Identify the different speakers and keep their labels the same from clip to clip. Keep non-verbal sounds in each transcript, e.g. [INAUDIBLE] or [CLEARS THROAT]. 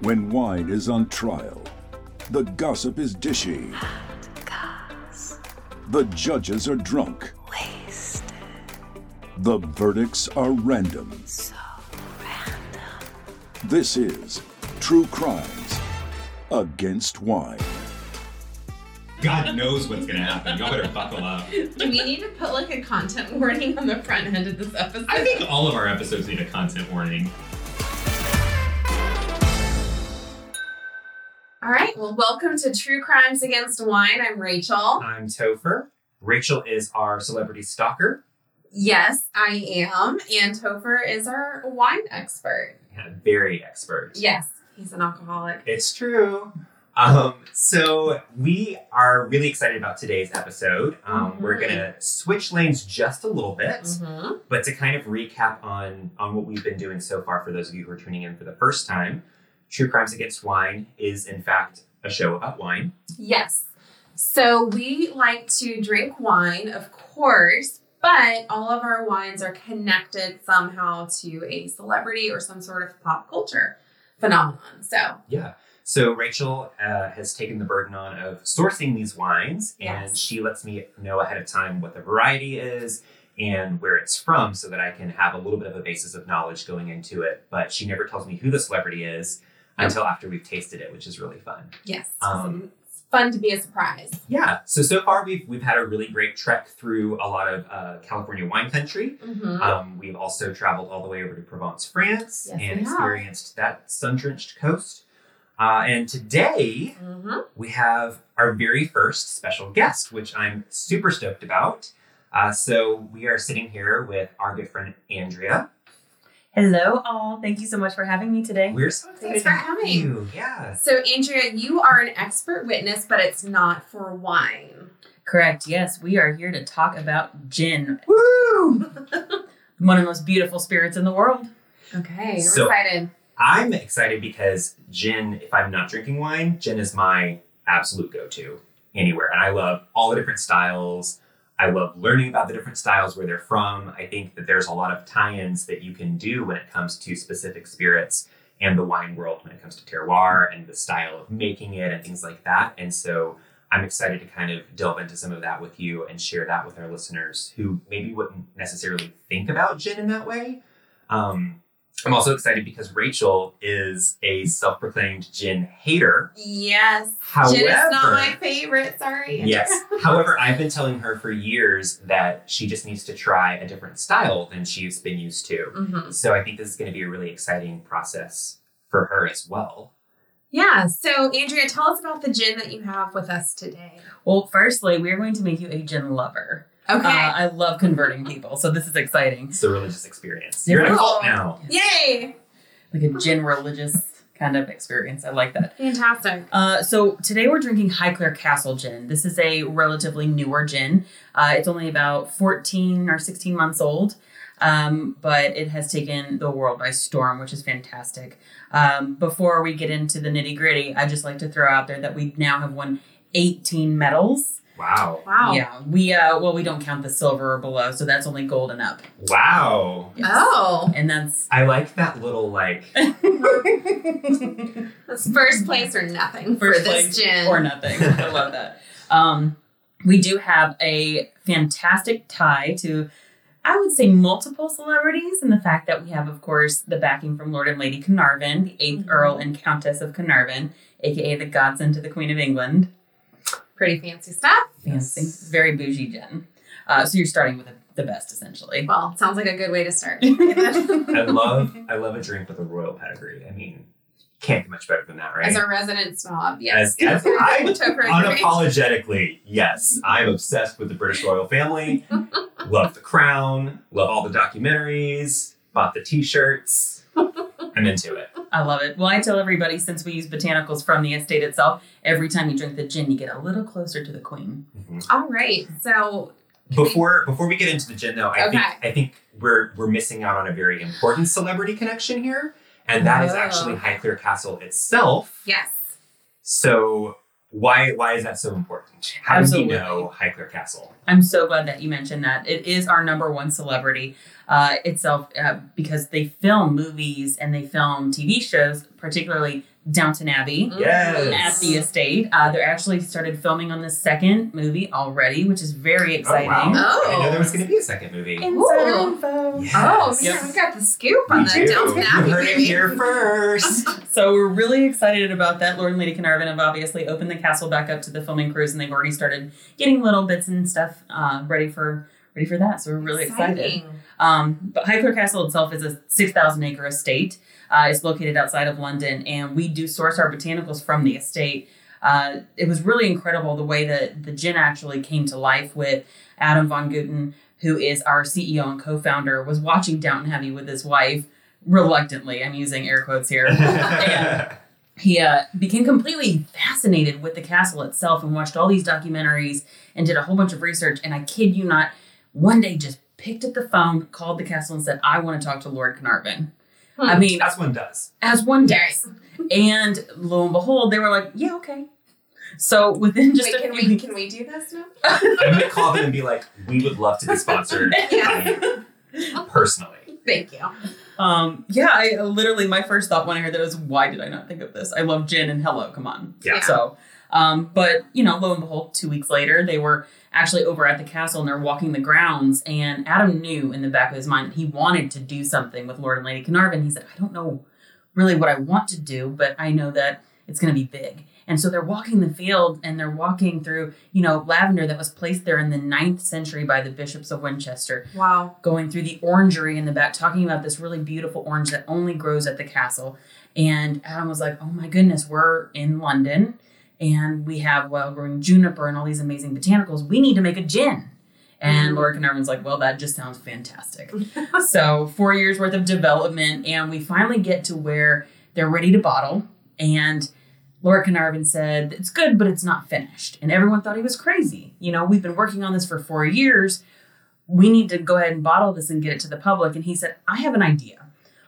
Speaker 1: when wine is on trial. The gossip is dishy. The judges are drunk. The verdicts are random. This is True Crimes Against Wine.
Speaker 2: God knows what's gonna happen. Y'all better buckle up.
Speaker 3: Do we need to put like a content [LAUGHS] warning on the front end of this episode?
Speaker 2: I think all of our episodes need a content warning.
Speaker 3: All right. Well, welcome to True Crimes Against Wine. I'm Rachel.
Speaker 4: I'm Topher. Rachel is our celebrity stalker.
Speaker 3: Yes, I am. And Topher is our wine expert.
Speaker 4: Yeah, very expert.
Speaker 3: Yes, he's an alcoholic.
Speaker 4: It's true. Um, so we are really excited about today's episode. Um, We're
Speaker 3: Mhm.
Speaker 4: gonna switch lanes just a little bit,
Speaker 3: Mm-hmm.
Speaker 4: but to kind of recap on on what we've been doing so far for those of you who are tuning in for the first time, True Crimes Against Wine is in fact a show about wine.
Speaker 3: Yes. So we like to drink wine, of course, but all of our wines are connected somehow to a celebrity or some sort of pop culture phenomenon. So
Speaker 4: Yeah. So Rachel uh, has taken the burden on of sourcing these wines,
Speaker 3: Yes.
Speaker 4: and she lets me know ahead of time what the variety is and where it's from, so that I can have a little bit of a basis of knowledge going into it. But she never tells me who the celebrity is until after we've tasted it, which is really fun.
Speaker 3: yes,
Speaker 4: Um,
Speaker 3: it's fun to be a surprise.
Speaker 4: Yeah. So so far we've we've had a really great trek through a lot of uh, California wine country.
Speaker 3: Mm-hmm.
Speaker 4: Um, we've also traveled all the way over to Provence, France,
Speaker 3: Yes, we have.
Speaker 4: and experienced that sun-drenched coast. Uh, and today
Speaker 3: Mm-hmm.
Speaker 4: we have our very first special guest, which I'm super stoked about. Uh, so we are sitting here with our good friend Andrea.
Speaker 5: Hello, all. Thank you so much for having me today.
Speaker 4: We're so excited
Speaker 3: Thanks for
Speaker 4: to have
Speaker 3: coming.
Speaker 4: You. Yeah.
Speaker 3: So, Andrea, you are an expert witness, but it's not for wine.
Speaker 5: Correct. Yes, we are here to talk about gin,
Speaker 4: Woo!
Speaker 5: one of the most beautiful spirits in the world.
Speaker 3: Okay, I'm
Speaker 4: So-
Speaker 3: excited.
Speaker 4: I'm excited because gin. If I'm not drinking wine, gin is my absolute go-to anywhere, and I love all the different styles. I love learning about the different styles, where they're from. I think that there's a lot of tie-ins that you can do when it comes to specific spirits and the wine world when it comes to terroir and the style of making it and things like that. And so I'm excited to kind of delve into some of that with you and share that with our listeners who maybe wouldn't necessarily think about gin in that way. Um, I'm also excited because Rachel is a self proclaimed gin hater.
Speaker 3: Yes.
Speaker 4: However,
Speaker 3: Gin is not my favorite. Sorry. Andrea.
Speaker 4: Yes. However, I've been telling her for years that she just needs to try a different style than she's been used to.
Speaker 3: Mhm.
Speaker 4: So I think this is going to be a really exciting process for her as well.
Speaker 3: Yeah. So, Andrea, tell us about the gin that you have with us today.
Speaker 5: Well, firstly, we are going to make you a gin lover.
Speaker 3: Okay.
Speaker 5: Uh, I love converting people, so this is exciting.
Speaker 4: It's a religious experience. You're in a cult now.
Speaker 3: Yay!
Speaker 5: Like a gin religious kind of experience. I like that.
Speaker 3: Fantastic.
Speaker 5: Uh, so today we're drinking Highclere Castle gin. This is a relatively newer gin. Uh, it's only about 14 or 16 months old, um, but it has taken the world by storm, which is fantastic. Um, before we get into the nitty gritty, I just like to throw out there that we now have won 18 medals.
Speaker 4: Wow.
Speaker 3: Wow.
Speaker 5: Yeah, we uh, well we don't count the silver or below, so that's only gold and up,
Speaker 4: Wow.
Speaker 3: Oh,
Speaker 5: and that's
Speaker 4: I like that little like
Speaker 3: that's first place or nothing
Speaker 5: First
Speaker 3: for this
Speaker 5: place
Speaker 3: gin.
Speaker 5: or nothing. I love that. Um, we do have a fantastic tie to, I would say, multiple celebrities, and the fact that we have, of course, the backing from Lord and Lady Carnarvon, the 8th
Speaker 3: Mhm.
Speaker 5: Earl and Countess of Carnarvon, aka the godson to the Queen of England.
Speaker 3: Pretty fancy stuff.
Speaker 4: Yes.
Speaker 5: Fancy, very bougie gin. Uh, so you're starting with the best, essentially.
Speaker 3: Well, sounds like a good way to
Speaker 4: [LAUGHS]
Speaker 3: start.
Speaker 4: I love I love a drink with a royal pedigree. I mean, can't get much better than that, right?
Speaker 3: As our resident snob, yes. [LAUGHS]
Speaker 4: As- as I-
Speaker 3: Topher agrees.
Speaker 4: Unapologetically, yes, I'm obsessed with the British royal
Speaker 3: [LAUGHS]
Speaker 4: family. love the crown, love all the documentaries, bought the t-shirts. I'm into it.
Speaker 5: I love it. Well, I tell everybody since we use botanicals from the estate itself, every time you drink the gin, you get a little closer to the Queen.
Speaker 3: All right. So,
Speaker 4: Before before we get into the gin though, I think
Speaker 3: Okay.
Speaker 4: I think we're we're missing out on a very important celebrity connection here, and that is
Speaker 3: Oh.
Speaker 4: actually Highclere Castle itself.
Speaker 3: yes.
Speaker 4: So why why is that so important? How do
Speaker 5: Absolutely.
Speaker 4: we know Highclere Castle?
Speaker 5: I'm so glad that you mentioned that. It is our number one celebrity uh, itself uh, because they film movies and they film TV shows, particularly Downton Abbey at
Speaker 4: Yes.
Speaker 5: the estate. Uh, they're actually started filming on the second movie already, which is very
Speaker 4: Oh,
Speaker 5: exciting.
Speaker 4: wow.
Speaker 3: Oh.
Speaker 4: I didn't know there was going to be a second movie.
Speaker 5: Insider
Speaker 3: Ooh.
Speaker 5: info.
Speaker 4: Yes.
Speaker 3: Oh, man,
Speaker 5: Yep.
Speaker 3: we got the scoop
Speaker 4: We
Speaker 3: on that
Speaker 4: do.
Speaker 3: Downton
Speaker 4: You
Speaker 3: Abbey
Speaker 4: heard it
Speaker 3: baby.
Speaker 4: here first.
Speaker 5: So we're really excited about that. Lord and Lady Carnarvon have obviously opened the castle back up to the filming crews, and they've already started getting little bits and stuff uh, ready for ready for that. So we're really excited.
Speaker 3: Exciting.
Speaker 5: Um, but Highclere Castle itself is a 6,000 acre estate. Uh, it's located outside of London, and we do source our botanicals from the estate. Uh, it was really incredible the way that the gin actually came to life with Adam von Guten, who is our CEO and co founder, was watching Downton Abbey with his wife reluctantly. I'm using air quotes here he uh, became completely fascinated with the castle itself and watched all these documentaries and did a whole bunch of research. And I kid you not, one day just picked up the phone, called the castle, and said, "I want to talk to Lord Carnarvon."
Speaker 3: Hmm.
Speaker 5: I mean,
Speaker 4: That's one does.
Speaker 5: as one
Speaker 3: Yes.
Speaker 5: does. And lo and behold, they were like, "Yeah, okay." So within just
Speaker 3: Wait,
Speaker 5: a
Speaker 3: can
Speaker 5: few
Speaker 3: we
Speaker 5: weeks-
Speaker 3: can we do this now?
Speaker 4: I'm going to call them and be like, we would love to be sponsored by you personally.
Speaker 3: Thank you.
Speaker 5: um, yeah, I literally my first thought when I heard that was, "Why did I not think of this?" I love gin and hello, come on.
Speaker 4: Yeah.
Speaker 3: Yeah.
Speaker 5: So, um, but you know, lo and behold, two weeks later, they were actually over at the castle and they're walking the grounds. And Adam knew in the back of his mind that he wanted to do something with Lord and Lady Carnarvon. He said, I don't know really what I want to do, but I know that it's going to be big. And so they're walking the field and they're walking through, you know, lavender that was placed there in the ninth century by the bishops of Winchester
Speaker 3: Wow.
Speaker 5: going through the orangery in the back, talking about this really beautiful orange that only grows at the castle. And Adam was like, Oh my goodness, we're in London and we have wild growing juniper and all these amazing botanicals. We need to make a gin. And Laura Carnarvon's like, Well, that just sounds fantastic. [LAUGHS] so, four years worth of development. And we finally get to where they're ready to bottle. And Laura Carnarvon said, It's good, but it's not finished. And everyone thought he was crazy. You know, we've been working on this for four years we need to go ahead and bottle this and get it to the public. And he said, I have an idea.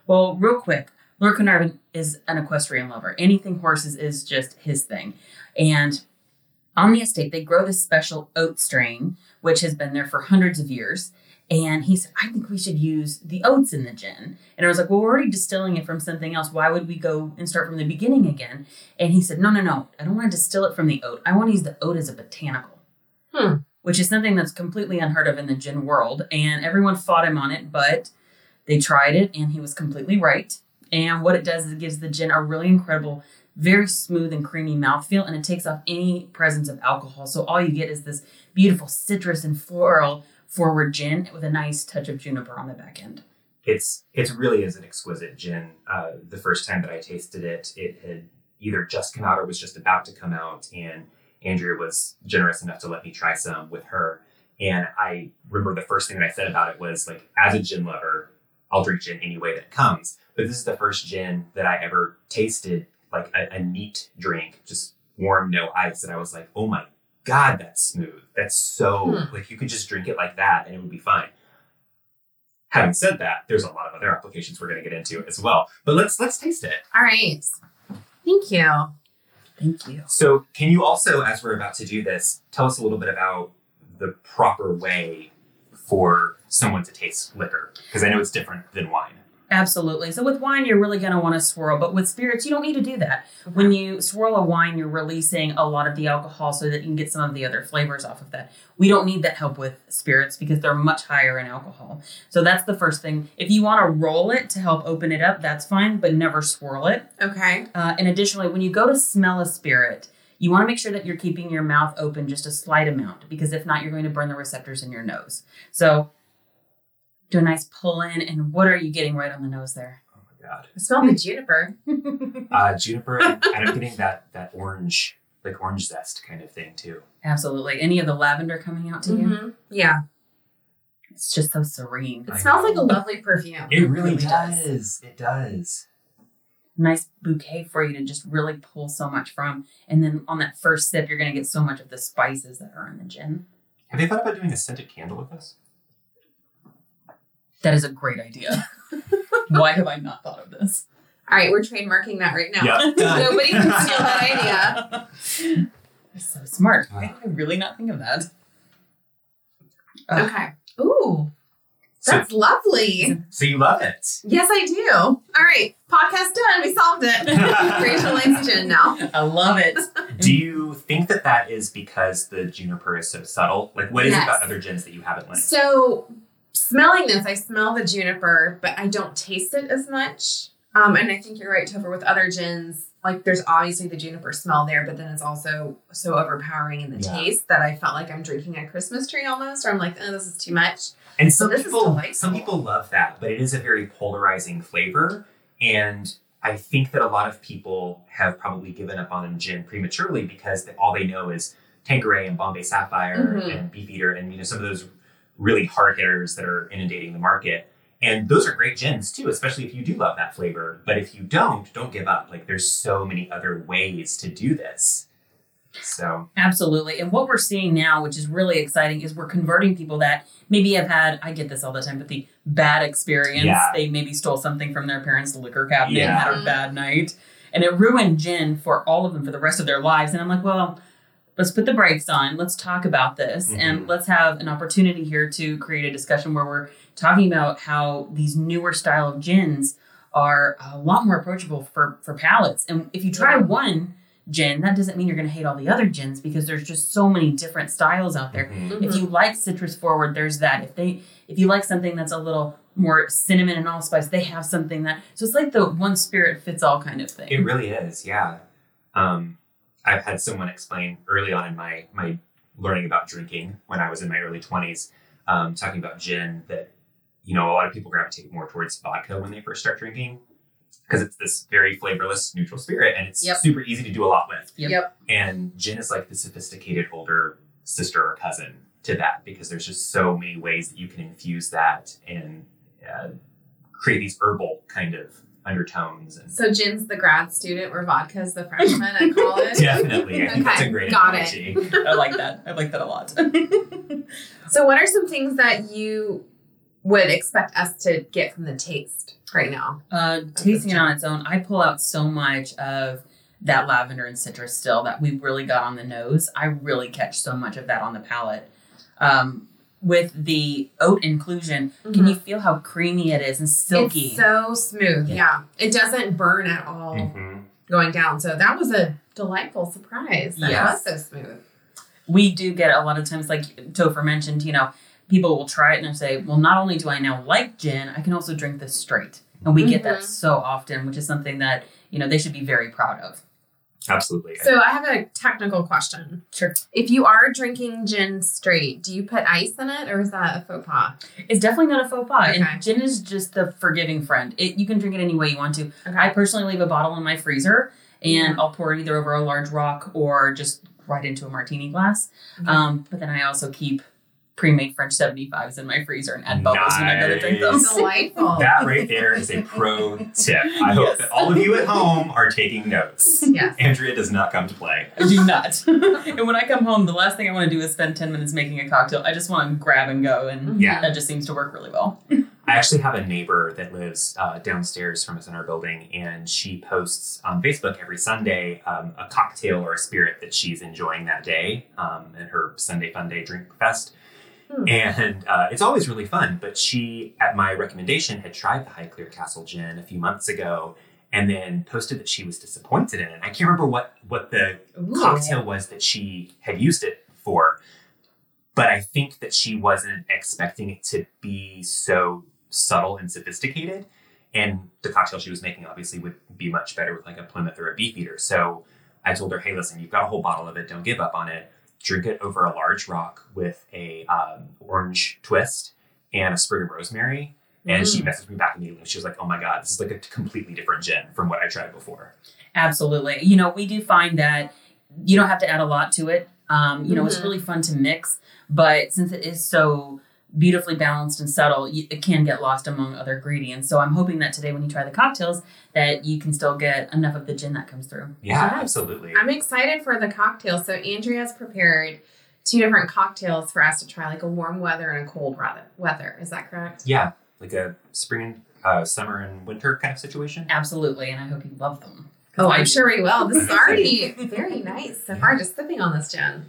Speaker 5: Well, real quick, Lord Carnarvon is an equestrian lover. Anything horses is just his thing. And on the estate, they grow this special oat strain, which has been there for hundreds of years. And he said, I think we should use the oats in the gin. And I was like, Well, we're already distilling it from something else. Why would we go and start from the beginning again? And he said, No, no, no. I don't want to distill it from the oat. I want to use the oat as a botanical which is something that's completely unheard of in the gin world. And everyone fought him on it, but they tried it and he was completely right. And what it does is it gives the gin a really incredible, very smooth and creamy mouthfeel, and it takes off any presence of alcohol. So all you get is this beautiful citrus and floral forward gin with a nice touch of juniper on the back end.
Speaker 4: It's it really is an exquisite gin. Uh, the first time that I tasted it, it had either just come out or was just about to come out, and Andrea was generous enough to let me try some with her. And I remember the first thing that I said about it was like, as a gin lover, I'll drink gin any way that comes. But this is the first gin that I ever tasted like a, a neat drink, just warm, no ice. And I was like, oh my god, that's smooth. That's so
Speaker 3: Hmm.
Speaker 4: like you could just drink it like that, and it would be fine. Having said that, there's a lot of other applications we're going to get into as well. But let's let's taste it.
Speaker 3: All right. Thank you.
Speaker 5: Thank you.
Speaker 4: So, can you also, as we're about to do this, tell us a little bit about the proper way for someone to taste liquor? Because I know it's different than wine.
Speaker 5: Absolutely. So with wine, you're really going to want to swirl, but with spirits, you don't need to do that. When you swirl a wine, you're releasing a lot of the alcohol so that you can get some of the other flavors off of that. We don't need that help with spirits because they're much higher in alcohol. So that's the first thing. If you want to roll it to help open it up, that's fine, but never swirl it.
Speaker 3: Okay.
Speaker 5: Uh, and additionally, when you go to smell a spirit, you want to make sure that you're keeping your mouth open just a slight amount because if not, you're going to burn the receptors in your nose. So do a nice pull in, and what are you getting right on the nose there?
Speaker 4: Oh my god!
Speaker 3: I smell the juniper.
Speaker 4: Uh, juniper, and I'm getting that that orange, like orange zest kind of thing too.
Speaker 5: Absolutely. Any of the lavender coming out to you?
Speaker 3: Mhm. Yeah.
Speaker 5: It's just so serene.
Speaker 3: It
Speaker 4: I
Speaker 3: smells
Speaker 4: know.
Speaker 3: like a lovely perfume.
Speaker 4: It really
Speaker 5: really does.
Speaker 4: does. It does.
Speaker 5: Nice bouquet for you to just really pull so much from. And then on that first sip, you're going to get so much of the spices that are in the gin.
Speaker 4: Have you thought about doing a scented candle with this?
Speaker 5: That is a great idea. Why have I not thought of this?
Speaker 3: All right, we're trademarking that right now. [LAUGHS]
Speaker 4: Yeah,
Speaker 3: Nobody can steal that
Speaker 4: [LAUGHS]
Speaker 3: idea.
Speaker 5: [LAUGHS] You're so smart. Why did I really not think of that? Ugh.
Speaker 3: Okay. Ooh,
Speaker 4: So,
Speaker 3: that's lovely.
Speaker 4: so you love it. [LAUGHS]
Speaker 3: Yes, I do. All right, podcast done. We solved it. Rachel likes now.
Speaker 5: I love it.
Speaker 4: Do you think that that is because the juniper is so subtle? Like, what is
Speaker 3: Yes.
Speaker 4: it about other gins that you haven't liked?
Speaker 3: So, smelling this, I smell the juniper, but I don't taste it as much. Um, and I think you're right, Topher, with other gins, like there's obviously the juniper smell there, but then it's also so overpowering in the
Speaker 4: Yeah.
Speaker 3: taste that I felt like I'm drinking a Christmas tree almost, or I'm like, oh, this is too much.
Speaker 4: And some
Speaker 3: This is
Speaker 4: people,
Speaker 3: delightful.
Speaker 4: some people love that, but it is a very polarizing flavor. And I think that a lot of people have probably given up on gin prematurely because they, all they know is Tanqueray and Bombay Sapphire
Speaker 3: Mhm.
Speaker 4: and Beefeater, and you know some of those really hard hitters that are inundating the market. And those are great gins too, especially if you do love that flavor. But if you don't, don't give up. Like there's so many other ways to do this. So
Speaker 5: Absolutely. And what we're seeing now, which is really exciting, is we're converting people that maybe have had, I get this all the time, but the bad experience.
Speaker 4: Yeah.
Speaker 5: They maybe stole something from their parents' liquor cabinet
Speaker 4: Yeah.
Speaker 5: and had a bad night. And it ruined gin for all of them for the rest of their lives. And I'm like, well, let's put the brakes on. Let's talk about this. And
Speaker 4: Mhm.
Speaker 5: let's have an opportunity here to create a discussion where we're talking about how these newer style of gins are a lot more approachable for, for palates. And if you try one, gin, that doesn't mean you're going to hate all the other gins because there's just so many different styles out there.
Speaker 4: mhm.
Speaker 5: If you like citrus forward, there's that. If they if you like something that's a little more cinnamon and allspice, they have something that so it's like the one spirit fits all kind of thing.
Speaker 4: It really is, yeah. Um, I've had someone explain early on in my my learning about drinking when I was in my early twenties, um, talking about gin that you know a lot of people gravitate more towards vodka when they first start drinking because it's this very flavorless neutral spirit and it's
Speaker 3: Yep.
Speaker 4: super easy to do a lot with.
Speaker 5: Yep.
Speaker 4: And gin is like the sophisticated older sister or cousin to that because there's just so many ways that you can infuse that and uh, create these herbal kind of undertones and
Speaker 3: So gin's the grad student, where vodka's the freshman at
Speaker 5: [LAUGHS]
Speaker 3: college.
Speaker 4: Definitely. I think that's a
Speaker 3: Okay,
Speaker 4: great
Speaker 3: got it.
Speaker 4: analogy.
Speaker 5: I like that. I like that a lot. [LAUGHS]
Speaker 3: So, what are some things that you would expect us to get from the taste right now?
Speaker 5: Uh, tasting it on its own, I pull out so much of that lavender and citrus still that we really got on the nose. I really catch so much of that on the palate. Um, with the oat inclusion, can you feel how creamy it is and
Speaker 3: Mm-hmm.
Speaker 5: silky?
Speaker 3: It's so smooth.
Speaker 5: Yeah. Mm.
Speaker 3: Yeah. It doesn't burn at all
Speaker 4: Mhm.
Speaker 3: going down. So that was a delightful surprise. That
Speaker 5: Yes.
Speaker 3: was so smooth.
Speaker 5: we do get a lot of times, like Topher mentioned, you know, people will try it and they'll say, well, not only do I now like gin, I can also drink this straight. And we get that
Speaker 3: Mhm.
Speaker 5: so often, which is something that, you know, they should be very proud of.
Speaker 4: Absolutely.
Speaker 3: So I have a technical question.
Speaker 5: Sure.
Speaker 3: If you are drinking gin straight, do you put ice in it or is that a faux pas?
Speaker 5: It's definitely not a faux pas.
Speaker 3: Okay.
Speaker 5: And gin is just the forgiving friend. It, you can drink it any way you want to.
Speaker 3: Okay. [LAUGHS]
Speaker 5: I personally leave a bottle in my freezer and I'll pour it either over a large rock or just right into a martini glass. Um, but then I also keep pre made French 75s in my freezer and add bubbles when I go to drink them.
Speaker 4: Nice.
Speaker 3: Delightful.
Speaker 4: That right there is a pro tip. I hope
Speaker 5: Yes.
Speaker 4: that all of you at home are taking notes.
Speaker 3: yes.
Speaker 4: Andrea does not come to play.
Speaker 5: [LAUGHS] I do not. [LAUGHS] and when I come home, the last thing I want to do is spend 10 minutes making a cocktail. I just want to grab and go, and
Speaker 4: Yeah.
Speaker 5: that just seems to work really well.
Speaker 4: I actually have a neighbor that lives uh, downstairs from us in our building, and she posts on Facebook every Sunday um, a cocktail or a spirit that she's enjoying that day um, at her Sunday Fun Day Drink Fest.
Speaker 3: Hmm.
Speaker 4: And uh, it's always really fun. But she, at my recommendation, had tried the Highclere Castle gin a few months ago and then posted that she was disappointed in it. I can't remember what, what the
Speaker 3: Ooh.
Speaker 4: cocktail was that she had used it for. But I think that she wasn't expecting it to be so subtle and sophisticated. And the cocktail she was making obviously would be much better with like a Plymouth or a Beefeater. So I told her, hey, listen, you've got a whole bottle of it. Don't give up on it. Drink it over a large rock with a um, orange twist and a sprig of rosemary. And
Speaker 3: Mm.
Speaker 4: she messaged me back immediately. She was like, oh my God, this is like a completely different gin from what I tried before.
Speaker 5: Absolutely. You know, we do find that you don't have to add a lot to it. Um, you know, it's
Speaker 3: Mhm.
Speaker 5: really fun to mix, but since it is so beautifully balanced and subtle, y- it can get lost among other ingredients. So I'm hoping that today when you try the cocktails, that you can still get enough of the gin that comes through.
Speaker 4: Yeah,
Speaker 3: Yes.
Speaker 4: absolutely.
Speaker 3: I'm excited for the cocktail. So Andrea's prepared two different cocktails for us to try, like a warm weather and a cold weather. Weather is that correct?
Speaker 4: Yeah, like a spring, uh, summer, and winter kind of situation.
Speaker 5: Absolutely. And I hope you love them.
Speaker 3: Oh,
Speaker 5: I
Speaker 3: I'm
Speaker 5: do.
Speaker 3: sure we will. This is already very nice so far. Just sipping on this gin.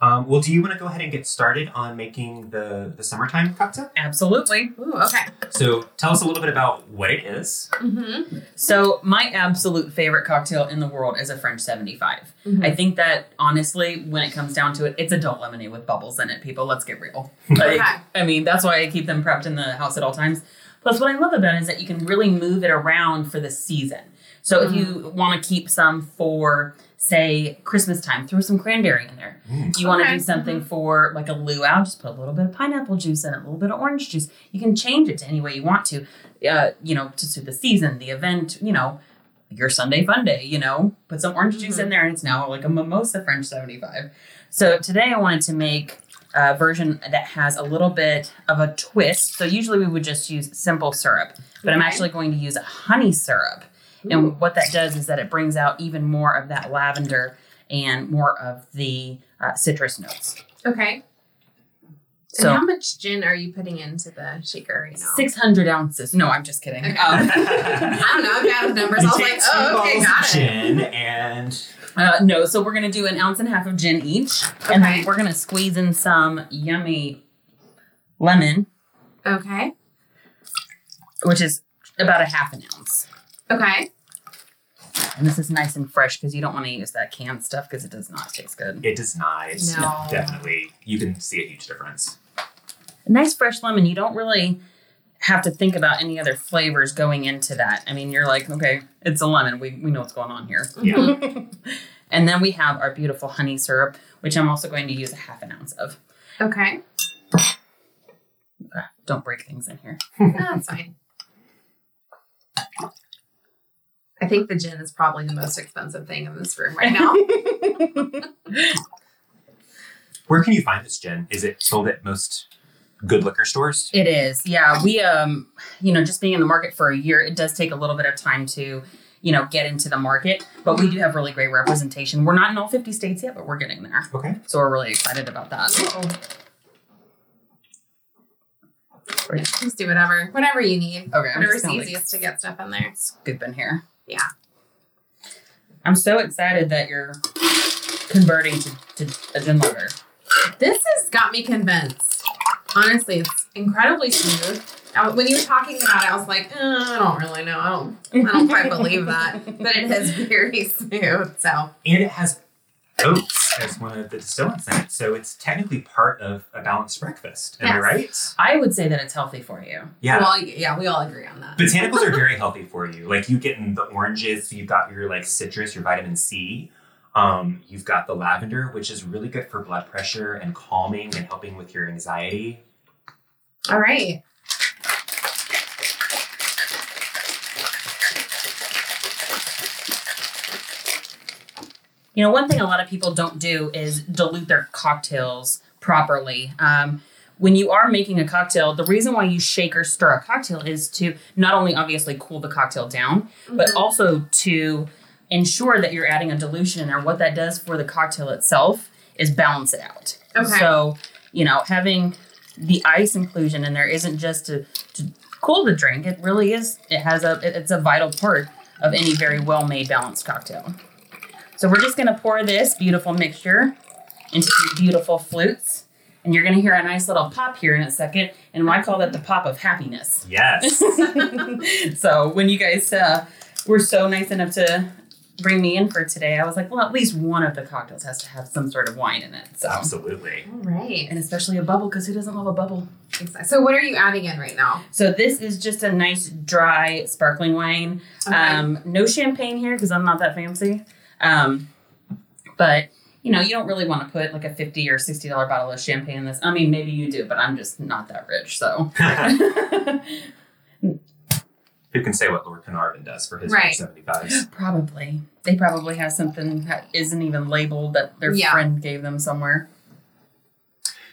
Speaker 4: Um, well, do you want to go ahead and get started on making the, the summertime cocktail?
Speaker 5: Absolutely.
Speaker 3: Ooh, okay.
Speaker 4: So tell us a little bit about what
Speaker 3: [LAUGHS]
Speaker 4: it is. [LAUGHS]
Speaker 3: Mm-hmm.
Speaker 5: So, my absolute favorite cocktail in the world is a French 75. I think that honestly, when it comes down to it, it's adult lemonade with bubbles in it, people. Let's get real. Like,
Speaker 3: Okay.
Speaker 5: I mean, that's why I keep them prepped in the house at all times. Plus, what I love about it is that you can really move it around for the season. So, if you want to keep some for, say, Christmas time, throw some cranberry in there.
Speaker 4: Mm.
Speaker 5: You want to
Speaker 3: Okay.
Speaker 5: do something for like a luau, just put a little bit of pineapple juice in it, a little bit of orange juice. You can change it to any way you want to, uh, you know, to suit the season, the event, you know, your Sunday fun day, you know, put some orange juice
Speaker 3: Mm-hmm.
Speaker 5: in there and it's now like a mimosa French 75. So today I wanted to make a version that has a little bit of a twist. So usually we would just use simple syrup, but I'm
Speaker 3: Okay.
Speaker 5: actually going to use honey syrup. And what that does is that it brings out even more of that lavender and more of the uh, citrus notes.
Speaker 3: Okay. So,
Speaker 5: So-
Speaker 3: how much gin are you putting into the shaker right now?
Speaker 5: 600 ounces. No, I'm just kidding.
Speaker 3: Okay.
Speaker 5: Um,
Speaker 3: I don't know. I'm bad with numbers. I
Speaker 4: You
Speaker 3: was
Speaker 4: take
Speaker 3: like,
Speaker 4: two
Speaker 3: oh, okay,
Speaker 4: bottles of
Speaker 3: got it.
Speaker 4: gin and
Speaker 5: Uh, no, so we're gonna do an ounce and a half of gin each, and then
Speaker 3: Okay.
Speaker 5: we're gonna squeeze in some yummy lemon,
Speaker 3: Okay.
Speaker 5: which is about a half an ounce.
Speaker 3: Okay.
Speaker 5: And this is nice and fresh because you don't want to use that canned stuff because it does not taste good.
Speaker 4: it does not. It's
Speaker 3: No.
Speaker 4: definitely you can see a huge
Speaker 3: [LAUGHS]
Speaker 4: difference.
Speaker 5: A nice fresh lemon. You don't really have to think about any other flavors going into that. I mean, you're like, okay, it's a lemon. We we know what's going on here.
Speaker 4: Yeah.
Speaker 3: Mhm.
Speaker 5: and then we have our beautiful honey syrup, which I'm also going to use a half an ounce of.
Speaker 3: Okay.
Speaker 5: Don't break things in here.
Speaker 3: That's fine. I think the gin is probably the most expensive thing in this room right
Speaker 5: [LAUGHS]
Speaker 3: now.
Speaker 4: Where can you find this gin? Is it sold at most good liquor stores?
Speaker 5: It is, yeah. We um, you know, just being in the market for a year, it does take a little bit of time to, you know, get into the market. But we do have really great representation. We're not in all fifty states yet, but we're getting there.
Speaker 4: Okay.
Speaker 5: So we're really excited about that.
Speaker 3: Just do whatever, whatever you need.
Speaker 5: Okay, I'm just
Speaker 3: Whatever's
Speaker 5: gonna like
Speaker 3: easiest to get stuff in there.
Speaker 5: scoop in here.
Speaker 3: Yeah.
Speaker 5: I'm so excited that you're converting to, to a gin lover.
Speaker 3: This has got me convinced. Honestly, it's incredibly smooth. Now, When you were talking about it, I was like, "Uh, I don't really know. I don't, I don't quite believe that. But it is very smooth. So,
Speaker 4: And it has oats as one of the distillants in it. So it's technically part of a balanced breakfast. Am I
Speaker 3: Yes.
Speaker 4: right?
Speaker 5: I would say that it's healthy for you.
Speaker 4: Yeah.
Speaker 3: well, yeah, we all agree on that.
Speaker 4: Botanicals are very healthy for you. Like you get in the oranges, so you've got your like citrus, your vitamin C. Um, you've got the lavender, which is really good for blood pressure and calming and helping with your anxiety.
Speaker 3: All right.
Speaker 5: You know, one thing a lot of people don't do is dilute their cocktails properly. Um, when you are making a cocktail, the reason why you shake or stir a cocktail is to not only obviously cool the cocktail down, but
Speaker 3: Mhm.
Speaker 5: also to ensure that you're adding a dilution in there. What that does for the cocktail itself is balance it out.
Speaker 3: Okay.
Speaker 5: So, you know, having the ice inclusion in there isn't just to, to cool the drink. It really is. It has a. it- It's a vital part of any very well made balanced cocktail. So we're just gonna pour this beautiful mixture into these beautiful flutes. And you're gonna hear a nice little pop here in a second, and I call that the pop of happiness [LAUGHS]
Speaker 4: Yes.
Speaker 5: so when you guys uh, were so nice enough to bring me in for today, I was like, well, at least one of the cocktails has to have some sort of wine in it. So,
Speaker 4: Absolutely. [LAUGHS]
Speaker 3: all right.
Speaker 5: and especially a bubble, because who doesn't love a bubble?
Speaker 3: So, what are you adding in right now?
Speaker 5: So this is just a nice dry sparkling wine. Um, no champagne here because I'm not that fancy. Um, but you know, you don't really want to put like a fifty or sixty dollar bottle of champagne in this. I mean, maybe you do, but I'm just not that rich, so.
Speaker 4: Who can say what Lord Carnarvon does for his
Speaker 3: Right.
Speaker 4: 75s?
Speaker 5: Probably. They probably have something that isn't even labeled that their
Speaker 3: Yeah.
Speaker 5: friend gave them somewhere.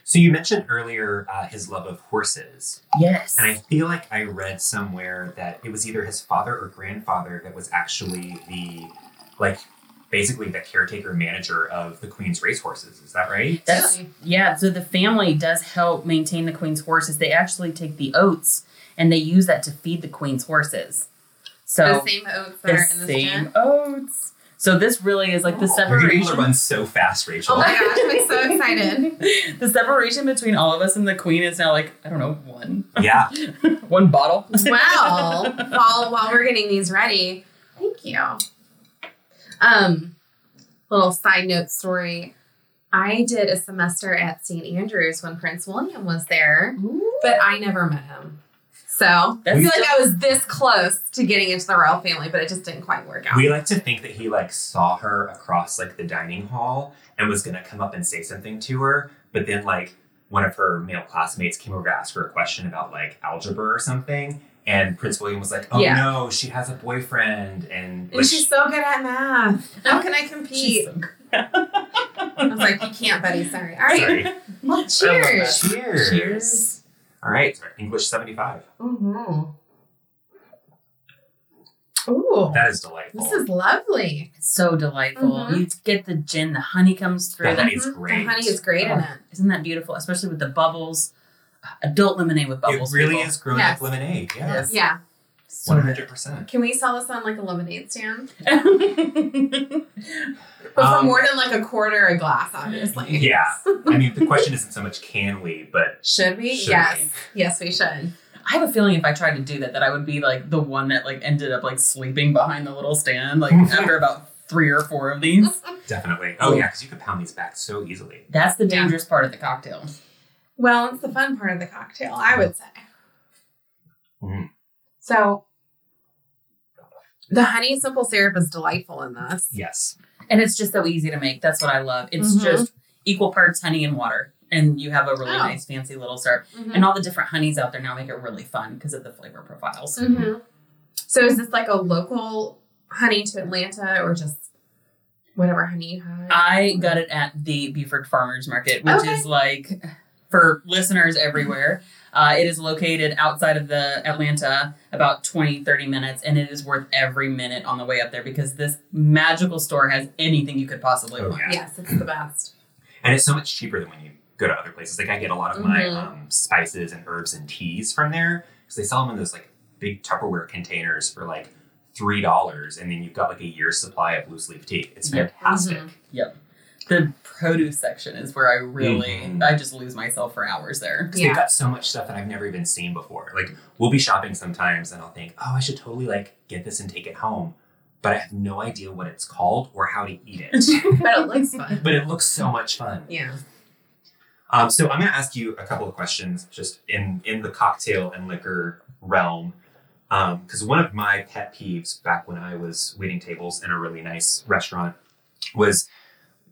Speaker 4: So you mentioned earlier uh, his love of horses.
Speaker 5: Yes.
Speaker 4: And I feel like I read somewhere that it was either his father or grandfather that was actually the, like, basically the caretaker manager of the Queen's racehorses. Is that right?
Speaker 5: That's
Speaker 3: Really?
Speaker 5: yeah, so the family does help maintain the queen's horses. They actually take the oats and they use that to feed the queen's horses. So
Speaker 3: the same oats that are in this
Speaker 5: same
Speaker 3: gin.
Speaker 5: oats. So this really is like the
Speaker 3: Oh.
Speaker 4: You're getting people to
Speaker 5: separation.
Speaker 4: run so fast, Rachel.
Speaker 3: Oh my gosh, [LAUGHS] I'm
Speaker 5: [LAUGHS]
Speaker 3: so excited.
Speaker 5: the separation between all of us and the queen is now like I don't know one
Speaker 4: [LAUGHS]
Speaker 5: [LAUGHS]
Speaker 4: yeah.
Speaker 5: one bottle.
Speaker 3: Well, while while we're getting these ready, thank you. Um, little side note story. I did a semester at St. Andrews when Prince William was there, but I never met him. So
Speaker 5: That's
Speaker 3: I feel
Speaker 5: still-
Speaker 3: like I was this close to getting into the royal family, but it just didn't quite work out.
Speaker 4: We like to think that he like saw her across like the dining hall and was gonna come up and say something to her, but then like one of her male classmates came over to ask her a question about like algebra or something, and Prince William was like, "Oh
Speaker 3: Yeah.
Speaker 4: no, she has a boyfriend," and,
Speaker 3: and she's so good at math. How can I
Speaker 5: She's
Speaker 3: compete?
Speaker 5: so good.
Speaker 3: I was like, you can't, buddy. Sorry. All right.
Speaker 4: [LAUGHS] sorry,
Speaker 3: Well, cheers.
Speaker 4: cheers,
Speaker 5: Cheers.
Speaker 4: All right, English seventy five.
Speaker 3: Mm-hmm. Ooh.
Speaker 4: That is delightful.
Speaker 3: This is lovely.
Speaker 5: It's so delightful.
Speaker 3: Mhm.
Speaker 5: You get the gin, the honey comes
Speaker 4: the
Speaker 5: through. That,
Speaker 4: honey is
Speaker 3: Mhm.
Speaker 4: great.
Speaker 3: The honey is great in it.
Speaker 5: isn't that beautiful? Especially with the bubbles. Uh, Adult lemonade with bubbles.
Speaker 4: it really
Speaker 5: people.
Speaker 4: is grown
Speaker 3: Yes.
Speaker 4: up lemonade.
Speaker 5: Yes.
Speaker 4: Yes,
Speaker 3: Yeah.
Speaker 5: So
Speaker 4: one
Speaker 5: good.
Speaker 4: hundred percent.
Speaker 3: Can we sell this on like a lemonade stand? But for
Speaker 4: Um,
Speaker 3: more than like a quarter a glass, obviously.
Speaker 4: [LAUGHS] Yeah, I mean the question isn't so much can we, but
Speaker 3: Should we?
Speaker 4: Should
Speaker 3: yes.
Speaker 4: we?
Speaker 3: Yes, we should.
Speaker 5: [LAUGHS] I have a feeling if I tried to do that, that I would be like the one that like ended up like sleeping behind the little
Speaker 4: [LAUGHS]
Speaker 5: stand, like after about three or four of these.
Speaker 4: Definitely. Oh yeah, because you could pound these back so easily.
Speaker 5: That's the
Speaker 3: Yeah.
Speaker 5: dangerous part of the cocktail.
Speaker 3: Well, it's the fun part of the cocktail, I would say.
Speaker 4: Mm.
Speaker 3: So the honey simple syrup is delightful in this.
Speaker 4: Yes.
Speaker 5: And it's just so easy to make. That's what I love. It's
Speaker 3: Mhm.
Speaker 5: just equal parts honey and water. And you have a really
Speaker 3: Oh.
Speaker 5: nice fancy little syrup.
Speaker 3: Mhm.
Speaker 5: And all the different honeys out there now make it really fun because of the flavor profiles.
Speaker 3: Mhm. So is this like a local honey to Atlanta or just whatever honey you have?
Speaker 5: I got it at the Beaufort Farmers Market, which
Speaker 3: Okay.
Speaker 5: is like for listeners everywhere. Uh, it is located outside of the Atlanta, about 20, 30 minutes, and it is worth every minute on the way up there because this magical store has anything you could possibly
Speaker 4: Oh,
Speaker 5: want.
Speaker 4: yeah.
Speaker 3: Yes, it's the best.
Speaker 4: And it's so much cheaper than when you go to other places. Like I get a lot of my
Speaker 3: Mhm.
Speaker 4: um, spices and herbs and teas from there because they sell them in those like big Tupperware containers for like three dollars, and then you've got like a year's supply of loose leaf tea. It's
Speaker 5: Yep.
Speaker 4: fantastic.
Speaker 5: The produce section is where I really,
Speaker 4: Mhm.
Speaker 5: I just lose myself for hours there.
Speaker 4: 'Cause
Speaker 3: Yeah.
Speaker 4: They've got so much stuff that I've never even seen before. Like we'll be shopping sometimes, and I'll think, oh, I should totally like get this and take it home, but I have no idea what it's called or how to eat
Speaker 3: [LAUGHS]
Speaker 4: it.
Speaker 3: But it looks fun.
Speaker 4: but it looks so much fun.
Speaker 3: Yeah.
Speaker 4: Um, so I'm going to ask you a couple of questions, just in in the cocktail and liquor realm, because one of my pet peeves back when I was waiting tables in a really nice restaurant was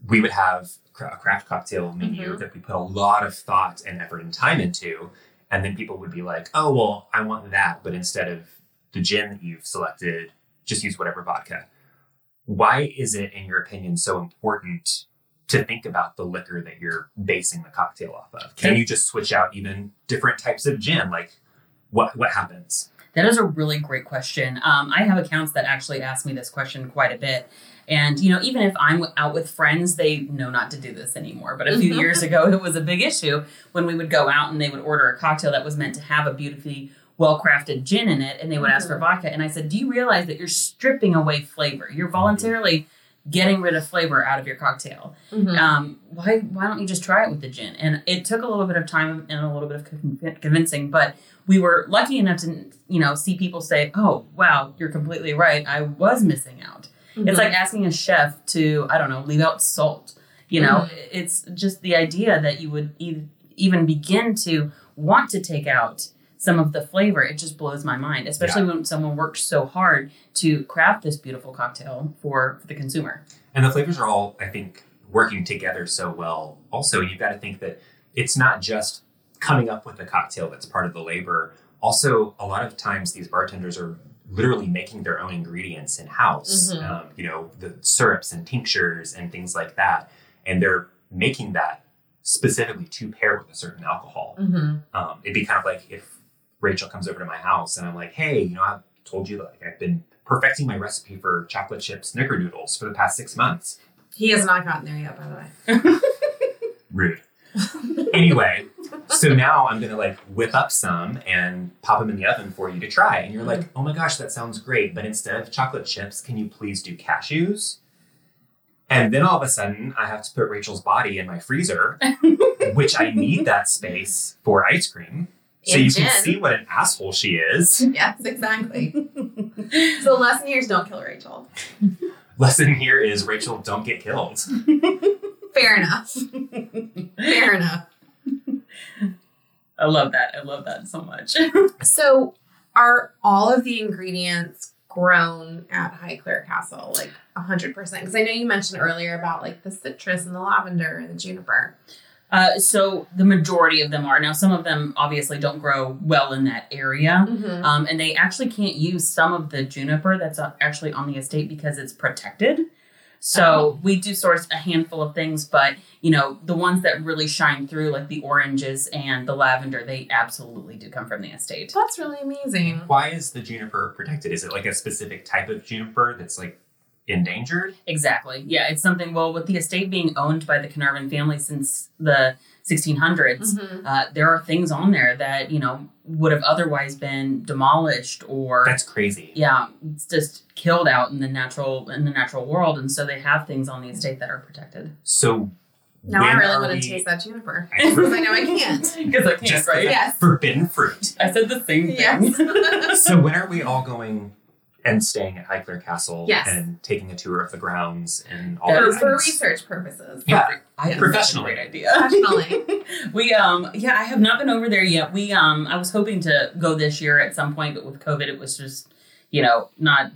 Speaker 4: we would have cra- a craft cocktail menu
Speaker 3: Mhm.
Speaker 4: that we put a lot of thought and effort and time into, and then people would be like, "Oh well, I want that," but instead of the gin that you've selected, just use whatever vodka. Why is it, in your opinion, so important to think about the liquor that you're basing the cocktail off of? Can you just switch out even different types of gin? Like, what what happens?
Speaker 5: That is a really great question. Um, I have accounts that actually ask me this question quite a bit. And, you know, even if I'm out with friends, they know not to do this anymore. But a few
Speaker 3: Mhm.
Speaker 5: years ago, it was a big issue when we would go out and they would order a cocktail that was meant to have a beautifully well crafted gin in it. And they would ask for vodka. And I said, Do you realize that you're stripping away flavor? You're voluntarily getting rid of flavor out of your cocktail
Speaker 3: Mhm.
Speaker 5: um, why why don't you just try it with the gin? And it took a little bit of time and a little bit of con- convincing, but we were lucky enough to you know see people say, "Oh, wow, you're completely right. I was missing out."
Speaker 3: Mhm.
Speaker 5: It's like asking a chef to I don't know leave out salt. You know, it's just the idea that you would e- even begin to want to take out some of the flavor. It just blows my mind, especially when someone works so hard to craft this beautiful cocktail for the consumer.
Speaker 4: And the flavors are all, I think, working together so well. Also, you've got to think that it's not just coming up with a cocktail that's part of the labor. Also, a lot of times these bartenders are literally making their own ingredients in house.
Speaker 3: Mhm.
Speaker 4: Um, you know, the syrups and tinctures and things like that, and they're making that specifically to pair with a certain alcohol.
Speaker 3: Mhm.
Speaker 4: um, it'd be kind of like if Rachel comes over to my house and I'm like, hey, you know, I've told you like I've been perfecting my recipe for chocolate chip snickerdoodles for the past six months.
Speaker 3: He has not gotten there yet, by the way.
Speaker 4: Rude. anyway, so now I'm gonna like whip up some and pop them in the oven for you to try. And you're like, oh my gosh, that sounds great. But instead of chocolate chips, can you please do cashews? And then all of a sudden, I have to put Rachel's body in my
Speaker 3: [LAUGHS]
Speaker 4: freezer, which I need that space for ice cream. So
Speaker 3: And
Speaker 4: you
Speaker 3: gin.
Speaker 4: can see what an asshole she is.
Speaker 3: Yes, exactly. [LAUGHS] so lesson here is don't kill Rachel.
Speaker 4: Lesson here is Rachel, don't get killed.
Speaker 3: Fair enough. Fair enough.
Speaker 5: I love that. I love that so much.
Speaker 3: So are all of the ingredients grown at Highclere Castle? Like 100%? Because I know you mentioned earlier about like the citrus and the lavender and the juniper.
Speaker 5: Uh, so the majority of them are now. Some of them obviously don't grow well in that area,
Speaker 3: Mm-hmm.
Speaker 5: um, and they actually can't use some of the juniper that's uh, actually on the estate because it's protected. So we do source a handful of things, but you know the ones that really shine through, like the oranges and the lavender, they absolutely do come from the estate.
Speaker 3: That's really amazing.
Speaker 4: Why is the juniper protected? Is it like a specific type of juniper that's like endangered?
Speaker 5: Exactly. Yeah, it's something. Well, with the estate being owned by the Carnarvon family since the 1600s,
Speaker 3: Mhm.
Speaker 5: uh, there are things on there that you know would have otherwise been demolished or
Speaker 4: That's crazy.
Speaker 5: yeah it's just killed out in the natural in the natural world and so they have things on the estate that are
Speaker 3: [LAUGHS]
Speaker 5: protected
Speaker 4: So
Speaker 3: Now
Speaker 4: when
Speaker 3: I really
Speaker 4: are
Speaker 3: want
Speaker 4: we-
Speaker 3: to taste that juniper.
Speaker 4: [LAUGHS] I
Speaker 3: Because [LAUGHS] I know I
Speaker 5: [LAUGHS]
Speaker 3: can't.
Speaker 5: because i can't
Speaker 4: Just
Speaker 5: right
Speaker 4: like-
Speaker 3: Yes.
Speaker 4: forbidden
Speaker 3: [LAUGHS]
Speaker 4: fruit.
Speaker 5: i said the same
Speaker 4: [LAUGHS]
Speaker 5: thing
Speaker 3: Yes.
Speaker 4: so when are we all going and staying at Highclere Castle
Speaker 3: Yes.
Speaker 4: and taking a tour of the grounds and all
Speaker 5: That
Speaker 3: for,
Speaker 4: that?
Speaker 5: is-
Speaker 3: for research
Speaker 4: [LAUGHS]
Speaker 3: purposes.
Speaker 4: Yeah,
Speaker 5: [LAUGHS] I
Speaker 4: think that's a great
Speaker 5: idea.
Speaker 3: Professionally.
Speaker 5: We um yeah, I have not been over there yet. We um I was hoping to go this year at some point, but with COVID it was just, you know, not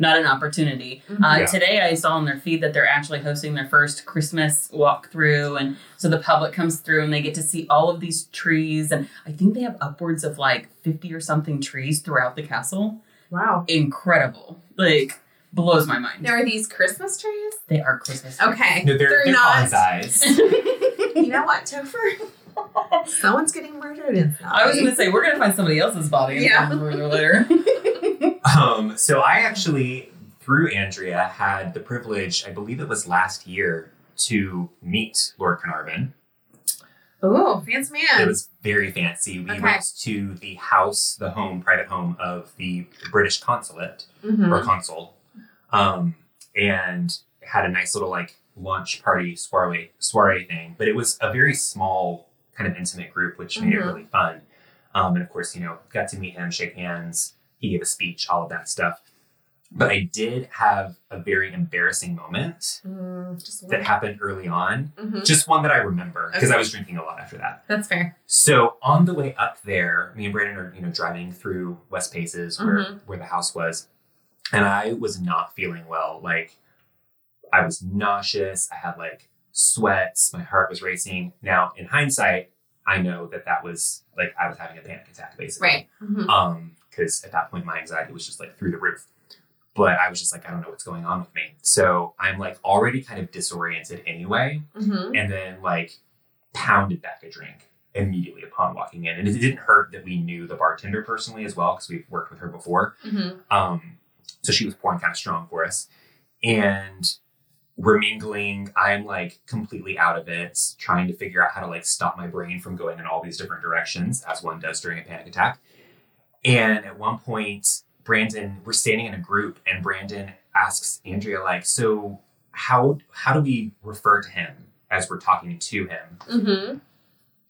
Speaker 5: not an opportunity.
Speaker 3: Mm-hmm.
Speaker 5: Uh,
Speaker 4: Yeah.
Speaker 5: Today, I saw on their feed that they're actually hosting their first Christmas walkthrough, and so the public comes through and they get to see all of these trees. And I think they have upwards of like fifty or something trees throughout the castle.
Speaker 3: Wow.
Speaker 5: Incredible! Like blows my mind.
Speaker 3: There are these Christmas trees.
Speaker 5: they are Christmas. trees.
Speaker 3: Okay.
Speaker 4: No, they're, they're,
Speaker 3: not.
Speaker 4: bonsais.
Speaker 3: [LAUGHS] You know what, Topher?
Speaker 4: [LAUGHS]
Speaker 3: Someone's getting murdered in
Speaker 5: I was gonna say we're gonna find somebody else's body in
Speaker 3: Yeah.
Speaker 5: yeah. later.
Speaker 4: Um, so I actually, through Andrea, had the privilege, I believe it was last year, to meet Lord Carnarvon.
Speaker 3: Ooh, fancy
Speaker 4: It
Speaker 3: man.
Speaker 4: was very fancy. We
Speaker 3: Okay.
Speaker 4: went to the house, the home, private home of the British consulate
Speaker 3: Mhm.
Speaker 4: or consul, um, and had a nice little like lunch party soiree soiree thing. But it was a very small kind of intimate group, which made it
Speaker 3: Mhm.
Speaker 4: really fun. Um, and of course, you know, got to meet him, shake hands. He gave a speech, all of that stuff. But I did have a very embarrassing moment
Speaker 3: Mm, just
Speaker 4: that happened early on.
Speaker 3: Mhm.
Speaker 4: Just one that I remember because I
Speaker 3: Okay.
Speaker 4: was drinking a lot after that.
Speaker 3: That's fair.
Speaker 4: So on the way up there, me and Brandon are you know driving through West Paces where
Speaker 3: Mhm.
Speaker 4: where the house was, and I was not feeling well. Like I was nauseous. I had like sweats. My heart was racing. Now in hindsight, I know that that was like I was having a panic attack basically.
Speaker 3: Right. Mhm.
Speaker 4: Um, because at that point my anxiety was just like through the roof. But I was just like, I don't know what's going on with me. So I'm like already kind of disoriented anyway
Speaker 3: Mhm.
Speaker 4: and then like pounded back a drink immediately upon walking in. And it didn't hurt that we knew the bartender personally as well because we've worked with her before.
Speaker 3: Mhm.
Speaker 4: Um, so she was pouring kind of strong for us, and we're mingling. I'm like completely out of it, trying to figure out how to like stop my brain from going in all these different directions as one does during a panic attack. And at one point, Brandon, we're standing in a group, and Brandon asks Andrea, like, so how how do we refer to him as we're talking to him?
Speaker 3: Mhm.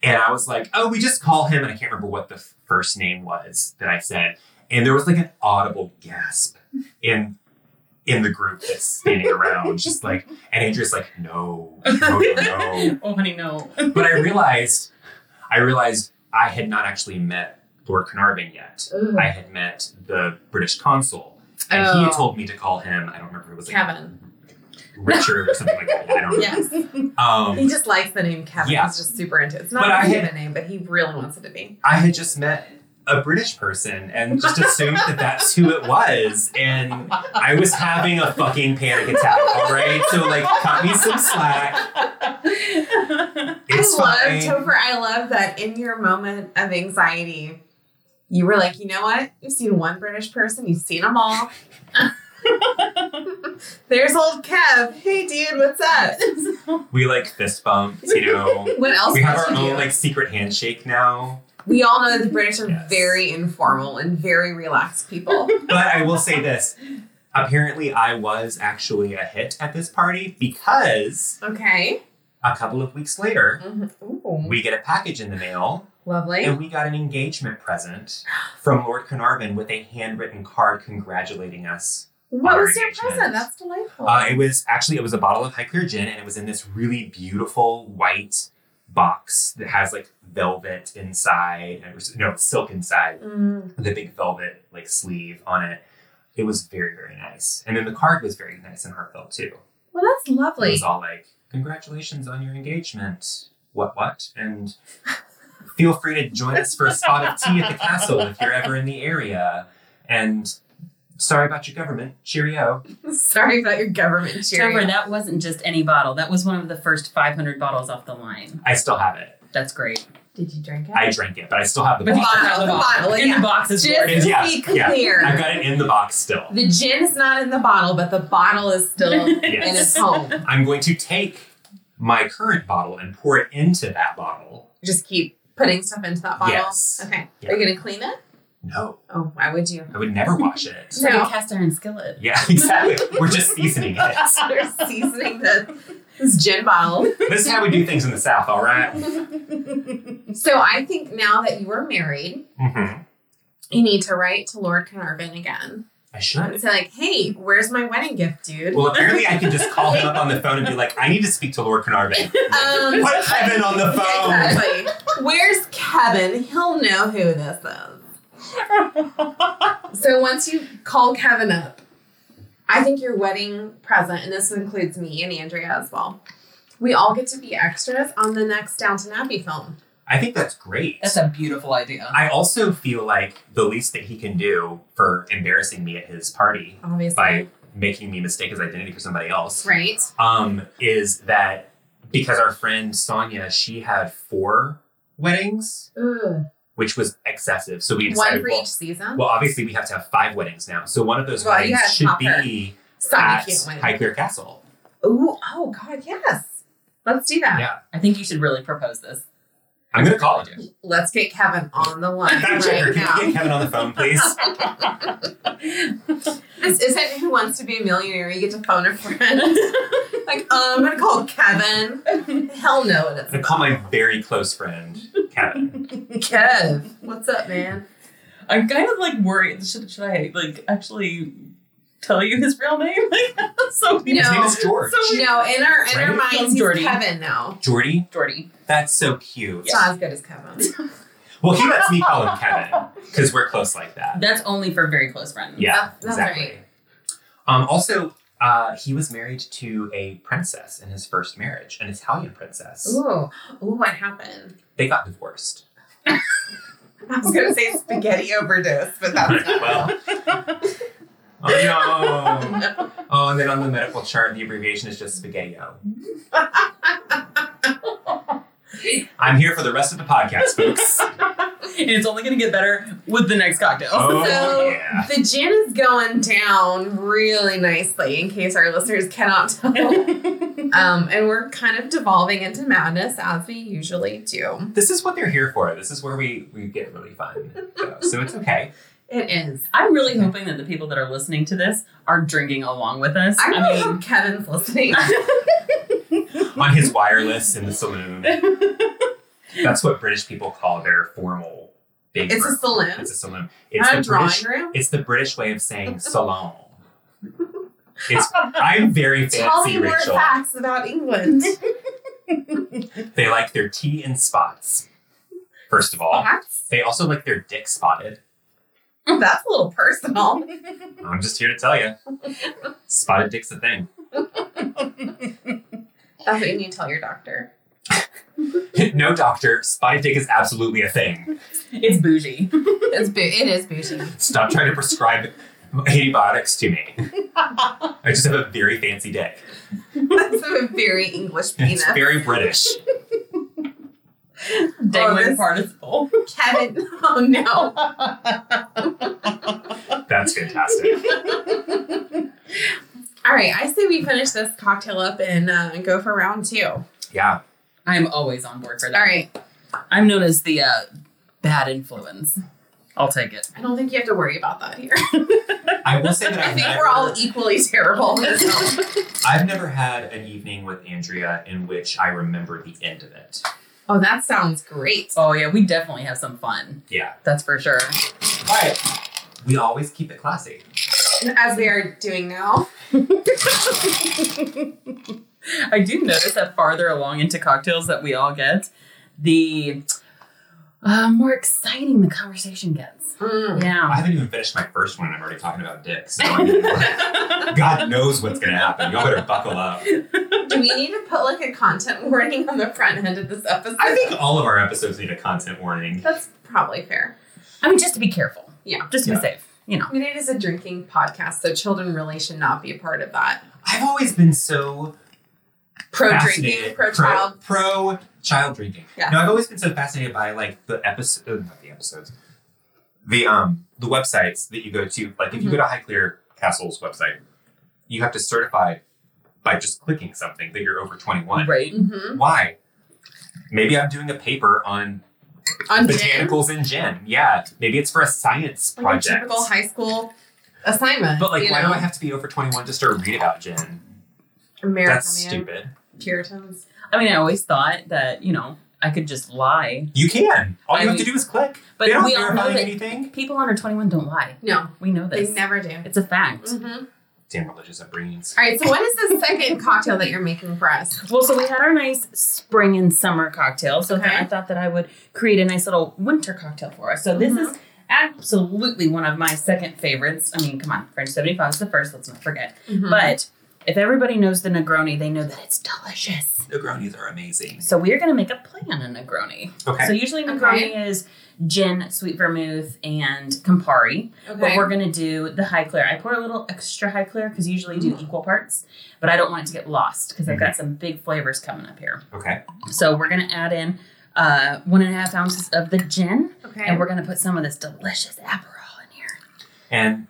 Speaker 4: And I was like, oh, we just call him, and I can't remember what the f- first name was that I said. And there was like an audible gasp in in the group that's standing around, just like, and Andrea's like, no, no, no, no
Speaker 5: [LAUGHS] oh honey, no.
Speaker 4: but I realized, I realized I had not actually met Lord Carnarvon yet.
Speaker 3: Ooh.
Speaker 4: I had met the British consul, and he
Speaker 3: Oh.
Speaker 4: had told me to call him. I don't remember if it was like [LAUGHS]
Speaker 3: Kevin.
Speaker 4: Richard or something like that.
Speaker 3: [LAUGHS]
Speaker 4: I don't
Speaker 3: Yes.
Speaker 4: know.
Speaker 3: He
Speaker 4: Um,
Speaker 3: just likes the name Kevin.
Speaker 4: Yeah.
Speaker 3: He's just super into it. It's not
Speaker 4: But I
Speaker 3: a
Speaker 4: had-
Speaker 3: given name, but he really wants it to be.
Speaker 4: I had just met a British person and just assumed that that's who it was, and I was having a fucking panic attack. All right, so like, cut me some slack. It's
Speaker 3: I love
Speaker 4: fine.
Speaker 3: Topher. I love that in your moment of anxiety, you were like, you know what? You've seen one British person, you've seen them all. [LAUGHS] There's old Kev. Hey, dude, what's up?
Speaker 4: we like fist bumped, you know.
Speaker 3: What else?
Speaker 4: We have
Speaker 3: must
Speaker 4: our
Speaker 3: you do?
Speaker 4: own like secret handshake now.
Speaker 3: We all know that the British are
Speaker 4: Yes.
Speaker 3: [LAUGHS] very informal and very relaxed people.
Speaker 4: but I will say this. Apparently, I was actually a hit at this party because
Speaker 3: Okay.
Speaker 4: a couple of weeks later,
Speaker 3: Mhm. Ooh.
Speaker 4: we get a package in the mail
Speaker 3: Lovely.
Speaker 4: Mm-hmm. and we got an engagement present from Lord Carnarvon with a handwritten card congratulating us.
Speaker 3: what
Speaker 4: our
Speaker 3: was your
Speaker 4: engagement.
Speaker 3: present? That's delightful.
Speaker 4: Uh, it was actually it was a bottle of high clear gin, and it was in this really beautiful white box that has like velvet inside, and it was- no silk inside,
Speaker 3: Mm.
Speaker 4: with a big velvet like sleeve on it. It was very very nice, and then the card was very nice and heartfelt too.
Speaker 3: Well, that's
Speaker 4: It
Speaker 3: lovely.
Speaker 4: was all like, "Congratulations on your engagement." What what? And feel free to join us for a spot of tea at the castle if you're ever in the area. And sorry about your government. Cheerio.
Speaker 3: [LAUGHS] Sorry about your government cheering.
Speaker 5: Trevor, that wasn't just any bottle. That was one of the first 500 bottles off the line.
Speaker 4: I still have it.
Speaker 5: That's great.
Speaker 3: Did you drink it?
Speaker 4: I drank it, but I still have the
Speaker 5: But
Speaker 4: box.
Speaker 3: bottle, the bottle,
Speaker 5: in
Speaker 3: yeah.
Speaker 5: the box is
Speaker 3: Just
Speaker 5: gorgeous.
Speaker 3: to
Speaker 5: [LAUGHS]
Speaker 4: Yeah,
Speaker 3: be
Speaker 4: yeah.
Speaker 3: clear,
Speaker 4: I've got it in the box still.
Speaker 3: the gin is not in the bottle, but the bottle is
Speaker 5: [LAUGHS]
Speaker 3: still in
Speaker 4: Yes.
Speaker 3: its home.
Speaker 4: I'm going to take my current bottle and pour it into that bottle.
Speaker 3: Just keep putting stuff into that bottle.
Speaker 4: Yes.
Speaker 3: Okay.
Speaker 4: Yeah.
Speaker 3: Are you gonna clean it?
Speaker 4: No,
Speaker 3: Oh, why would you?
Speaker 4: I would never wash it.
Speaker 5: [LAUGHS] It's like
Speaker 3: No.
Speaker 5: a cast iron skillet.
Speaker 4: Yeah, exactly. We're just seasoning it.
Speaker 3: We're seasoning the this gin bottle.
Speaker 4: This is how we do things in the South, all right?
Speaker 3: So I think now that you are married,
Speaker 4: Mhm.
Speaker 3: you need to write to Lord Carnarvon again
Speaker 4: I
Speaker 3: and
Speaker 4: should.
Speaker 3: say like, "Hey, where's my wedding gift, dude?"
Speaker 4: Well, apparently I can just call him up on the phone and be like, I need to speak to
Speaker 3: [LAUGHS]
Speaker 4: Lord Carnarvon.
Speaker 3: Um,
Speaker 4: Put Kevin on the phone.
Speaker 3: Exactly. Where's Kevin? He'll know who this is. so once you call Kevin up, I think your wedding present, and this includes me and Andrea as well, we all get to be extras on the next Downton Abbey film.
Speaker 4: I think that's great.
Speaker 5: That's a beautiful idea.
Speaker 4: I also feel like the least that he can do for embarrassing me at his party
Speaker 3: Obviously.
Speaker 4: by making me mistake his identity for somebody else
Speaker 3: Right?
Speaker 4: um, is that because our friend Sonia, she had four weddings,
Speaker 3: Ooh.
Speaker 4: which was excessive. So we
Speaker 3: One
Speaker 4: decided,
Speaker 3: for
Speaker 4: well,
Speaker 3: each season.
Speaker 4: well, obviously we have to have five weddings now. So one of those
Speaker 3: Well, you
Speaker 4: weddings
Speaker 3: gotta
Speaker 4: should
Speaker 3: top her.
Speaker 4: be
Speaker 3: so
Speaker 4: at
Speaker 3: you can't win.
Speaker 4: Highclere Castle.
Speaker 3: Ooh, oh God, yes. Let's do that.
Speaker 4: Yeah.
Speaker 5: I think you should really propose [LAUGHS] this.
Speaker 4: I'm gonna call him.
Speaker 3: Let's get Kevin on the line
Speaker 4: Fact checker,
Speaker 3: right
Speaker 4: can
Speaker 3: now.
Speaker 4: you get Kevin on the phone, please?
Speaker 3: This isn't who wants to be a millionaire. You get to phone a friend. like, uh, I'm gonna call Kevin. [LAUGHS] Hell no, what
Speaker 4: I'm
Speaker 3: it's
Speaker 4: gonna call
Speaker 3: about.
Speaker 4: my very close friend, Kevin.
Speaker 3: Kev, what's up,
Speaker 4: [LAUGHS]
Speaker 3: man?
Speaker 5: I'm kind of like worried. Should, should I like actually tell you his real name? [LAUGHS] Like,
Speaker 3: No.
Speaker 5: so
Speaker 4: His name is George.
Speaker 5: So-
Speaker 3: No, in our in our
Speaker 4: Right?
Speaker 3: minds, he's
Speaker 5: Jordy.
Speaker 3: Kevin now.
Speaker 4: Jordy,
Speaker 5: Jordy.
Speaker 4: that's so cute.
Speaker 3: It's not as good as Kevin.
Speaker 4: Well, he lets me call him Kevin because we're close like that.
Speaker 5: That's only for very close friends.
Speaker 4: Yeah,
Speaker 3: That's
Speaker 4: exactly.
Speaker 3: right.
Speaker 4: Um, also, uh, he was married to a princess in his first marriage, an Italian princess.
Speaker 3: [LAUGHS] Ooh, ooh, what happened?
Speaker 4: They got divorced.
Speaker 3: I was gonna say spaghetti overdose, but that's not.
Speaker 4: [LAUGHS] well, oh no. Oh, and then on the medical chart, the abbreviation is
Speaker 3: [LAUGHS]
Speaker 4: just spaghetti-o. I'm here for the rest of the podcast,
Speaker 3: [LAUGHS]
Speaker 4: folks.
Speaker 5: And it's only going to get better with the next cocktail.
Speaker 4: Oh,
Speaker 3: So-
Speaker 4: yeah.
Speaker 3: The gin is going down really nicely, in case our listeners cannot
Speaker 5: Oh. [LAUGHS]
Speaker 3: [LAUGHS] tell. um, and we're kind of devolving into madness as we usually do.
Speaker 4: This is what they're here for. This is where we, we get really fun. though. So it's okay.
Speaker 3: It is.
Speaker 5: I'm really hoping that the people that are listening to this are drinking along with us.
Speaker 3: I really
Speaker 5: I mean,
Speaker 3: hope Kevin's listening.
Speaker 4: On his wireless in the saloon. That's what British people call their formal big
Speaker 3: It's a
Speaker 4: room.
Speaker 3: saloon?
Speaker 4: It's a saloon. [LAUGHS] It's
Speaker 3: Not a
Speaker 4: the
Speaker 3: drawing
Speaker 4: British
Speaker 3: room.
Speaker 4: It's the British way of
Speaker 3: [LAUGHS]
Speaker 4: saying salon. It's, I'm very fancy,
Speaker 3: Tell me more
Speaker 4: Rachel.
Speaker 3: facts about England.
Speaker 4: They like their tea in spots. First of all,
Speaker 3: facts?
Speaker 4: they also like their dick spotted.
Speaker 3: That's a little personal.
Speaker 4: I'm just here to tell you, spotted dick's a thing. [LAUGHS]
Speaker 3: That's what you need to tell your doctor.
Speaker 4: no doctor, spotted dick is absolutely a thing.
Speaker 5: it's bougie.
Speaker 3: [LAUGHS] It's boo- it is bougie.
Speaker 4: Stop trying to prescribe antibiotics to me. I just have a very fancy dick.
Speaker 3: [LAUGHS] That's a very English penis.
Speaker 4: It's very British.
Speaker 5: Dangling
Speaker 3: this-
Speaker 5: [LAUGHS] participle.
Speaker 3: Kevin, [LAUGHS] oh no.
Speaker 4: That's fantastic.
Speaker 3: [LAUGHS] All right, I say we finish this cocktail up and uh, go for round two. All
Speaker 4: Yeah.
Speaker 5: I'm always on board for that.
Speaker 3: right,
Speaker 5: I'm known as the uh, bad influence. I'll take it.
Speaker 3: I don't think you have to worry about that
Speaker 4: [LAUGHS]
Speaker 3: here.
Speaker 4: I will say that
Speaker 3: I
Speaker 4: I've
Speaker 3: think
Speaker 4: never,
Speaker 3: we're all equally
Speaker 4: [LAUGHS]
Speaker 3: terrible.
Speaker 4: I've never had an evening with Andrea in which I remember the end of it.
Speaker 3: oh, that sounds great.
Speaker 5: Oh yeah, we definitely have some fun.
Speaker 4: Yeah,
Speaker 5: That's for sure.
Speaker 4: but we always keep it classy.
Speaker 3: As we are doing now.
Speaker 5: I do notice that farther along into cocktails that we all get, the uh, more exciting the conversation gets.
Speaker 3: Mm.
Speaker 4: I
Speaker 5: Yeah.
Speaker 4: haven't even finished my first one. and I'm already talking about dick. So I mean, God knows what's gonna happen. Y'all better buckle up.
Speaker 3: Do we need to put like a content warning on the front end of this episode?
Speaker 4: I think all of our episodes need a content warning.
Speaker 3: that's probably fair.
Speaker 5: I mean, just to be careful.
Speaker 3: Yeah.
Speaker 5: Just to
Speaker 4: Yeah.
Speaker 5: be safe. You know.
Speaker 3: I mean, it is a drinking podcast, so children really should not be a part of that.
Speaker 4: I've always been so
Speaker 3: Pro drinking,
Speaker 4: fascinated-
Speaker 3: pro child.
Speaker 4: pro child drinking.
Speaker 3: Yeah.
Speaker 4: No, I've always been so fascinated by like the episode, not the episodes, the um the websites that you go to. Like
Speaker 3: Mm-hmm.
Speaker 4: if you go to Highclere Castle's website, you have to certify by just clicking something that you're over 21.
Speaker 5: Right.
Speaker 3: Mm-hmm.
Speaker 4: Why? Maybe I'm doing a paper on
Speaker 3: On gin,
Speaker 4: botanicals and gin. Yeah, maybe it's for a science
Speaker 3: like a
Speaker 4: project.
Speaker 3: typical high school assignment.
Speaker 4: but like,
Speaker 3: you
Speaker 4: why
Speaker 3: know?
Speaker 4: do I have to be over 21 just to read about gin?
Speaker 3: America,
Speaker 4: That's
Speaker 3: man.
Speaker 4: stupid.
Speaker 3: Puritans.
Speaker 5: I mean, I always thought that, you know, I could just lie.
Speaker 4: You can. All
Speaker 5: I
Speaker 4: you have
Speaker 5: mean-
Speaker 4: to do is click.
Speaker 5: But
Speaker 4: they don't
Speaker 5: we all know
Speaker 4: verify
Speaker 5: that
Speaker 4: anything.
Speaker 5: people under 21 don't lie.
Speaker 3: No,
Speaker 5: We know
Speaker 3: they
Speaker 5: this.
Speaker 3: never do.
Speaker 5: It's a fact.
Speaker 3: Mm-hmm.
Speaker 4: Damn religious upbringings.
Speaker 3: All right, so what is the second [LAUGHS] cocktail that you're making for us?
Speaker 5: Well, so we had our nice spring and summer cocktail. So
Speaker 3: Okay.
Speaker 5: I thought that I would create a nice little winter cocktail for us. So this is
Speaker 3: Mm-hmm.
Speaker 5: absolutely one of my second favorites. I mean, come on, French 75 is the first, let's not forget.
Speaker 3: Mm-hmm.
Speaker 5: But if everybody knows the Negroni, they know that it's delicious.
Speaker 4: Negronis are amazing.
Speaker 5: So we are going to make a play on a Negroni.
Speaker 4: Okay.
Speaker 5: So usually Negroni is gin, sweet vermouth, and Campari. But
Speaker 3: okay.
Speaker 5: we're gonna do the high clear. I pour a little extra high clear because usually you do
Speaker 3: Mm.
Speaker 5: equal parts, but I don't want it to get lost because I've got some big flavors coming up here.
Speaker 4: okay.
Speaker 5: So we're gonna add in uh, one and a half ounces of the gin,
Speaker 3: okay.
Speaker 5: and we're gonna put some of this delicious aperol in here.
Speaker 4: And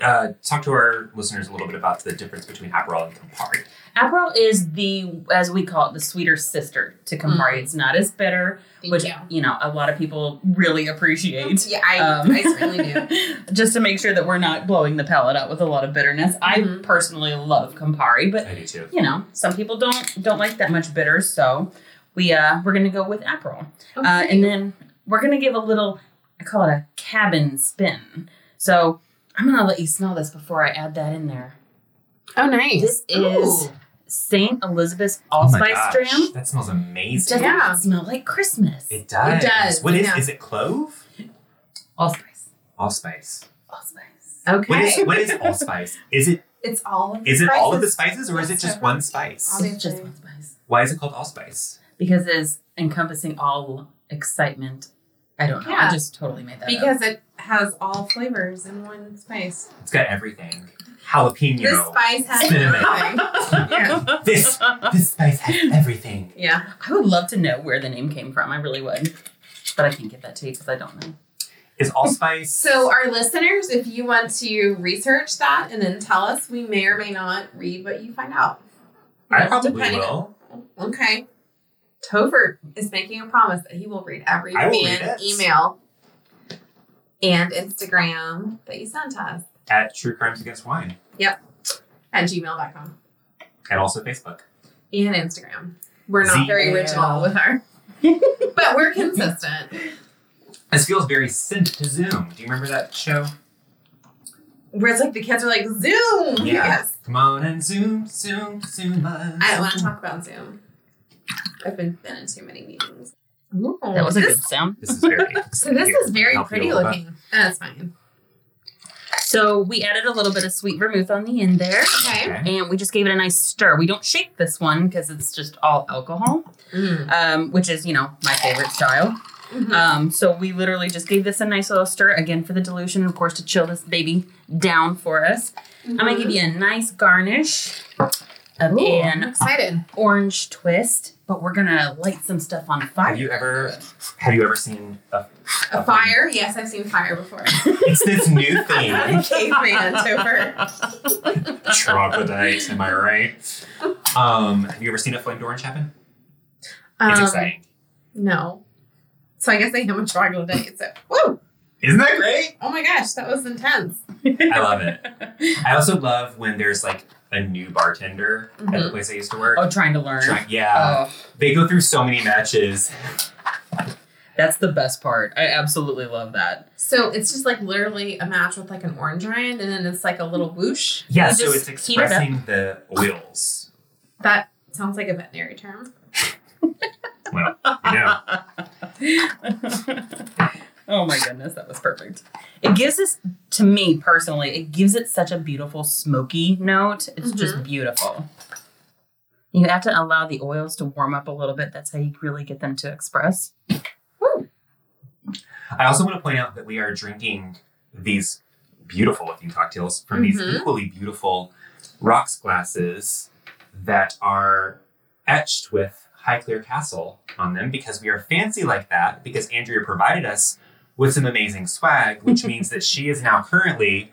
Speaker 4: uh, talk to our listeners a little bit about the difference between Aperol and Campari.
Speaker 5: Aperol is the, as we call it, the sweeter sister to Campari. It's not as bitter,
Speaker 3: Mm. Thank
Speaker 5: which
Speaker 3: you.
Speaker 5: know a lot of people really appreciate.
Speaker 3: Yeah, I,
Speaker 5: Um,
Speaker 3: I
Speaker 4: [LAUGHS]
Speaker 3: certainly do.
Speaker 5: [LAUGHS] Just to make sure that we're not blowing the palate out with a lot of bitterness. I
Speaker 3: Mhm.
Speaker 5: personally love Campari, but
Speaker 4: I do too.
Speaker 5: you know, some people don't don't like that much bitter, so we uh we're gonna go with Aperol, uh, and then we're gonna give a little I call it a cabin spin. So I'm gonna let you smell this before I add that in there.
Speaker 3: oh, nice.
Speaker 5: This is
Speaker 3: Ooh.
Speaker 5: Saint Elizabeth's
Speaker 4: Oh my
Speaker 5: allspice
Speaker 4: gosh,
Speaker 5: dram.
Speaker 4: That smells amazing.
Speaker 5: Doesn't
Speaker 3: Yeah.
Speaker 5: it smell like Christmas?
Speaker 4: It does.
Speaker 3: It does,
Speaker 4: What is?
Speaker 3: yeah.
Speaker 4: Is it clove?
Speaker 5: allspice,
Speaker 4: allspice?
Speaker 5: allspice.
Speaker 3: okay.
Speaker 4: What is? What is allspice? Is it?
Speaker 3: it's all. Of
Speaker 4: Is it all of the
Speaker 3: spices.
Speaker 4: spices, or is it just one spice?
Speaker 5: It's just
Speaker 3: Obviously.
Speaker 5: one spice
Speaker 4: Why is it called allspice?
Speaker 5: because it is encompassing all excitement. I don't know.
Speaker 3: Yeah.
Speaker 5: I just totally made that up.
Speaker 3: because it has all flavors in one spice?
Speaker 4: It's got everything.
Speaker 3: This
Speaker 4: Jalapeno.
Speaker 3: spice has
Speaker 4: Cinnamon.
Speaker 3: [LAUGHS] everything. yeah.
Speaker 4: This this spice has everything.
Speaker 3: Yeah.
Speaker 5: I would love to know where the name came from. I really would. But I can't give that to you because I don't know.
Speaker 4: Is allspice?
Speaker 3: So, our listeners, if you want to research that and then tell us, we may or may not read what you find out.
Speaker 4: I probably
Speaker 3: Depending-
Speaker 4: will.
Speaker 3: Okay. Topher is making a promise that he will read every
Speaker 4: I will
Speaker 3: fan
Speaker 4: read it.
Speaker 3: email and Instagram that you sent us
Speaker 4: At True Crimes Against Wine,
Speaker 3: at gmail.com
Speaker 4: and also Facebook.
Speaker 3: and Instagram. We're not very
Speaker 4: ZL.
Speaker 3: original with
Speaker 4: [LAUGHS]
Speaker 3: our, but we're consistent.
Speaker 4: This feels very synth to Zoom. Do you remember that show?
Speaker 3: Where it's like the kids are like, Zoom!
Speaker 4: Yeah.
Speaker 3: Yes.
Speaker 4: Come on and Zoom, Zoom, Zoom. us.
Speaker 3: I don't want to talk about Zoom. I've been, been in too many meetings.
Speaker 5: That was a
Speaker 3: this,
Speaker 5: good sound.
Speaker 4: This is very. [LAUGHS]
Speaker 3: So, this is very
Speaker 4: Help you a
Speaker 3: pretty
Speaker 4: little bit.
Speaker 3: looking. That's fine.
Speaker 5: So we added a little bit of sweet vermouth on the end there.
Speaker 3: Okay.
Speaker 4: Okay.
Speaker 5: And we just gave it a nice stir. We don't shake this one because it's just all alcohol,
Speaker 3: Mm.
Speaker 5: um, which is, you know, my favorite style.
Speaker 3: Mhm.
Speaker 5: Um, so we literally just gave this a nice little stir again for the dilution, and of course, to chill this baby down for us. I'm going to give you a nice garnish of
Speaker 3: Mm-hmm. Ooh, I'm
Speaker 5: an
Speaker 3: excited.
Speaker 5: orange twist, but we're going to light some stuff on fire. [LAUGHS]
Speaker 4: Have you ever? Have you ever seen a,
Speaker 3: A fire? Yes, I've seen fire before.
Speaker 4: [LAUGHS] It's this new thing.
Speaker 3: caveman over.
Speaker 4: Troglodytes. Am I right? Um, have you ever seen a flamed orange happen?
Speaker 3: Um,
Speaker 4: It's exciting.
Speaker 3: No. So I guess I am a troglodyte. So, woo!
Speaker 4: Isn't that
Speaker 5: [LAUGHS]
Speaker 4: great?
Speaker 3: Oh my gosh, that was intense.
Speaker 4: I love it. I also love when there's like a new bartender at the
Speaker 3: Mhm.
Speaker 4: place I used to work.
Speaker 5: Oh, trying to learn.
Speaker 4: Try- yeah.
Speaker 5: Oh,
Speaker 4: They go through so many matches.
Speaker 5: that's the best part. I absolutely love that. [LAUGHS]
Speaker 3: So it's just like literally a match with like an orange rind, and then it's like a little whoosh.
Speaker 4: Yeah,
Speaker 5: You
Speaker 4: so
Speaker 5: just
Speaker 4: it's
Speaker 5: heat it up.
Speaker 4: expressing the oils.
Speaker 3: That sounds like a veterinary [LAUGHS] term.
Speaker 4: You
Speaker 5: [LAUGHS]
Speaker 4: know,
Speaker 5: oh my goodness, that was perfect. It gives us, to me personally, it gives it such a beautiful smoky note. It's just beautiful. You have to allow the oils to warm up a little bit. That's how you really get them to express.
Speaker 4: I also want to point out that we are drinking these beautiful looking cocktails from these
Speaker 5: Mm-hmm.
Speaker 3: Mhm.
Speaker 4: equally beautiful rocks glasses that are etched with Highclere Castle on them because we are fancy like that because Andrea provided us with some amazing swag,
Speaker 5: [LAUGHS]
Speaker 4: which means that she is now currently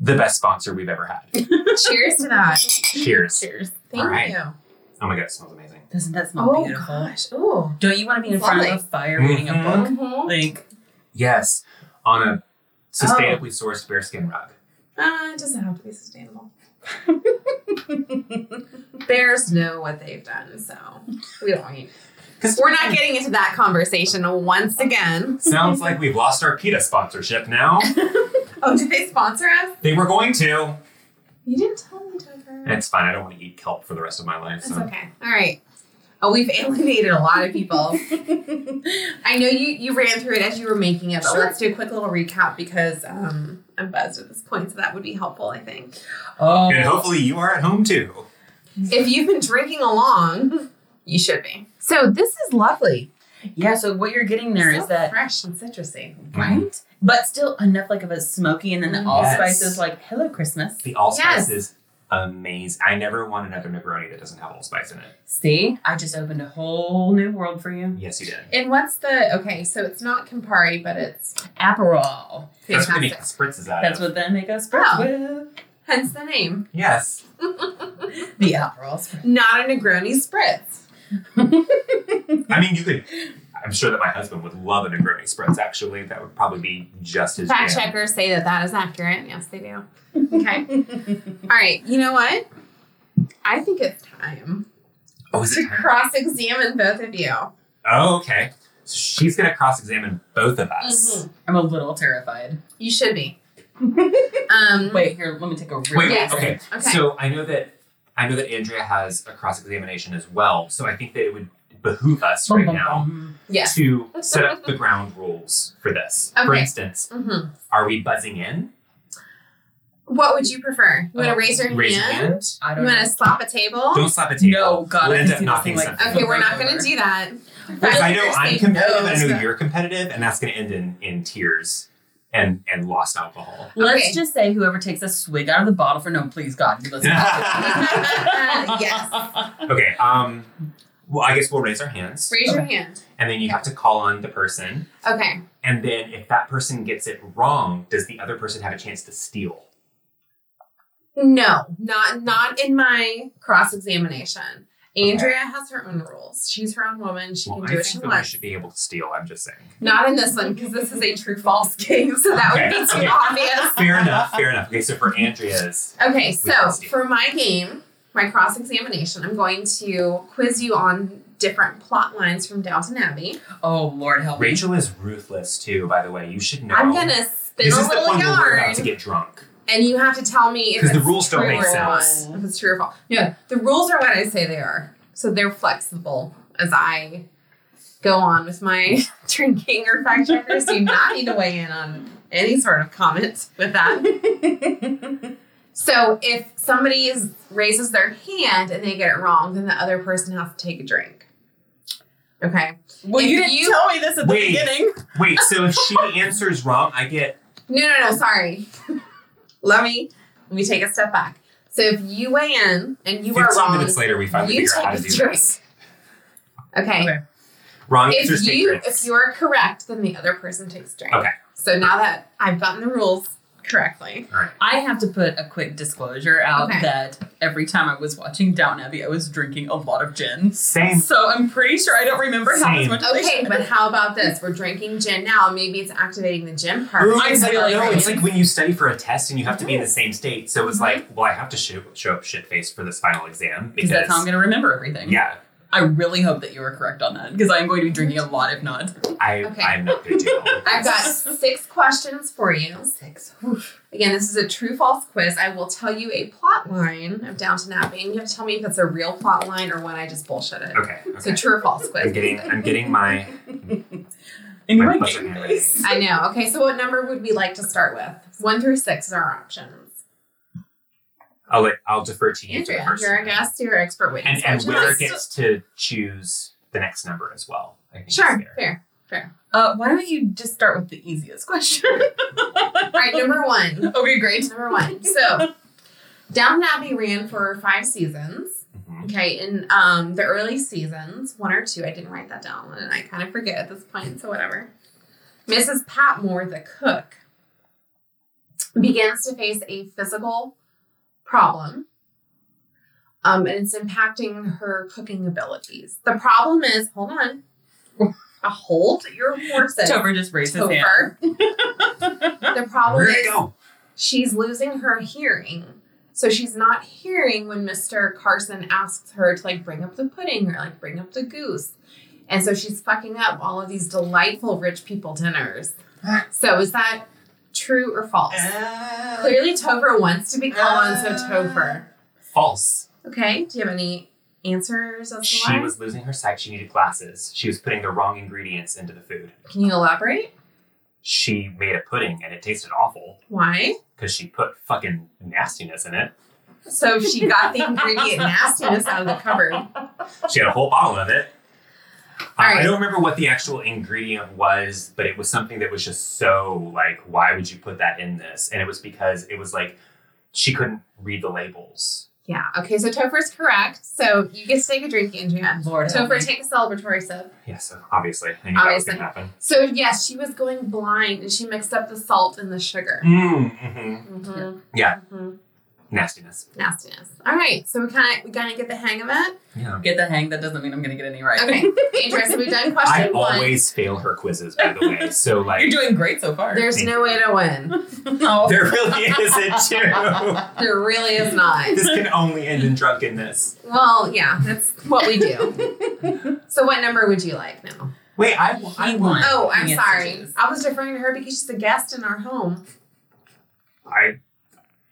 Speaker 4: the best sponsor we've ever had.
Speaker 3: Cheers to that.
Speaker 4: Cheers.
Speaker 5: [LAUGHS] Cheers.
Speaker 3: Thank
Speaker 4: All right.
Speaker 3: you.
Speaker 4: Oh my god, it smells amazing.
Speaker 5: Doesn't that smell
Speaker 3: Oh
Speaker 5: beautiful?
Speaker 3: gosh. Ooh.
Speaker 5: Don't you want to be in front of a
Speaker 3: Lovely.
Speaker 5: fire reading a
Speaker 4: Mhm.
Speaker 5: book?
Speaker 3: Mhm.
Speaker 5: Like,
Speaker 4: Yes, on a sustainably
Speaker 5: Oh.
Speaker 4: sourced bearskin rug.
Speaker 3: Uh, it doesn't have to be sustainable. [LAUGHS] Bears know what they've done, so we don't need.
Speaker 4: 'Cause-
Speaker 3: We're not getting into that conversation once again.
Speaker 4: [LAUGHS] Sounds like we've lost our PETA
Speaker 3: [LAUGHS]
Speaker 4: sponsorship now.
Speaker 3: Oh, did they sponsor us?
Speaker 4: They were going to.
Speaker 3: You didn't tell me, Tucker.
Speaker 4: It's fine. I don't want to eat kelp for the rest of my life.
Speaker 3: That's
Speaker 4: So.
Speaker 3: okay. All right. Oh, we've alienated a lot of [LAUGHS] people. I know you you ran through it as you were making it, but
Speaker 5: Sure.
Speaker 3: let's do a quick little recap because um, I'm buzzed at this point, so that would be helpful, I think.
Speaker 5: oh,
Speaker 4: And hopefully you are at home too.
Speaker 3: If you've been drinking along, you should be. So this is lovely.
Speaker 5: yeah. So what you're getting there is
Speaker 3: So
Speaker 5: that
Speaker 3: fresh and citrusy.
Speaker 5: right, but still enough like of a smoky, and then the
Speaker 3: Mm, Yes.
Speaker 5: allspice is like, "Hello, Christmas."
Speaker 4: The allspice
Speaker 3: Yes.
Speaker 4: is amazing. I never want another macaroni that doesn't have allspice in it.
Speaker 5: See, I just opened a whole new world for you.
Speaker 4: Yes, you did.
Speaker 3: And what's the okay? So it's not Campari, but it's
Speaker 5: Aperol.
Speaker 4: That's what they make
Speaker 3: fantastic.
Speaker 4: spritzes out
Speaker 5: That's
Speaker 4: of.
Speaker 5: what they make us spritz
Speaker 3: Oh. Hence the name.
Speaker 4: yes.
Speaker 5: with. The Aperol spritz.
Speaker 3: Not a Negroni spritz.
Speaker 4: I mean, you could. I'm sure that my husband would love a Negroni spritz. Actually, that would probably be just as.
Speaker 3: Fact
Speaker 4: jam.
Speaker 3: checkers say that that is accurate. Yes, they do. [LAUGHS] Okay. All right. You know what? I think it's time
Speaker 4: Oh, is
Speaker 3: to
Speaker 4: it? time?
Speaker 3: cross-examine both of you.
Speaker 4: Oh, okay. So she's gonna cross-examine both of us.
Speaker 3: Mhm.
Speaker 5: [LAUGHS] I'm a little terrified.
Speaker 3: You should [LAUGHS] be. um,
Speaker 5: Wait, here, let me take a real
Speaker 4: Wait,
Speaker 3: Yes.
Speaker 4: okay.
Speaker 3: Okay.
Speaker 4: So I know that I know that Andrea has a cross examination as well. So I think that it would behoove us
Speaker 5: Bum,
Speaker 4: right
Speaker 5: bum,
Speaker 4: now
Speaker 5: bum.
Speaker 3: Yes. [LAUGHS]
Speaker 4: to set up the ground rules for this. For
Speaker 3: Okay.
Speaker 4: instance,
Speaker 3: hmm
Speaker 4: are we buzzing in?
Speaker 3: What would you prefer? You want to
Speaker 5: Oh,
Speaker 3: raise your
Speaker 4: Raise a
Speaker 3: hand?
Speaker 4: hand.
Speaker 5: I
Speaker 3: You
Speaker 5: don't
Speaker 3: want
Speaker 5: know.
Speaker 3: to slap a table?
Speaker 4: Don't slap a table.
Speaker 5: No, God,
Speaker 4: we'll
Speaker 5: I
Speaker 4: end
Speaker 5: can
Speaker 4: up
Speaker 5: see this
Speaker 4: knocking
Speaker 5: thing, like,
Speaker 4: something.
Speaker 3: Okay, we're not going
Speaker 5: Over.
Speaker 3: to do that.
Speaker 4: Because I know I'm competitive and I know
Speaker 3: you're.
Speaker 4: you're competitive, and that's going to end in, in tears and, and lost alcohol.
Speaker 5: Let's
Speaker 3: Okay.
Speaker 5: just say whoever takes a swig out of the bottle for no, please God,
Speaker 4: [LAUGHS]
Speaker 5: you
Speaker 3: [LAUGHS]
Speaker 5: listen. [LAUGHS]
Speaker 3: Yes.
Speaker 4: Okay. Um. Well, I guess we'll raise our hands,
Speaker 3: Raise your hand.
Speaker 4: and then you have to call on the person.
Speaker 3: Okay.
Speaker 4: And then if that person gets it wrong, does the other person have a chance to steal?
Speaker 3: No, not not in my cross examination. Andrea has her own rules. She's her own woman. She
Speaker 4: Well,
Speaker 3: can
Speaker 4: I
Speaker 3: do what
Speaker 4: think
Speaker 3: she
Speaker 4: that I
Speaker 3: wants.
Speaker 4: should be able to steal. I'm just saying.
Speaker 3: Not in this one because this is a true false game, so that would
Speaker 4: Okay,
Speaker 3: be too
Speaker 4: okay.
Speaker 3: obvious.
Speaker 4: Fair enough. Fair enough. Okay, so
Speaker 3: [LAUGHS]
Speaker 4: for Andrea's,
Speaker 3: Okay, so
Speaker 4: can see.
Speaker 3: for my game, my cross examination, I'm going to quiz you on different plot lines from Downton Abbey.
Speaker 5: Oh, Lord help me.
Speaker 4: Rachel is ruthless too. By the way, you should know.
Speaker 3: I'm gonna spin
Speaker 4: This
Speaker 3: a
Speaker 4: is the
Speaker 3: little
Speaker 4: one where we're
Speaker 3: yarn.
Speaker 4: about to get drunk.
Speaker 3: and you have to tell me if
Speaker 4: 'Cause the
Speaker 3: it's
Speaker 4: rules don't
Speaker 3: true
Speaker 4: make
Speaker 3: or not,
Speaker 5: sense.
Speaker 3: If it's true or false. Yeah, the rules are what I say they are, so they're flexible as I go on with my [LAUGHS] drinking or fact checkers. Do not need to weigh in on any sort of comment with that. So if somebody is, raises their hand and they get it wrong, then the other person has to take a drink. Okay.
Speaker 5: Well,
Speaker 3: If
Speaker 5: you didn't
Speaker 3: you-
Speaker 5: tell me this at the
Speaker 4: Wait.
Speaker 5: beginning.
Speaker 4: Wait, so if
Speaker 3: [LAUGHS]
Speaker 4: she answers wrong, I get.
Speaker 3: No, no, no. Sorry. let me let me take a step back. So if you weigh in and you are
Speaker 4: 15
Speaker 3: wrong,
Speaker 4: minutes later, we finally
Speaker 3: you
Speaker 4: figure out
Speaker 3: take
Speaker 4: how to
Speaker 3: a
Speaker 4: do
Speaker 3: drink.
Speaker 4: this.
Speaker 3: Okay.
Speaker 5: Okay.
Speaker 4: Wrong answers
Speaker 3: If
Speaker 4: take
Speaker 3: you
Speaker 4: drinks.
Speaker 3: if you are correct, then the other person takes a drink.
Speaker 4: Okay.
Speaker 3: So now that I've gotten the rules, correctly.
Speaker 4: All right.
Speaker 5: I have to put a quick disclosure out
Speaker 3: Okay.
Speaker 5: that every time I was watching Down Abbey, I was drinking a lot of gin.
Speaker 4: Same.
Speaker 5: So I'm pretty sure I don't remember half as
Speaker 4: Same.
Speaker 5: much. as I
Speaker 3: Okay,
Speaker 5: should.
Speaker 3: but how about this? We're drinking gin now. Maybe it's activating the gin part.
Speaker 4: Ooh, it's like,
Speaker 5: really
Speaker 4: no,
Speaker 5: right.
Speaker 4: it's like when you study for a test and you have to be in the same state. So
Speaker 3: Mm-hmm.
Speaker 4: it's like, well, I have to show, show up shit faced for this final exam because
Speaker 5: because that's how I'm going to remember everything.
Speaker 4: yeah,
Speaker 5: I really hope that you were correct on that because I'm going to be drinking a lot, if not.
Speaker 4: I
Speaker 3: Okay.
Speaker 4: I'm not gonna do
Speaker 3: [LAUGHS]
Speaker 4: it.
Speaker 3: I've got six questions for you. Six. Again, this is a true false quiz. I will tell you a plot line of Downton Abbey, and you have to tell me if it's a real plot line or one I just bullshitted.
Speaker 4: Okay.
Speaker 3: So
Speaker 4: okay.
Speaker 3: true or false
Speaker 4: I'm
Speaker 3: quiz.
Speaker 4: getting I'm getting my
Speaker 5: And
Speaker 4: My
Speaker 5: my
Speaker 4: buzzer
Speaker 5: game
Speaker 4: hand
Speaker 5: face.
Speaker 3: I know. Okay, so what number would we like to start with? One through six are our options.
Speaker 4: I'll let, I'll defer to you for the
Speaker 3: Andrea,
Speaker 4: first
Speaker 3: you're a
Speaker 4: one.
Speaker 3: guest, you're an expert witness.
Speaker 4: and and
Speaker 3: Would you
Speaker 4: Willer
Speaker 3: like to-
Speaker 4: gets to choose the next number as well. I think
Speaker 3: [LAUGHS]
Speaker 4: is
Speaker 3: Sure,
Speaker 4: fair.
Speaker 3: fair.
Speaker 5: Uh, why don't you just start with the
Speaker 3: [LAUGHS]
Speaker 5: easiest question?
Speaker 3: All right, number one.
Speaker 5: okay, great.
Speaker 3: Number one. So, Downton Abbey ran for five seasons.
Speaker 4: Mhm.
Speaker 3: Okay, in um, the early seasons, one or two, I didn't write that down, and I kind of forget at this point, so whatever. Mrs. Patmore, the cook, begins to face a physical problem, um, and it's impacting her cooking abilities. The problem is, hold on, a hold your horses.
Speaker 5: Tover just raised his hand.
Speaker 3: Topher. the problem
Speaker 4: Where'd it
Speaker 3: is
Speaker 4: go?
Speaker 3: she's losing her hearing. So she's not hearing when Mr. Carson asks her to like bring up the pudding or like bring up the goose. And so she's fucking up all of these delightful rich people dinners. So is that true or false?
Speaker 5: Uh,
Speaker 3: Clearly Topher wants to be called on, so Topher.
Speaker 4: False.
Speaker 3: Okay, do you have any answers as to
Speaker 4: She
Speaker 3: why?
Speaker 4: was losing her sight. She needed glasses. She was putting the wrong ingredients into the food.
Speaker 3: Can you elaborate?
Speaker 4: She made a pudding and it tasted awful
Speaker 3: Why?
Speaker 4: because she put fucking nastiness in it.
Speaker 3: So she got the ingredient nastiness out of the cupboard.
Speaker 4: She had a whole bottle of it.
Speaker 3: All
Speaker 4: Um,
Speaker 3: right.
Speaker 4: I don't remember what the actual ingredient was, but it was something that was just so like, why would you put that in this? And it was because it was like she couldn't read the labels.
Speaker 3: Yeah. Okay. So Topher's correct. So you get to take a drink, Andrea.
Speaker 5: Lord help
Speaker 3: Topher,
Speaker 5: me.
Speaker 3: take a celebratory sip.
Speaker 4: Yeah, so obviously, I knew that was
Speaker 3: Obviously.
Speaker 4: gonna happen.
Speaker 3: So yes, she was going blind, and she mixed up the salt and the sugar.
Speaker 4: Mm, mhm.
Speaker 3: Mm-hmm.
Speaker 4: Yeah.
Speaker 3: hmm
Speaker 4: Nastiness.
Speaker 3: Nastiness. All right. So we kind of we kind of get the hang of it.
Speaker 4: Yeah.
Speaker 5: Get the hang. That doesn't mean I'm going to get any right.
Speaker 3: Okay. Andrea, so we've
Speaker 4: [LAUGHS]
Speaker 3: done
Speaker 4: I
Speaker 3: question one.
Speaker 4: always fail her quizzes, by the
Speaker 3: [LAUGHS]
Speaker 4: way. So like,
Speaker 5: [LAUGHS] You're doing great so far.
Speaker 3: There's no way to win.
Speaker 5: [LAUGHS] oh.
Speaker 3: [LAUGHS]
Speaker 4: there really isn't two. [LAUGHS]
Speaker 3: There really is not.
Speaker 4: this can only end in drunkenness.
Speaker 3: Well, yeah, that's what we do.
Speaker 4: [LAUGHS]
Speaker 3: so what number would you like now?
Speaker 4: Wait, I, I
Speaker 5: He
Speaker 4: won.
Speaker 5: won.
Speaker 3: Oh, I'm
Speaker 5: Yes, it
Speaker 3: sorry.
Speaker 5: is.
Speaker 3: I was deferring to her because she's a guest in our home.
Speaker 4: I,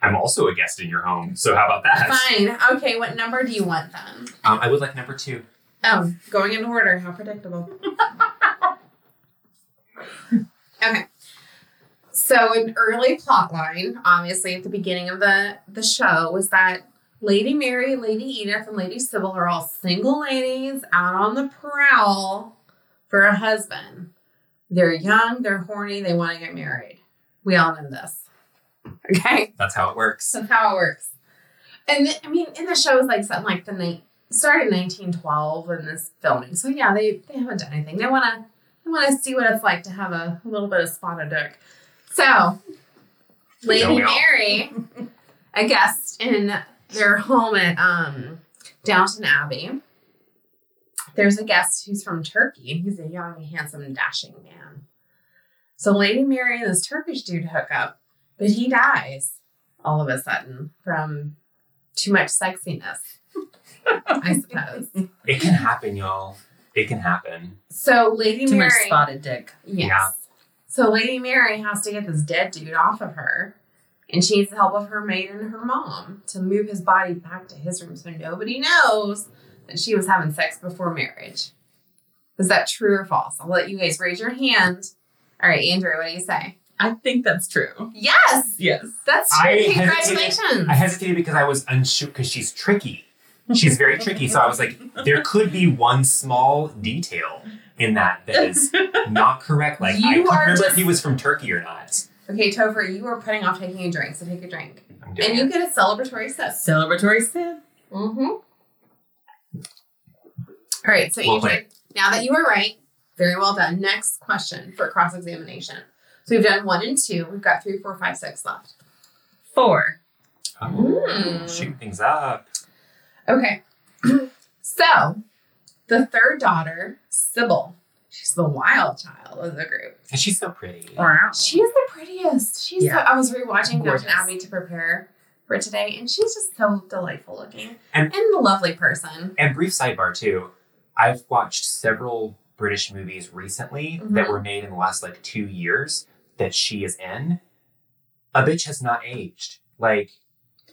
Speaker 4: I'm also a guest in your home. So how about that?
Speaker 3: Fine. Okay. What number do you want then?
Speaker 4: Um, I would like number two.
Speaker 3: Oh, going in order. How predictable. okay. So an early plot line, obviously at the beginning of the, the show, was that Lady Mary, Lady Edith, and Lady Sybil are all single ladies out on the prowl for a husband. They're young, they're horny, they want to get married. We all know this. Okay.
Speaker 4: That's how it works.
Speaker 3: That's how it works. And th- I mean, in the show is like something like the night started in 1912 and this filming. So yeah, they they haven't done anything. They wanna they wanna see what it's like to have a, little bit of spotted dick. So,
Speaker 4: Don't
Speaker 3: Lady
Speaker 4: we all?
Speaker 3: Mary, a guest in their home at um, Downton Abbey. There's a guest who's from Turkey, and he's a young, handsome, dashing man. So Lady Mary and this Turkish dude hook up, but he dies all of a sudden from too much sexiness, I
Speaker 5: [LAUGHS]
Speaker 3: suppose.
Speaker 4: It can happen, y'all. It can happen.
Speaker 3: So Lady
Speaker 5: Too
Speaker 3: Mary,
Speaker 5: much spotted dick.
Speaker 3: yes.
Speaker 4: Yeah.
Speaker 3: So Lady Mary has to get this dead dude off of her, and she needs the help of her maid and her mom to move his body back to his room so nobody knows that she was having sex before marriage. Is that true or false? I'll let you guys raise your hand. All right, Andrew, what do you say?
Speaker 5: I think that's true.
Speaker 3: Yes,
Speaker 5: Yes.
Speaker 3: that's true.
Speaker 4: I hesitated-
Speaker 3: Congratulations.
Speaker 4: I hesitated because I was unsure because she's tricky. She's very tricky. So I was like, there could be one small detail in that that is not correct. Like, I
Speaker 3: You
Speaker 4: couldn't
Speaker 3: are
Speaker 4: remember if
Speaker 3: just-
Speaker 4: he was from Turkey or not.
Speaker 3: okay, Topher, you are putting off taking a drink, so take a drink.
Speaker 4: I'm doing
Speaker 3: And you
Speaker 4: it.
Speaker 3: get a celebratory sip.
Speaker 5: Celebratory sip.
Speaker 3: Mm-hmm. All right, so
Speaker 4: Well
Speaker 3: Andrew, now that you were right, very well done. Next question for cross examination. So we've done one and two. We've got three, four, five, six left.
Speaker 5: Four.
Speaker 4: Oh,
Speaker 3: Mm.
Speaker 4: Shooting things up.
Speaker 3: Okay. [CLEARS THROAT] so the third daughter, Sybil, she's the wild child of the group.
Speaker 4: And she's so pretty.
Speaker 5: Wow.
Speaker 3: She is the prettiest. She's
Speaker 5: Yeah.
Speaker 3: the, I was rewatching
Speaker 5: Gorgeous.
Speaker 3: Downton Abbey to prepare for today, and she's just so delightful looking
Speaker 4: And-
Speaker 3: and, a lovely person.
Speaker 4: And brief sidebar too, I've watched several British movies recently that
Speaker 3: Mhm.
Speaker 4: were made in the last like two years that she is in. A bitch has not aged. Like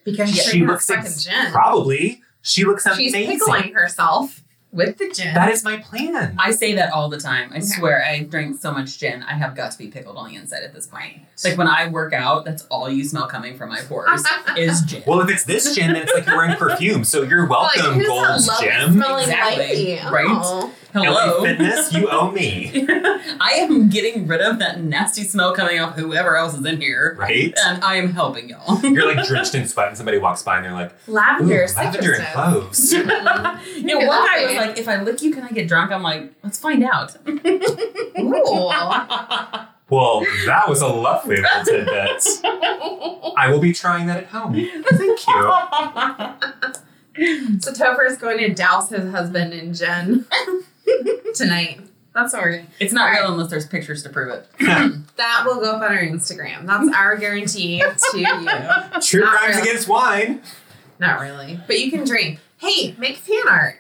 Speaker 3: Because
Speaker 5: Yeah,
Speaker 3: she's
Speaker 4: she
Speaker 3: drinking her
Speaker 4: looks
Speaker 3: second
Speaker 4: ex-
Speaker 3: gin.
Speaker 4: probably she looks
Speaker 3: She's
Speaker 4: amazing.
Speaker 3: pickling herself.
Speaker 5: With the gin.
Speaker 4: That is my plan.
Speaker 5: I say that all the time. I
Speaker 3: Okay.
Speaker 5: swear, I drink so much gin, I have got to be pickled on the inside at this point. It's like when I work out, that's all you smell coming from my
Speaker 3: [LAUGHS]
Speaker 5: pores is gin.
Speaker 4: Well, if it's this gin, then it's like you're wearing perfume. So you're welcome,
Speaker 3: who's
Speaker 4: Gold's
Speaker 3: a lovely
Speaker 4: Gem.
Speaker 3: smelling
Speaker 5: Exactly.
Speaker 3: lady?
Speaker 5: Right?
Speaker 3: Oh.
Speaker 5: Hello.
Speaker 4: LA Fitness, you
Speaker 3: [LAUGHS]
Speaker 4: owe me.
Speaker 5: [LAUGHS] I am getting rid of that nasty smell coming off whoever else is in here,
Speaker 4: Right?
Speaker 5: and I am helping y'all. [LAUGHS]
Speaker 4: You're like drenched in sweat, and somebody walks by and they're like, Ooh,
Speaker 3: Lavender,
Speaker 4: lavender
Speaker 3: citrus
Speaker 4: and
Speaker 3: notes.
Speaker 4: cloves.
Speaker 3: Mhm.
Speaker 5: Yeah,
Speaker 3: Look at that
Speaker 5: one guy was
Speaker 3: face.
Speaker 5: like, if I lick you, can I get drunk? I'm like, let's find out.
Speaker 3: Ooh.
Speaker 4: Well, that was a lovely little
Speaker 3: [LAUGHS]
Speaker 4: tidbit. I will be trying that at home.
Speaker 3: [LAUGHS]
Speaker 4: Thank you.
Speaker 3: so Topher is going to douse his husband in gin [LAUGHS] tonight. That's what we're doing.
Speaker 5: It's not
Speaker 3: Alright.
Speaker 5: real unless there's pictures to prove it.
Speaker 3: That will go up on our Instagram. That's our guarantee [LAUGHS] to you.
Speaker 4: True
Speaker 3: Not
Speaker 4: crimes
Speaker 3: really.
Speaker 4: against wine.
Speaker 3: Not really, but you can drink. Hey, make fan art.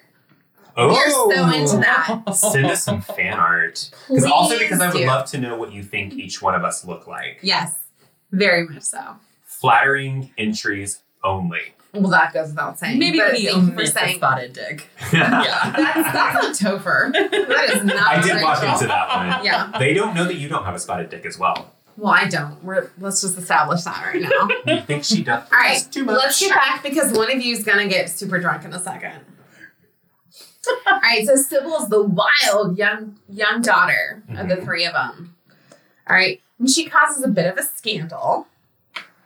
Speaker 4: Oh,
Speaker 3: We're so into that.
Speaker 4: Send
Speaker 3: [LAUGHS]
Speaker 4: us some fan art. Because also because I would
Speaker 3: Please do.
Speaker 4: love to know what you think each one of us look like.
Speaker 3: Yes, very much so.
Speaker 4: Flattering entries only.
Speaker 3: Well, that goes without saying.
Speaker 5: [LAUGHS] Maybe
Speaker 3: but thank
Speaker 5: we
Speaker 3: you for
Speaker 5: omit the
Speaker 3: saying.
Speaker 5: spotted dick.
Speaker 3: [LAUGHS] That's that's on Topher. That is not.
Speaker 4: [LAUGHS] I did
Speaker 3: on
Speaker 4: walk
Speaker 3: Rachel.
Speaker 4: into that one.
Speaker 3: Yeah.
Speaker 4: They don't know that you don't have a spotted dick as well.
Speaker 3: Well, I don't. We're, let's just establish that right now.
Speaker 4: You think she does?
Speaker 3: All right,
Speaker 4: That's too much.
Speaker 3: let's get back because one of you is gonna get super drunk in a
Speaker 4: [LAUGHS]
Speaker 3: second. All right, so Sybil's the wild young young daughter of the
Speaker 4: Mhm.
Speaker 3: three of them. All right, and she causes a bit of a scandal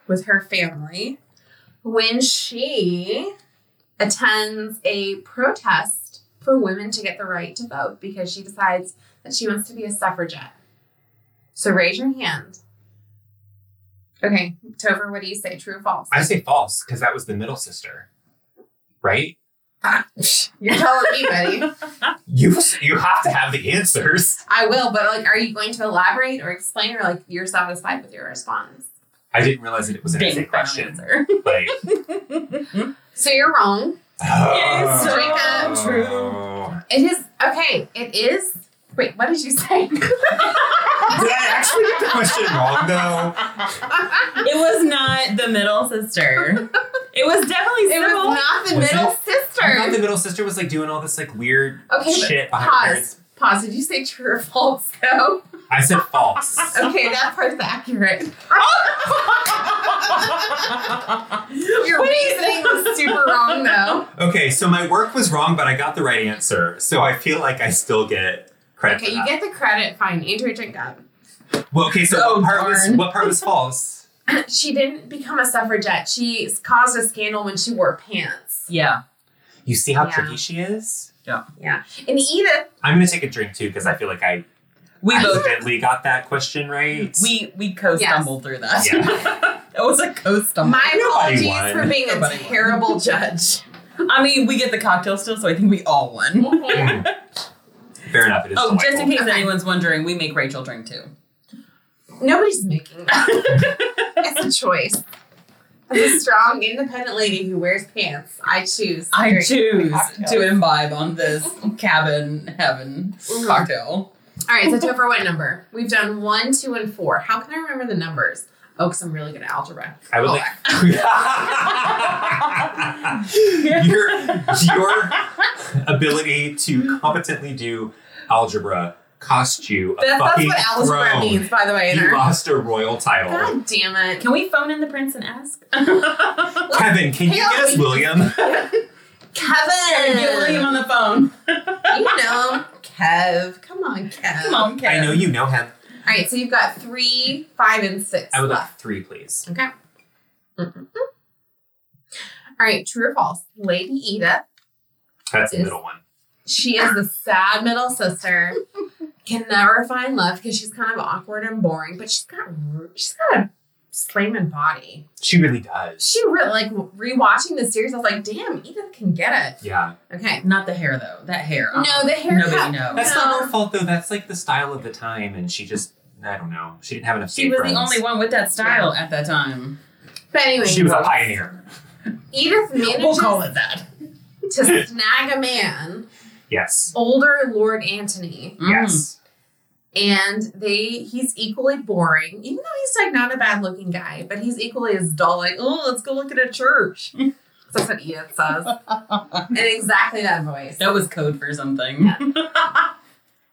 Speaker 3: with her family when she attends a protest for women to get the right to vote because she decides that she wants to be a suffragette. So raise your hand. Okay, Topher, what do you say? True or false?
Speaker 4: I say false because that was the middle sister, right?
Speaker 3: Ah, [LAUGHS] You're telling me, buddy.
Speaker 4: You you have to have the answers.
Speaker 3: I will, but like, are you going to elaborate or explain, or like, you're satisfied with your response?
Speaker 4: I didn't realize that it was an
Speaker 5: Bing,
Speaker 4: essay
Speaker 5: final
Speaker 4: question.
Speaker 5: answer.
Speaker 4: Like,
Speaker 3: So you're wrong.
Speaker 5: Yes,
Speaker 3: so
Speaker 4: Oh.
Speaker 3: It is okay. It is. Wait, what did you say? [LAUGHS]
Speaker 4: [LAUGHS] Did I actually get the question wrong though?
Speaker 5: It was not the middle sister. It was definitely
Speaker 3: It was
Speaker 5: Sybil.
Speaker 3: not the
Speaker 4: Was
Speaker 3: middle
Speaker 4: it? I thought the
Speaker 3: sister.
Speaker 4: middle sister was like doing all this like weird
Speaker 3: Okay, but
Speaker 4: shit behind her parents.
Speaker 3: Pause. Pause. Did you say true or false? Though.
Speaker 4: I said false.
Speaker 3: Okay, that part's accurate.
Speaker 5: [LAUGHS]
Speaker 3: Your reasoning was super wrong,
Speaker 4: [LAUGHS]
Speaker 3: though.
Speaker 4: Okay, so my work was wrong, but I got the right answer. So I feel like I still get credit
Speaker 3: Okay,
Speaker 4: for
Speaker 3: you
Speaker 4: that.
Speaker 3: get the credit. Fine, Andrew, drink up.
Speaker 4: well, okay, so
Speaker 5: Oh,
Speaker 4: what part was
Speaker 5: darn.
Speaker 4: what part was false?
Speaker 3: She didn't become a suffragette. She caused a scandal when she wore pants.
Speaker 5: Yeah.
Speaker 4: You see how
Speaker 3: Yeah.
Speaker 4: tricky she is?
Speaker 3: Yeah. And Edith
Speaker 4: I'm gonna take a drink too because I feel like I
Speaker 5: We both
Speaker 4: accidentally got that question right.
Speaker 5: we we co stumbled through [LAUGHS] that.
Speaker 4: Yeah.
Speaker 5: it was a co stumble.
Speaker 3: My apologies
Speaker 4: Nobody won.
Speaker 3: for being a
Speaker 5: Nobody won.
Speaker 3: terrible
Speaker 5: [LAUGHS]
Speaker 3: judge.
Speaker 5: I mean, we get the cocktail still, so I think we all won.
Speaker 4: Mm. Fair enough. It is.
Speaker 5: Oh, just in
Speaker 4: delightful.
Speaker 5: case
Speaker 3: Okay.
Speaker 5: anyone's wondering, we make Rachel drink too.
Speaker 3: Nobody's making that. [LAUGHS] it's a choice. As a strong, independent lady who wears pants, I choose.
Speaker 5: I
Speaker 3: drink
Speaker 5: choose
Speaker 3: cocktails.
Speaker 5: to imbibe on this cabin heaven
Speaker 3: Mm-hmm.
Speaker 5: cocktail.
Speaker 3: All right, so Topher, what number? We've done one, two, and four. How can I remember the numbers? Oh, because I'm really good at algebra.
Speaker 4: I would
Speaker 3: Oh,
Speaker 4: [LAUGHS] like your your ability to competently do algebra cost you a
Speaker 3: that- that's
Speaker 4: fucking
Speaker 3: what algebra
Speaker 4: throne.
Speaker 3: means, by the way.
Speaker 4: You
Speaker 3: Inner.
Speaker 4: lost a royal title.
Speaker 3: God damn it.
Speaker 5: Can we phone in the prince and
Speaker 4: [LAUGHS]
Speaker 5: ask? [LAUGHS]
Speaker 4: Kevin, can you
Speaker 3: Hell,
Speaker 4: get us
Speaker 3: we- [LAUGHS]
Speaker 4: William?
Speaker 3: Kevin!
Speaker 5: Get William on the phone.
Speaker 3: You know him. Kev. Come on, Kev.
Speaker 5: Come on, Kev.
Speaker 4: I know you know him.
Speaker 3: All right, so you've got three, five, and six
Speaker 4: I would
Speaker 3: left.
Speaker 4: like three, please.
Speaker 3: Okay. Mm-hmm. Mm-mm-mm. All right, true or false? Lady Edith,
Speaker 4: That's the
Speaker 3: Is-
Speaker 4: middle one.
Speaker 3: She is the sad middle
Speaker 5: [LAUGHS]
Speaker 3: sister. Can never find love because she's kind of awkward and boring, but she's got she's got a slamming body.
Speaker 4: She really does.
Speaker 3: She really like rewatching the series. I was like, damn, Edith can get
Speaker 4: Yeah.
Speaker 3: it. Okay.
Speaker 5: Not the hair though. That hair. uh-uh.
Speaker 3: No, the haircut.
Speaker 5: Nobody knows.
Speaker 4: That's not
Speaker 3: No.
Speaker 4: her fault though. That's like the style of the time, and she just I don't know. She didn't have enough.
Speaker 5: She was
Speaker 4: friends.
Speaker 5: the only one with that style at that time.
Speaker 3: But anyway,
Speaker 4: She was a pioneer.
Speaker 3: Edith manages
Speaker 5: We'll call it that.
Speaker 3: to snag a man,
Speaker 4: Yes.
Speaker 3: older Lord Antony,
Speaker 5: Mm.
Speaker 4: Yes.
Speaker 3: and they he's equally boring, even though he's like not a bad looking guy, but he's equally as dull, like, oh, let's go look at a church. That's what Edith says. and exactly that voice.
Speaker 5: That was code for something. [LAUGHS]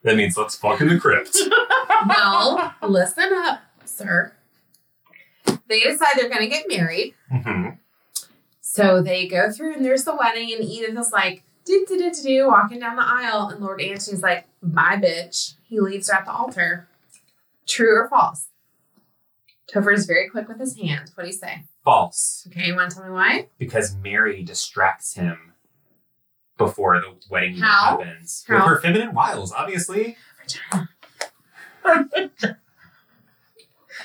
Speaker 4: That means let's fuck in the [LAUGHS] crypt.
Speaker 3: [LAUGHS] well, listen up, sir. They decide they're gonna get married.
Speaker 4: hmm
Speaker 3: So they go through and there's the wedding, and Edith is like, do do do do do, walking down the aisle, and Lord Antony's like, my bitch. He leaves her at the altar. True or false? Topher is very quick with his hand. What do you say?
Speaker 4: False,
Speaker 3: Okay, you want to tell me why?
Speaker 4: because Mary distracts him before the wedding even
Speaker 3: How?
Speaker 4: happens
Speaker 3: How?
Speaker 4: with her feminine wiles, obviously.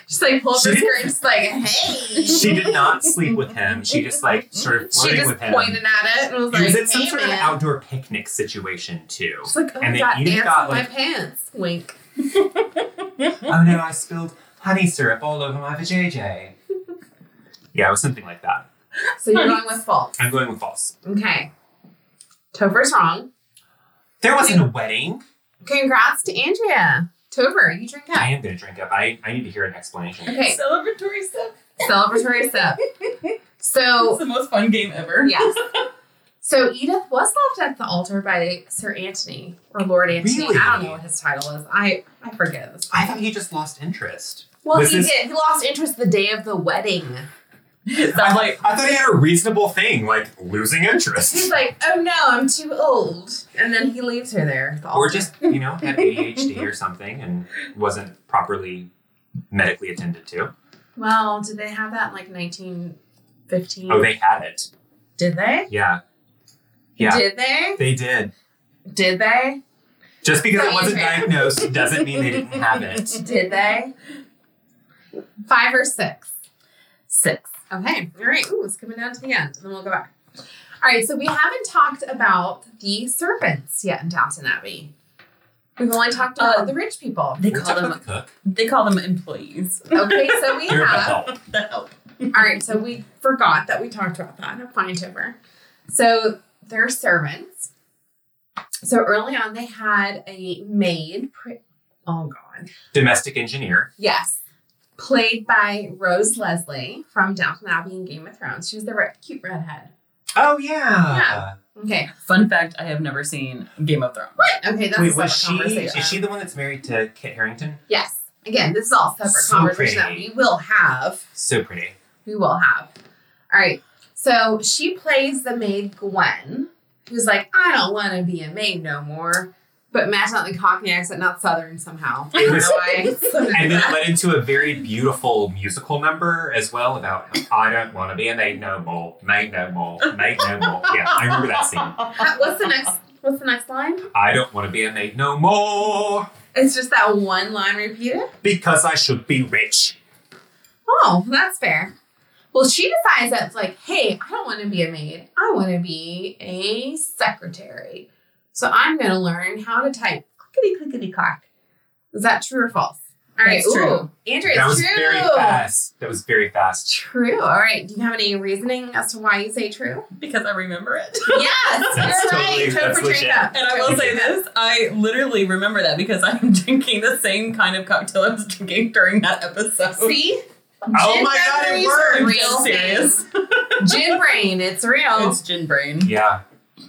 Speaker 3: She's like, pull up her
Speaker 4: She-
Speaker 3: skirt, and she's like, hey.
Speaker 4: [LAUGHS] She did not sleep with him. She just like sort of
Speaker 3: She
Speaker 4: flirting
Speaker 3: just
Speaker 4: with him.
Speaker 3: pointed at it and was
Speaker 4: it
Speaker 3: like,
Speaker 4: was at some
Speaker 3: hey,
Speaker 4: sort of
Speaker 3: man.
Speaker 4: outdoor picnic situation too.
Speaker 3: She's like, oh,
Speaker 4: and
Speaker 3: I
Speaker 4: then
Speaker 3: got
Speaker 4: Edith
Speaker 3: ants
Speaker 4: got,
Speaker 3: in
Speaker 4: like-
Speaker 3: my pants. Wink.
Speaker 4: oh no, I spilled honey syrup all over my vajayjay. yeah, it was something like that.
Speaker 3: So you're going with false.
Speaker 4: I'm going with false.
Speaker 3: Okay. Topher's wrong.
Speaker 4: There wasn't a wedding.
Speaker 3: Congrats to Andrea. Tover, you drink
Speaker 4: I
Speaker 3: up.
Speaker 4: am going to drink up. I, I need to hear an explanation.
Speaker 3: Okay,
Speaker 5: Celebratory stuff.
Speaker 3: celebratory sip. So,
Speaker 5: the most fun game ever. [LAUGHS]
Speaker 3: yes. So Edith was left at the altar by Sir Anthony or Lord Antony.
Speaker 4: Really?
Speaker 3: I don't know what his title is. I I forget this.
Speaker 4: I thought he just lost interest.
Speaker 3: Well,
Speaker 4: Was
Speaker 3: he
Speaker 4: this-
Speaker 3: did. He lost interest the day of the wedding.
Speaker 5: Sounds like
Speaker 4: I thought he had a reasonable thing, like
Speaker 3: [LAUGHS]
Speaker 4: losing
Speaker 3: He's
Speaker 4: interest.
Speaker 3: like, "Oh no, I'm too old," and then he leaves her there. At the
Speaker 4: or
Speaker 3: altar.
Speaker 4: just, you know,
Speaker 3: [LAUGHS]
Speaker 4: had ADHD or something and wasn't properly medically attended to.
Speaker 3: well, did they have that in like 1915?
Speaker 4: Oh, they had it.
Speaker 3: did they?
Speaker 4: Yeah. Yeah.
Speaker 3: Did they?
Speaker 4: They did.
Speaker 3: Did they?
Speaker 4: Just because it wasn't
Speaker 3: Sorry, Andrea.
Speaker 4: diagnosed doesn't mean they didn't
Speaker 3: [LAUGHS]
Speaker 4: have it.
Speaker 3: Did they? Five or six?
Speaker 5: six.
Speaker 3: Okay. All right. Ooh, it's coming down to the end, and then we'll go back. All right. So we haven't talked about the serpents yet in Downton Abbey. We've only talked about
Speaker 5: Um,
Speaker 3: the rich people.
Speaker 5: They
Speaker 4: We
Speaker 5: call
Speaker 4: talked about
Speaker 5: them
Speaker 4: the cook.
Speaker 5: they call them employees.
Speaker 3: Okay. So we
Speaker 4: You're about
Speaker 3: have.
Speaker 4: help.
Speaker 5: The help.
Speaker 3: All right. So we forgot that we talked about that. I'm fine, Tober. So they're servants. So early on, they had a maid. Pre- oh God.
Speaker 4: Domestic engineer.
Speaker 3: Yes. Played by Rose Leslie from Downton Abbey and Game of Thrones. She was the re- cute redhead.
Speaker 4: Oh yeah.
Speaker 3: Yeah. Okay.
Speaker 5: Fun fact: I have never seen Game of Thrones.
Speaker 3: What? Okay, that's
Speaker 4: Wait,
Speaker 3: a
Speaker 4: was
Speaker 3: separate
Speaker 4: she
Speaker 3: conversation.
Speaker 4: is she the one that's married to Kit Harrington?
Speaker 3: yes. Again, this is all separate
Speaker 4: So
Speaker 3: conversation that
Speaker 4: pretty.
Speaker 3: we will have.
Speaker 4: So pretty.
Speaker 3: We will have. All right. So she plays the maid Gwen, who's like, I don't want to be a maid no more. But match not the Cockney accent, not Southern somehow. I don't know why.
Speaker 4: And then it led into a very beautiful musical number as well about how I don't want to be a maid no more, maid no more, maid no more. Yeah, I remember that scene.
Speaker 3: Uh, [LAUGHS] what's the next? What's the next line?
Speaker 4: I don't want to be a maid no more
Speaker 3: It's just that one line repeated.
Speaker 4: because I should be rich.
Speaker 3: Oh, that's fair. Well, she decides that's like, hey, I don't want to be a maid. I want to be a secretary. So I'm going to learn how to type clickety clickety clack. Is that true or false? All right,
Speaker 5: That's true.
Speaker 3: ooh, Andrea,
Speaker 4: that
Speaker 3: it's
Speaker 4: was
Speaker 3: true.
Speaker 4: very fast. That was very fast.
Speaker 3: True. All right. Do you have any reasoning as to why you say
Speaker 5: [LAUGHS]
Speaker 3: true?
Speaker 5: Because I remember it. [LAUGHS]
Speaker 3: Yes,
Speaker 4: That's
Speaker 3: you're
Speaker 4: totally-
Speaker 3: right. Toe
Speaker 4: that's
Speaker 3: for drink
Speaker 4: legit.
Speaker 3: up.
Speaker 5: And I will [LAUGHS] say this, I literally remember that because I'm [LAUGHS] drinking the same kind of cocktail I was drinking during that episode. [LAUGHS]
Speaker 3: See,
Speaker 4: Oh my god,
Speaker 3: memories
Speaker 4: it
Speaker 3: are
Speaker 4: worked!
Speaker 3: real
Speaker 5: I'm serious.
Speaker 3: things. Gin brain, it's real.
Speaker 5: It's gin brain.
Speaker 4: Yeah.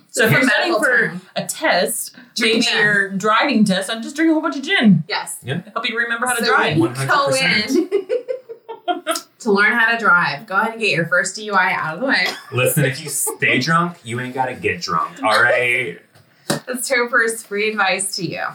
Speaker 5: So if you're
Speaker 3: Here's
Speaker 5: studying
Speaker 3: medical
Speaker 5: for
Speaker 3: term.
Speaker 5: a test,
Speaker 3: Drink
Speaker 5: maybe
Speaker 3: gin.
Speaker 5: your driving test, I'd just drink a whole bunch of gin.
Speaker 3: yes.
Speaker 5: Help you remember how to
Speaker 3: So
Speaker 5: drive.
Speaker 3: when you go
Speaker 4: 100%.
Speaker 3: in [LAUGHS] to learn how to drive, go ahead and get your first DUI out of the way.
Speaker 4: Listen, if
Speaker 3: [LAUGHS]
Speaker 4: you stay drunk, you ain't gotta get drunk. All right.
Speaker 3: That's Topher's free advice to you. All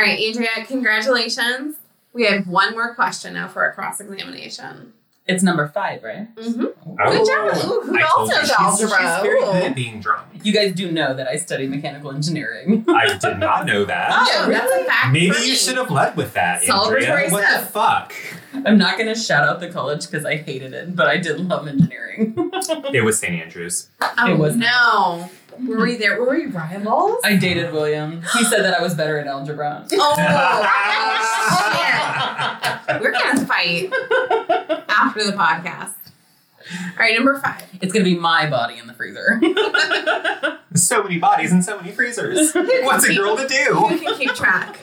Speaker 3: right, Andrea, congratulations. We have one more question now for our cross examination.
Speaker 5: It's number five, right?
Speaker 3: Mhm.
Speaker 4: Oh.
Speaker 3: Good job. Ooh, who
Speaker 4: I
Speaker 3: else
Speaker 4: told you,
Speaker 3: knows
Speaker 4: she's, she's
Speaker 3: algebra?
Speaker 4: very good
Speaker 3: Ooh.
Speaker 4: at being drunk.
Speaker 5: You guys do know that I study mechanical engineering. [LAUGHS]
Speaker 4: I did not know that.
Speaker 5: Oh,
Speaker 3: no, that's a fact.
Speaker 4: Maybe
Speaker 3: for me.
Speaker 4: you should have led with that, Andrea.
Speaker 3: Celebratory
Speaker 4: What the
Speaker 3: step.
Speaker 4: fuck?
Speaker 5: I'm not gonna shout out the college because I hated it, but I did love engineering. [LAUGHS]
Speaker 4: It was St. Andrews.
Speaker 3: Oh,
Speaker 5: It was-
Speaker 3: no. Were we there? Were we
Speaker 5: [LAUGHS]
Speaker 3: rivals?
Speaker 5: I dated William. He said that I was better at algebra.
Speaker 4: [LAUGHS]
Speaker 3: Oh, shit. We're going to fight after the podcast. All right, number five.
Speaker 5: It's gonna be my body in the freezer. [LAUGHS]
Speaker 4: so many bodies and so many
Speaker 3: [LAUGHS]
Speaker 4: freezers. What's a girl to
Speaker 3: Who
Speaker 4: do?
Speaker 3: can keep track?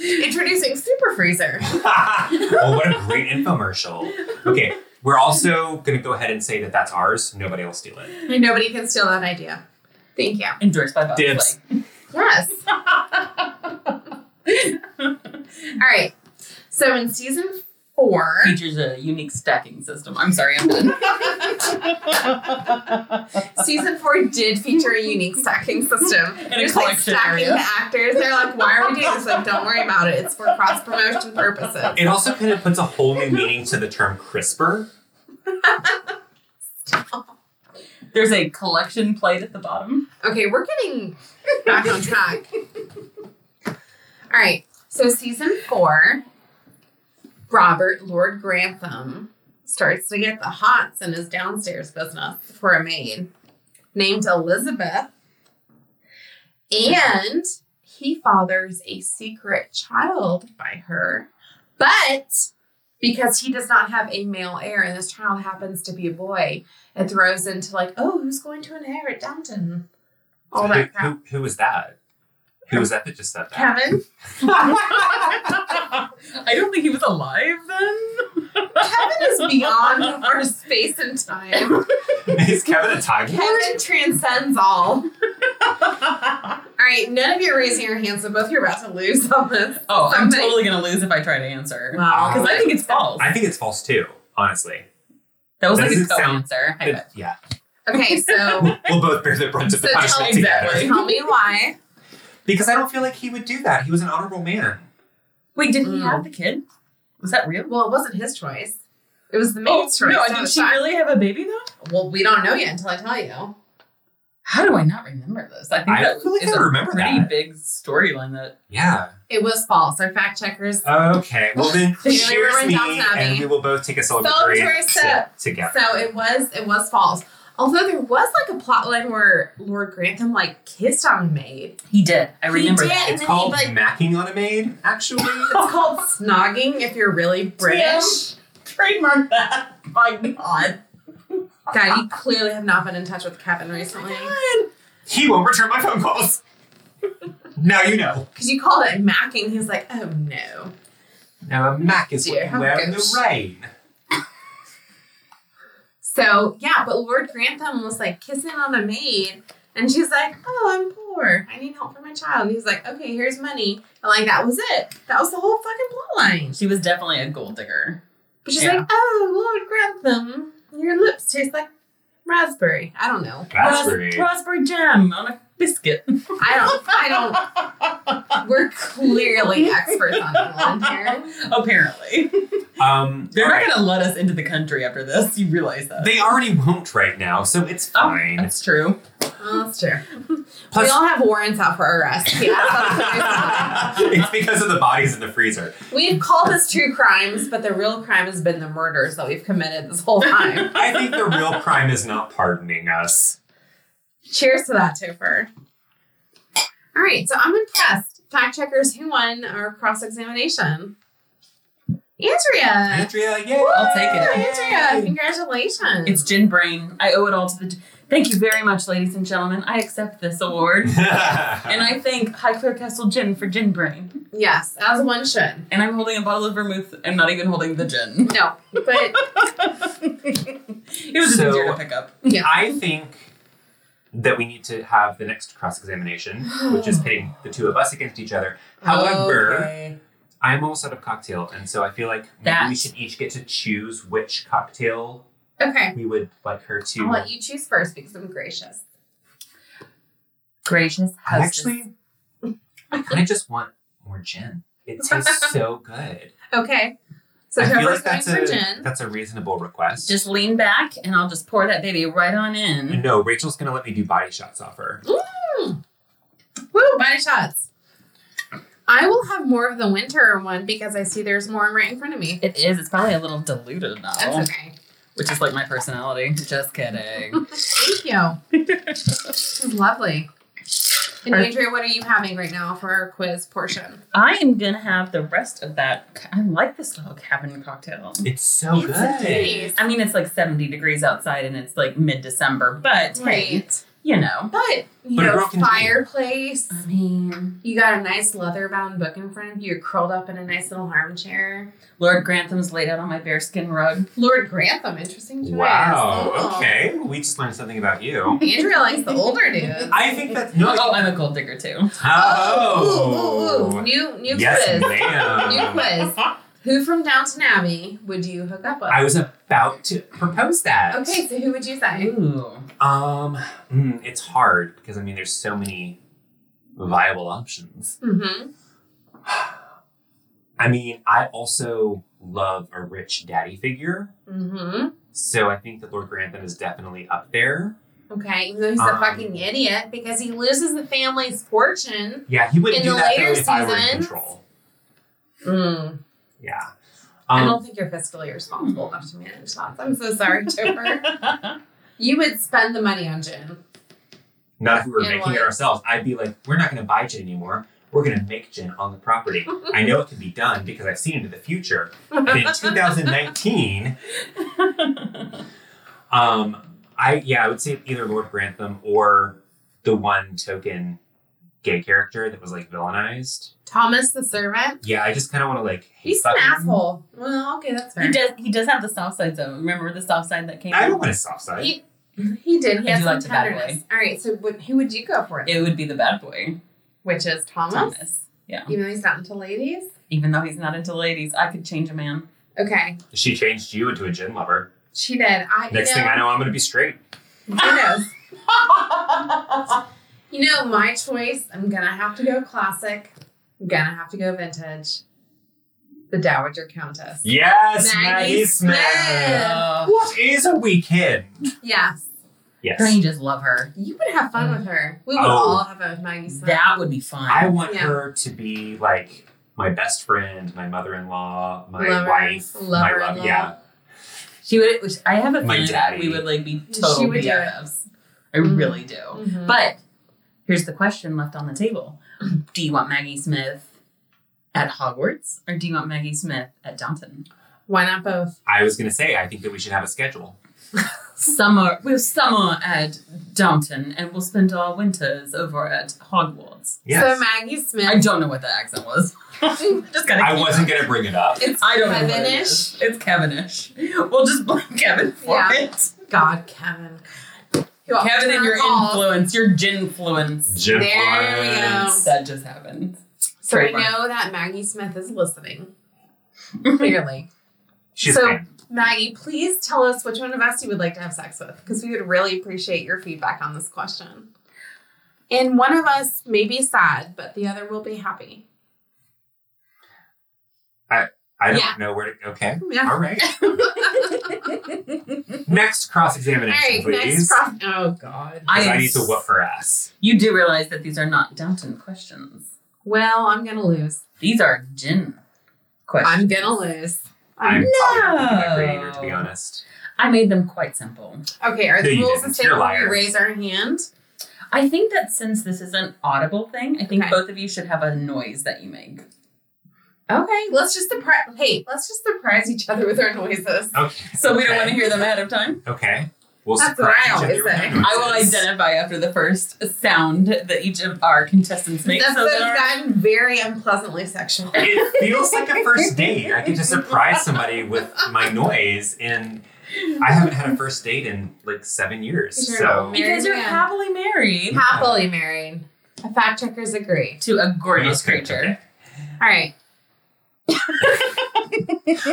Speaker 3: Introducing Super Freezer.
Speaker 4: oh, what a great infomercial. Okay, we're also going to go ahead and say that that's ours. Nobody will steal it.
Speaker 3: Nobody can steal that idea. Thank you.
Speaker 5: Endorsed by Bob
Speaker 4: Dibs.
Speaker 5: Flay.
Speaker 3: Yes. All right. So in season four,
Speaker 5: Features a unique stacking system. I'm sorry, I'm done. [LAUGHS]
Speaker 3: season four did feature a unique stacking system.
Speaker 5: a
Speaker 3: There's like
Speaker 5: collection
Speaker 3: stacking
Speaker 5: area.
Speaker 3: the actors. They're like, why are we doing this? Like, don't worry about it. It's for cross promotion purposes.
Speaker 4: It also kind of puts a whole new meaning to the term CRISPR.
Speaker 5: There's a collection plate at the bottom. [LAUGHS]
Speaker 3: Okay, we're getting back on track. All right. So season four, Robert Lord Grantham starts to get the hots in his downstairs business for a maid named Elizabeth. And he fathers a secret child by her. But because he does not have a male heir and this child happens to be a boy, it throws into like, oh, who's going to inherit Downton? All that
Speaker 4: who,
Speaker 3: crap.
Speaker 4: who, who was that? Who was that that just said that?
Speaker 5: [LAUGHS]
Speaker 3: Kevin?
Speaker 5: I don't think he was alive then.
Speaker 3: Kevin is beyond our space and time.
Speaker 4: [LAUGHS] Is Kevin a time lord?
Speaker 3: Kevin transcends all.
Speaker 5: [LAUGHS]
Speaker 3: All right, none of you are raising your hands, so both you're about to lose on this.
Speaker 5: Oh, I'm
Speaker 3: Somebody-
Speaker 5: totally gonna lose if I try to answer.
Speaker 3: Wow.
Speaker 5: Because I think it's false.
Speaker 4: I think it's false too, honestly.
Speaker 5: that was like a
Speaker 4: doesn't
Speaker 5: co
Speaker 4: sound-
Speaker 5: answer. I
Speaker 4: It-
Speaker 5: bet.
Speaker 4: yeah.
Speaker 3: Okay, so
Speaker 4: We'll, we'll both bear the brunt of the
Speaker 3: So tell-
Speaker 4: punishment
Speaker 5: exactly.
Speaker 4: together.
Speaker 3: tell me why.
Speaker 4: Because I don't feel like he would do that. He was an honorable man.
Speaker 5: Wait, didn't he
Speaker 3: Mm.
Speaker 5: have the kid? Hmm. Was that real?
Speaker 3: Well, it wasn't his choice. It was the
Speaker 5: Oh,
Speaker 3: maid's choice.
Speaker 5: no,
Speaker 3: not
Speaker 5: did
Speaker 3: his
Speaker 5: she
Speaker 3: child.
Speaker 5: really have a baby though?
Speaker 3: Well, we don't know yet until I tell you.
Speaker 5: How do I not remember this? I think
Speaker 4: I
Speaker 5: that
Speaker 4: feel like
Speaker 5: is
Speaker 4: I
Speaker 5: a
Speaker 4: remember
Speaker 5: pretty
Speaker 4: that.
Speaker 5: big storyline that
Speaker 4: Yeah.
Speaker 3: It was false. Our fact checkers.
Speaker 4: Okay. Well
Speaker 3: [LAUGHS]
Speaker 4: then,
Speaker 3: Clearly
Speaker 4: cheers
Speaker 3: we're in
Speaker 4: me,
Speaker 3: Downton Abbey.
Speaker 4: and we will both take a
Speaker 3: Celebratory
Speaker 4: celebratory
Speaker 3: sip.
Speaker 4: sip together.
Speaker 3: So it was it was false. Although there was like a plot line where Lord Grantham like kissed on a maid.
Speaker 5: he did. I remember
Speaker 3: did.
Speaker 5: that.
Speaker 3: and
Speaker 4: it's
Speaker 3: then
Speaker 4: called
Speaker 3: he, like-
Speaker 4: macking on a maid, actually.
Speaker 3: It's
Speaker 5: [LAUGHS]
Speaker 3: called snogging if you're really British.
Speaker 5: Trademark that. My God.
Speaker 3: God, you clearly have not been in touch with Kevin recently.
Speaker 4: he won't return my phone calls. now you know.
Speaker 3: Because you called it macking. He's like, oh no.
Speaker 4: Now a mac is
Speaker 3: Dear,
Speaker 4: what
Speaker 3: how
Speaker 4: you wear in
Speaker 3: gosh.
Speaker 4: the rain.
Speaker 3: So, yeah, but Lord Grantham was like kissing on a maid. And she's like, oh, I'm poor. I need help for my child. And he's like, okay, here's money. And like, that was it. That was the whole fucking plot line.
Speaker 5: She was definitely a gold digger.
Speaker 3: But she's
Speaker 5: Yeah.
Speaker 3: like, oh, Lord Grantham, your lips taste like raspberry. I don't know.
Speaker 4: Raspberry.
Speaker 5: Ras- raspberry jam on a biscuit. [LAUGHS]
Speaker 3: I don't, I don't. We're clearly experts on England here.
Speaker 5: Apparently.
Speaker 4: Um,
Speaker 5: They're
Speaker 4: all
Speaker 5: not
Speaker 4: right.
Speaker 5: gonna let us into the country after this. You realize that.
Speaker 4: They already won't right now, so it's
Speaker 5: Oh,
Speaker 4: fine. [LAUGHS]
Speaker 5: that's true.
Speaker 3: Oh, that's [LAUGHS] true.
Speaker 4: Plus-
Speaker 3: we all have warrants out for arrest.
Speaker 4: [LAUGHS]
Speaker 3: Yeah, that's what I'm saying.
Speaker 4: it's because of the bodies in the freezer.
Speaker 3: We've called this true crimes, but the real crime has been the murders that we've committed this whole
Speaker 4: [LAUGHS]
Speaker 3: time.
Speaker 4: I think the real crime is not pardoning
Speaker 5: [LAUGHS]
Speaker 4: us.
Speaker 3: Cheers to that, Topher. All right, so I'm impressed. Fact checkers, who won our cross examination? Andrea.
Speaker 4: Andrea, yay!
Speaker 5: I'll take
Speaker 3: Yeah,
Speaker 5: it.
Speaker 3: Andrea, congratulations.
Speaker 5: It's gin brain. I owe it all to the. Thank you very much, ladies and gentlemen. I accept this award. And I thank Highclere Castle Gin for gin brain.
Speaker 3: yes, as one should.
Speaker 5: And I'm holding a bottle of vermouth. I'm not even holding the gin. [LAUGHS]
Speaker 3: No, but
Speaker 5: It was just
Speaker 4: So-
Speaker 5: easier to pick up.
Speaker 4: I think that we need to have the next cross examination,
Speaker 3: [GASPS]
Speaker 4: which is pitting the two of us against each other. [LAUGHS] However,
Speaker 3: Okay.
Speaker 4: I'm almost out of cocktail, and so I feel like maybe
Speaker 5: That-
Speaker 4: we should each get to choose which cocktail
Speaker 3: okay,
Speaker 4: we would like her to.
Speaker 3: I'll let you choose first because I'm gracious.
Speaker 5: Gracious
Speaker 4: I actually,
Speaker 3: [LAUGHS]
Speaker 4: I kind of just want more gin. It tastes so good.
Speaker 3: Okay. So
Speaker 4: I feel
Speaker 3: Trevor's going
Speaker 4: like that's
Speaker 3: for
Speaker 4: a
Speaker 3: gin.
Speaker 4: that's a reasonable request.
Speaker 5: Just lean back and I'll just pour that baby right on in.
Speaker 4: no, Rachel's gonna let me do body shots off her.
Speaker 3: Mm. Woo, body shots. I will have more of the winter one because I see there's more right in front of me.
Speaker 5: It is. It's probably a little diluted now,
Speaker 4: Oh.
Speaker 3: That's okay.
Speaker 5: which is like my personality. Just [LAUGHS] kidding.
Speaker 3: Thank you. this is lovely. And
Speaker 5: Are-
Speaker 3: Andrea, what are you having right now for our quiz portion?
Speaker 5: I am gonna have the rest of that. I like this little cabin cocktail.
Speaker 4: It's so
Speaker 3: It's a
Speaker 4: good.
Speaker 3: tease.
Speaker 5: I mean, it's like 70 degrees outside and it's like mid December, but
Speaker 3: Right.
Speaker 5: you know.
Speaker 3: But you
Speaker 4: But a
Speaker 3: know,
Speaker 4: rock and roll.
Speaker 3: fireplace.
Speaker 5: I mean,
Speaker 3: You got a nice leather bound book in front of you. You're curled up in a nice little armchair.
Speaker 5: Lord Grantham's laid out on my bearskin rug.
Speaker 3: Lord Grantham, interesting choice.
Speaker 4: Wow.
Speaker 3: Oh.
Speaker 4: Okay, we just learned something about you.
Speaker 3: Andrea likes the older
Speaker 4: [LAUGHS]
Speaker 3: dudes.
Speaker 4: I think that's no.
Speaker 5: Oh, I'm a gold digger too.
Speaker 3: Oh,
Speaker 4: Oh.
Speaker 3: ooh, ooh, ooh. new new
Speaker 4: yes,
Speaker 3: quiz.
Speaker 4: ma'am.
Speaker 3: New quiz. Who from Downton Abbey would you hook up with?
Speaker 4: I was about to propose that.
Speaker 3: okay, so who would you say?
Speaker 5: Ooh. [LAUGHS]
Speaker 4: Um, mm, it's hard because I mean, there's so many viable options.
Speaker 3: Mm-hmm.
Speaker 4: I mean, I also love a rich daddy figure,
Speaker 3: Mm-hmm.
Speaker 4: so I think that Lord Grantham is definitely up there.
Speaker 3: Okay, even though he's a
Speaker 4: Um,
Speaker 3: fucking idiot because he loses the family's fortune.
Speaker 4: Yeah, he wouldn't
Speaker 3: In
Speaker 4: do
Speaker 3: the
Speaker 4: that
Speaker 3: later
Speaker 4: though if I were in
Speaker 3: seasons?
Speaker 4: control.
Speaker 3: Mm.
Speaker 4: Yeah.
Speaker 3: I
Speaker 4: Um,
Speaker 3: don't think you're fiscally responsible enough to manage that. I'm so sorry, Topher. you would spend the money on gin.
Speaker 4: not if we were
Speaker 3: Yeah,
Speaker 4: making
Speaker 3: why?
Speaker 4: it ourselves. I'd be like, we're not going to buy gin anymore. We're going to make gin on the property. I know it can be done because I've seen into the future.
Speaker 3: [LAUGHS]
Speaker 4: And in 2019, um, I yeah, I would say either Lord Grantham or the one token gay character that was like villainized.
Speaker 3: Thomas the servant.
Speaker 4: Yeah, I just kind of want to like. hate
Speaker 3: He's an
Speaker 4: fuck him.
Speaker 3: asshole. Well, okay, that's fair.
Speaker 5: He does he does have the soft side though. Remember the soft side that came
Speaker 4: I don't
Speaker 5: out?
Speaker 4: want to soft side.
Speaker 3: He, he did. He
Speaker 5: I
Speaker 3: has
Speaker 5: do
Speaker 3: some
Speaker 5: like the bad
Speaker 3: tenderness. All right, so what, who would you go for?
Speaker 5: It would be the bad boy.
Speaker 3: Which is Thomas.
Speaker 5: Thomas. Yeah.
Speaker 3: Even though he's not into ladies.
Speaker 5: Even though he's not into ladies, I could change a man.
Speaker 3: Okay,
Speaker 4: She changed you into a gin lover.
Speaker 3: she did. I
Speaker 4: Next
Speaker 3: you
Speaker 4: thing
Speaker 3: know,
Speaker 4: I know, I'm going to be straight.
Speaker 3: Who knows?
Speaker 5: [LAUGHS]
Speaker 3: you know, my choice, I'm gonna have to go classic. I'm gonna have to go vintage. The Dowager Countess.
Speaker 4: Yes,
Speaker 3: Maggie
Speaker 4: Maggie, Smith.
Speaker 3: Smith.
Speaker 5: Oh.
Speaker 4: What is a weekend?
Speaker 3: Yes.
Speaker 4: Yes.
Speaker 5: Don't you just love her?
Speaker 3: You would have fun with her. We would
Speaker 4: Oh.
Speaker 3: all have fun with Maggie Smith.
Speaker 5: That would be fun.
Speaker 4: I want
Speaker 3: Yeah.
Speaker 4: her to be like my best friend, my mother-in-law, my
Speaker 3: Lover,
Speaker 4: wife, my love.
Speaker 3: lover-in-law.
Speaker 4: Yeah,
Speaker 5: She would. which I have a
Speaker 4: My
Speaker 5: feeling that
Speaker 4: daddy.
Speaker 5: we would Mm. like be
Speaker 3: She
Speaker 5: total
Speaker 3: would do it.
Speaker 5: BFFs. I
Speaker 3: Mhm.
Speaker 5: really do.
Speaker 3: Mhm.
Speaker 5: But here's the question left on the table: Do you want Maggie Smith at Hogwarts, or do you want Maggie Smith at Downton?
Speaker 3: why not both?
Speaker 4: I was gonna say I think that we should have a schedule.
Speaker 5: Summer, we'll summer at Downton, and we'll spend our winters over at Hogwarts.
Speaker 4: Yes.
Speaker 3: So Maggie Smith.
Speaker 5: I don't know what the accent
Speaker 3: [LAUGHS]
Speaker 5: was. Just gotta.
Speaker 4: I
Speaker 5: keep
Speaker 4: wasn't
Speaker 5: it.
Speaker 4: gonna bring it up.
Speaker 3: It's
Speaker 5: I don't know. What it
Speaker 3: Kevinish.
Speaker 5: is. It's Kevinish. We'll just blame [LAUGHS] Kevin for
Speaker 3: Yeah.
Speaker 5: it.
Speaker 3: God, Kevin. Who else
Speaker 5: Kevin
Speaker 3: can
Speaker 5: and
Speaker 3: I
Speaker 5: your
Speaker 3: call?
Speaker 5: influence, your gin influence.
Speaker 4: Gin
Speaker 3: There we
Speaker 4: Florence.
Speaker 5: That just happened.
Speaker 3: So we
Speaker 5: Trademark.
Speaker 3: know that Maggie Smith is
Speaker 5: [LAUGHS]
Speaker 3: listening. Clearly.
Speaker 4: She's
Speaker 3: So-
Speaker 4: fine.
Speaker 3: Maggie, please tell us which one of us you would like to have sex with because we would really appreciate your feedback on this question. And one of us may be sad, but the other will be happy.
Speaker 4: I don't
Speaker 3: Yeah.
Speaker 4: know where to. Okay.
Speaker 3: Yeah. [LAUGHS]
Speaker 4: All right. next
Speaker 3: All
Speaker 4: cross-examination,
Speaker 3: right, next
Speaker 4: please.
Speaker 3: cross. Oh, God.
Speaker 4: Because I,
Speaker 5: am
Speaker 4: need to whoop her ass.
Speaker 5: You do realize that these are not Downton questions.
Speaker 3: Well, I'm going to lose.
Speaker 5: These are gin questions.
Speaker 3: I'm going to lose.
Speaker 4: I'm
Speaker 3: I'm-
Speaker 4: probably not gonna be my creator, to be
Speaker 5: No.
Speaker 4: honest.
Speaker 5: I made them quite simple.
Speaker 3: okay, are
Speaker 4: No,
Speaker 3: the
Speaker 4: you
Speaker 3: rules the
Speaker 4: didn't.
Speaker 3: same
Speaker 4: You're a
Speaker 3: when we
Speaker 4: liar.
Speaker 3: raise our hand?
Speaker 5: I think that since this is an audible thing, I think
Speaker 3: Okay.
Speaker 5: both of you should have a noise that you make.
Speaker 3: Okay, let's just surprise. Hey, let's just surprise each other with our noises.
Speaker 4: Okay.
Speaker 5: So we don't
Speaker 4: Okay.
Speaker 5: want to hear them ahead of time.
Speaker 4: Okay. We'll
Speaker 3: That's
Speaker 4: surprise
Speaker 3: what I
Speaker 4: each other
Speaker 3: always
Speaker 4: with
Speaker 3: say.
Speaker 4: our
Speaker 5: I will
Speaker 4: noises.
Speaker 5: identify after the first sound that each of our contestants make.
Speaker 3: That's
Speaker 5: so
Speaker 3: so
Speaker 5: there are-
Speaker 3: I'm very unpleasantly
Speaker 4: [LAUGHS]
Speaker 3: sexual.
Speaker 4: It feels like a first date. I get to surprise somebody with my noise, and I haven't had a first date in like seven years.
Speaker 3: Sure.
Speaker 4: So
Speaker 5: because you're
Speaker 3: Married man.
Speaker 5: happily married
Speaker 3: Happily married. Fact checkers agree.
Speaker 5: to a gorgeous
Speaker 4: Okay, okay.
Speaker 5: creature.
Speaker 3: All right.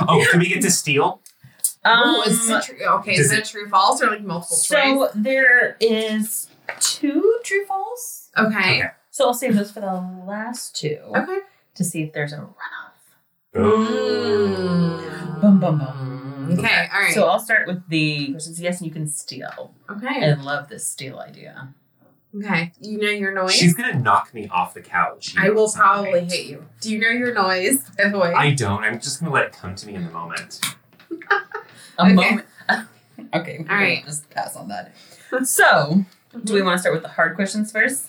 Speaker 4: Oh, do we get to steal?
Speaker 3: Oh, is it true? Okay, is
Speaker 4: does
Speaker 3: it, true false or like multiple choice?
Speaker 5: Um, So there is two true falls.
Speaker 3: Okay.
Speaker 5: So I'll save those for the last two
Speaker 3: Okay.
Speaker 5: to see if there's a runoff.
Speaker 3: Mm.
Speaker 5: Bum, bum, bum.
Speaker 3: Mm, Okay, all right.
Speaker 5: So I'll start with the questions. Yes, and you can steal.
Speaker 3: okay,
Speaker 5: And love this steal idea.
Speaker 3: okay. You know your noise.
Speaker 4: She's gonna knock me off the couch. you
Speaker 3: I
Speaker 4: know
Speaker 3: will
Speaker 4: it's not
Speaker 3: probably
Speaker 4: right.
Speaker 3: hit you. Do you know your noise? By the way,
Speaker 4: I don't. I'm just gonna let it come to me in the moment.
Speaker 5: A
Speaker 3: Okay.
Speaker 5: moment. [LAUGHS] okay. All
Speaker 3: right.
Speaker 5: Just pass on
Speaker 3: [LAUGHS]
Speaker 5: that. So, do we want to start with the hard questions first,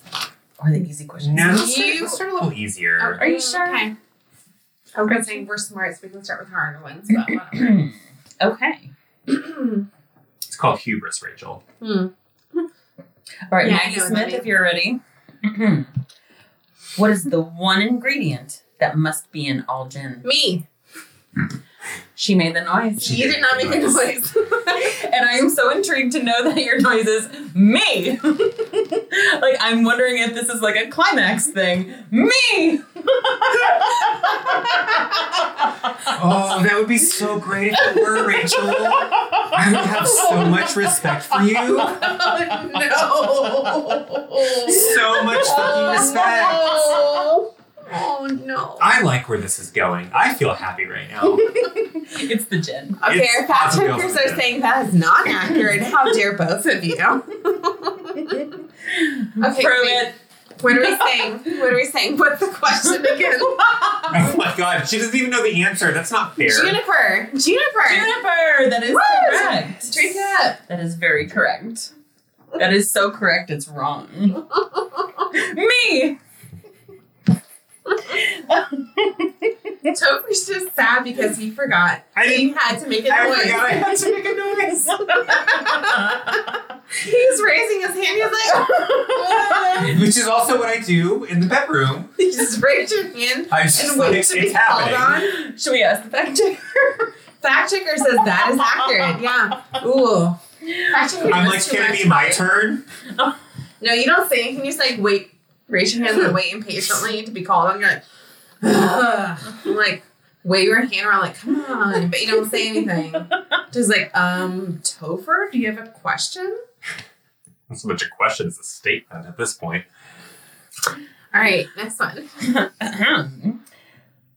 Speaker 5: or the easy questions?
Speaker 4: No,
Speaker 3: You-
Speaker 4: let's start, let's start a little easier.
Speaker 3: Oh,
Speaker 5: Are you sure?
Speaker 3: Okay. I'm not saying we're smart, so we can start with harder ones. But whatever.
Speaker 5: [CLEARS THROAT] okay.
Speaker 4: It's called hubris, Rachel.
Speaker 3: Hmm.
Speaker 5: All right,
Speaker 3: Yeah, I
Speaker 5: Maggie
Speaker 3: know what
Speaker 5: Smith,
Speaker 3: that
Speaker 5: if you're ready. [CLEARS THROAT] what is the one ingredient that must be in all gin?
Speaker 3: [CLEARS THROAT] Me.
Speaker 5: She made the noise.
Speaker 4: She
Speaker 3: You did not make a noise. [LAUGHS]
Speaker 5: And I am so intrigued to know that your noise is me. [LAUGHS] like I'm wondering if this is like a climax thing. Me.
Speaker 2: Oh, that would be so great if it were, Rachel. I would have so much respect for you.
Speaker 3: oh no.
Speaker 2: So much fucking respect.
Speaker 3: Oh, oh no.
Speaker 4: I like where this is going. I feel happy right
Speaker 3: [LAUGHS]
Speaker 4: now.
Speaker 5: It's the gin.
Speaker 3: Okay,
Speaker 4: It's
Speaker 3: our fact
Speaker 4: possible.
Speaker 3: checkers are saying that is not accurate. How dare both of [LAUGHS] you? okay,
Speaker 5: Prove
Speaker 3: wait. What are we saying? What are we saying? What's the question [LAUGHS] again?
Speaker 4: oh my god, she doesn't even know the answer. That's not fair.
Speaker 3: Juniper. Juniper.
Speaker 5: Juniper, that is
Speaker 3: Woo!
Speaker 5: correct.
Speaker 3: Drink up.
Speaker 5: That is very correct. That is so correct, it's [LAUGHS] wrong. Me! [LAUGHS]
Speaker 3: Topher's just sad because he forgot.
Speaker 4: I
Speaker 3: He
Speaker 4: didn't.
Speaker 3: had to make a
Speaker 4: I forgot I
Speaker 3: noise.
Speaker 4: had to make a noise.
Speaker 3: He's raising his hand. He's like, [LAUGHS]
Speaker 4: Which is also what I do in the bedroom.
Speaker 3: you just raise your hand
Speaker 4: I'm just
Speaker 3: and
Speaker 4: like,
Speaker 3: wait
Speaker 4: it's
Speaker 3: to be called
Speaker 4: happening.
Speaker 3: on.
Speaker 5: Should we ask the fact checker?
Speaker 3: Fact checker says that is accurate. Yeah. Ooh. Fact checker
Speaker 4: I'm
Speaker 3: knows
Speaker 4: like,
Speaker 3: too
Speaker 4: can it
Speaker 3: much
Speaker 4: be my
Speaker 3: about
Speaker 4: turn?
Speaker 3: No, you don't say anything. You just like wait, raise your hand and wait impatiently to be called on. You're like, [SIGHS] Ugh. I'm like wave your hand around, like come on, but you don't say anything. [LAUGHS] Just like, um, Topher, do you have a question?
Speaker 4: That's a bunch of questions, a statement at this point.
Speaker 3: All right, next one.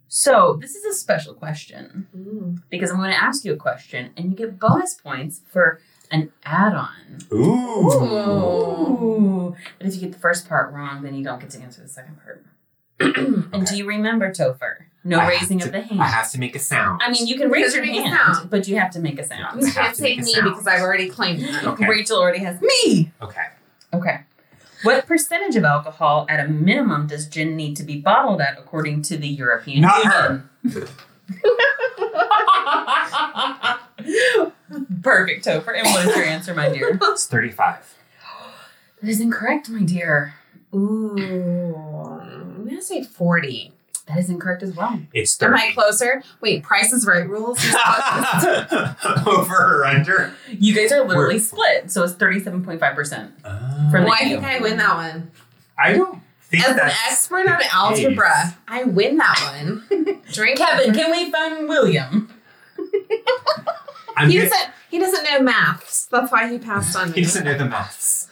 Speaker 5: so, this is a special question
Speaker 3: Ooh.
Speaker 5: because I'm going to ask you a question and you get bonus points for an add on.
Speaker 4: Ooh.
Speaker 5: Ooh. But if you get the first part wrong, then you don't get to answer the second part. [CLEARS THROAT] And do you remember Topher?
Speaker 4: I
Speaker 5: No
Speaker 4: have
Speaker 5: raising
Speaker 4: to-
Speaker 5: of the hand.
Speaker 4: I have to make a sound.
Speaker 5: I mean, you can
Speaker 3: Because
Speaker 5: raise
Speaker 3: you
Speaker 5: your
Speaker 3: make a
Speaker 5: hand,
Speaker 3: sound.
Speaker 5: but you have to make a sound.
Speaker 3: You
Speaker 4: Have
Speaker 3: can't
Speaker 4: to
Speaker 3: say
Speaker 4: make a
Speaker 3: me
Speaker 4: sound.
Speaker 3: because I've already claimed it.
Speaker 4: Okay.
Speaker 5: Rachel already has me.
Speaker 4: Okay.
Speaker 5: Okay. What percentage of alcohol at a minimum does gin need to be bottled at according to the European
Speaker 4: Not
Speaker 5: Union? [LAUGHS] Perfect, Topher. And what is your answer, my [LAUGHS] dear?
Speaker 4: It's 35.
Speaker 5: That is incorrect, my dear.
Speaker 3: Ooh, I'm gonna say forty.
Speaker 5: That is incorrect as well.
Speaker 4: It's
Speaker 3: Am
Speaker 4: 30.
Speaker 3: I closer? Wait, Price is Right rules.
Speaker 4: [LAUGHS] Over or under?
Speaker 5: You guys are literally
Speaker 4: We're-
Speaker 5: split, so it's 37.5%.
Speaker 4: For
Speaker 5: For
Speaker 3: Well,
Speaker 5: the-
Speaker 3: I think I win that one.
Speaker 4: Uh, I don't think
Speaker 3: As an
Speaker 4: that's
Speaker 3: expert on
Speaker 4: the
Speaker 3: algebra,
Speaker 4: case.
Speaker 3: I win that [LAUGHS] one. Drink
Speaker 5: Kevin, can we find William?
Speaker 4: I'm
Speaker 3: He
Speaker 4: gonna-
Speaker 3: doesn't. He doesn't know maths. That's why he passed
Speaker 4: [LAUGHS]
Speaker 3: on
Speaker 4: he
Speaker 3: me.
Speaker 4: doesn't know the
Speaker 3: [LAUGHS]
Speaker 4: maths.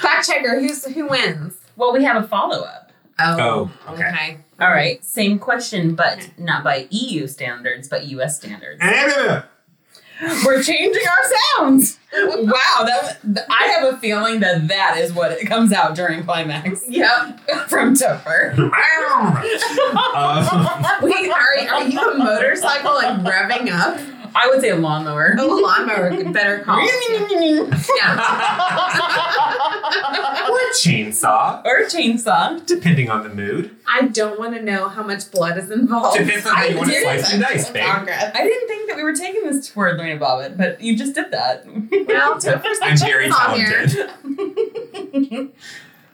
Speaker 3: Fact checker. Who's who wins?
Speaker 5: Well, we have a follow up.
Speaker 3: Oh.
Speaker 4: Oh, okay.
Speaker 5: All right, same question, but not by EU standards, but US standards. [LAUGHS] We're changing our sounds. Wow, that was- I have a feeling that that is what it comes out during climax
Speaker 3: Yep.
Speaker 5: [LAUGHS] from Topher.
Speaker 4: Um,
Speaker 3: Wait, are, are you a motorcycle like revving up?
Speaker 5: I would say a lawnmower.
Speaker 3: Oh, a lawnmower. Better call. Yeah.
Speaker 4: [LAUGHS] or a chainsaw,
Speaker 5: [LAUGHS] or a chainsaw.
Speaker 4: depending on the mood.
Speaker 3: I don't want to know how much blood is involved.
Speaker 4: Depends on how you want to
Speaker 5: did.
Speaker 4: slice and dice, babe.
Speaker 3: Congress.
Speaker 5: I didn't think that we were taking this toward Lorena Bobbitt, but you just did that. [LAUGHS]
Speaker 3: Well, Topher's
Speaker 4: I'm very
Speaker 3: on here.
Speaker 4: talented.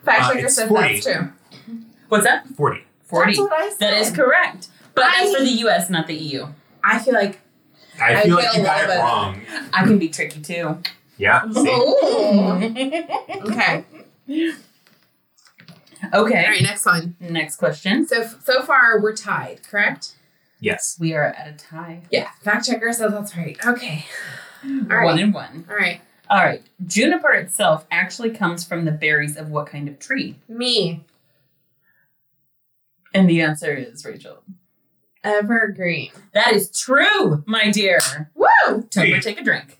Speaker 3: Fact
Speaker 4: Uh,
Speaker 3: checker
Speaker 4: it's
Speaker 3: says
Speaker 4: 40.
Speaker 3: that's true.
Speaker 5: What's that?
Speaker 4: 40.
Speaker 5: 40.
Speaker 3: That's what I said.
Speaker 5: That is correct. But that's
Speaker 3: I-
Speaker 5: for the US, not the E EU.
Speaker 3: I feel like.
Speaker 4: I
Speaker 3: I
Speaker 4: feel
Speaker 3: feel
Speaker 4: like you
Speaker 3: a
Speaker 4: got it
Speaker 3: little bit-
Speaker 4: wrong.
Speaker 5: I can be tricky too.
Speaker 4: Yeah.
Speaker 3: Oh.
Speaker 4: See?
Speaker 3: Ooh.
Speaker 5: okay.
Speaker 3: Okay. All right. Next one.
Speaker 5: Next question.
Speaker 3: So so far we're tied, correct?
Speaker 4: Yes.
Speaker 5: We are at a tie.
Speaker 3: Yeah. Fact checker says that's right. Okay. All right.
Speaker 5: One and one.
Speaker 3: All right.
Speaker 5: All right. Juniper itself actually comes from the berries of what kind of tree?
Speaker 3: Me.
Speaker 5: And the answer is Rachel.
Speaker 3: Evergreen.
Speaker 5: That is true, my dear.
Speaker 3: Woo!
Speaker 5: Tober, take a drink.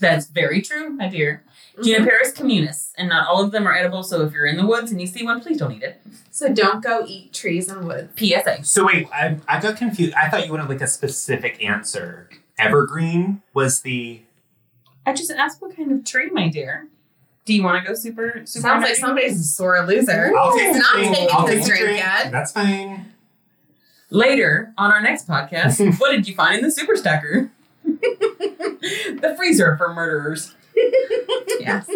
Speaker 5: That's very true, my dear.
Speaker 3: Mm-hmm.
Speaker 5: Juniperus communis, and not all of them are edible, so if you're in the woods and you see one, please don't eat it.
Speaker 3: So don't go eat trees and woods.
Speaker 5: PSA.
Speaker 4: So wait, I, I got confused. I thought you wanted like a specific answer. Evergreen was the
Speaker 5: I just asked what kind of tree, my dear. Do you want to go super, super?
Speaker 3: Sounds like
Speaker 5: nerdy?
Speaker 3: somebody's a sore loser.
Speaker 4: I'll take the
Speaker 3: Not
Speaker 4: drink.
Speaker 3: taking
Speaker 4: I'll
Speaker 3: this
Speaker 4: take the
Speaker 3: drink
Speaker 4: drink.
Speaker 3: yet.
Speaker 4: That's fine.
Speaker 5: Later on our next podcast, what did you find in the super stacker? the freezer for murderers.
Speaker 3: Yes.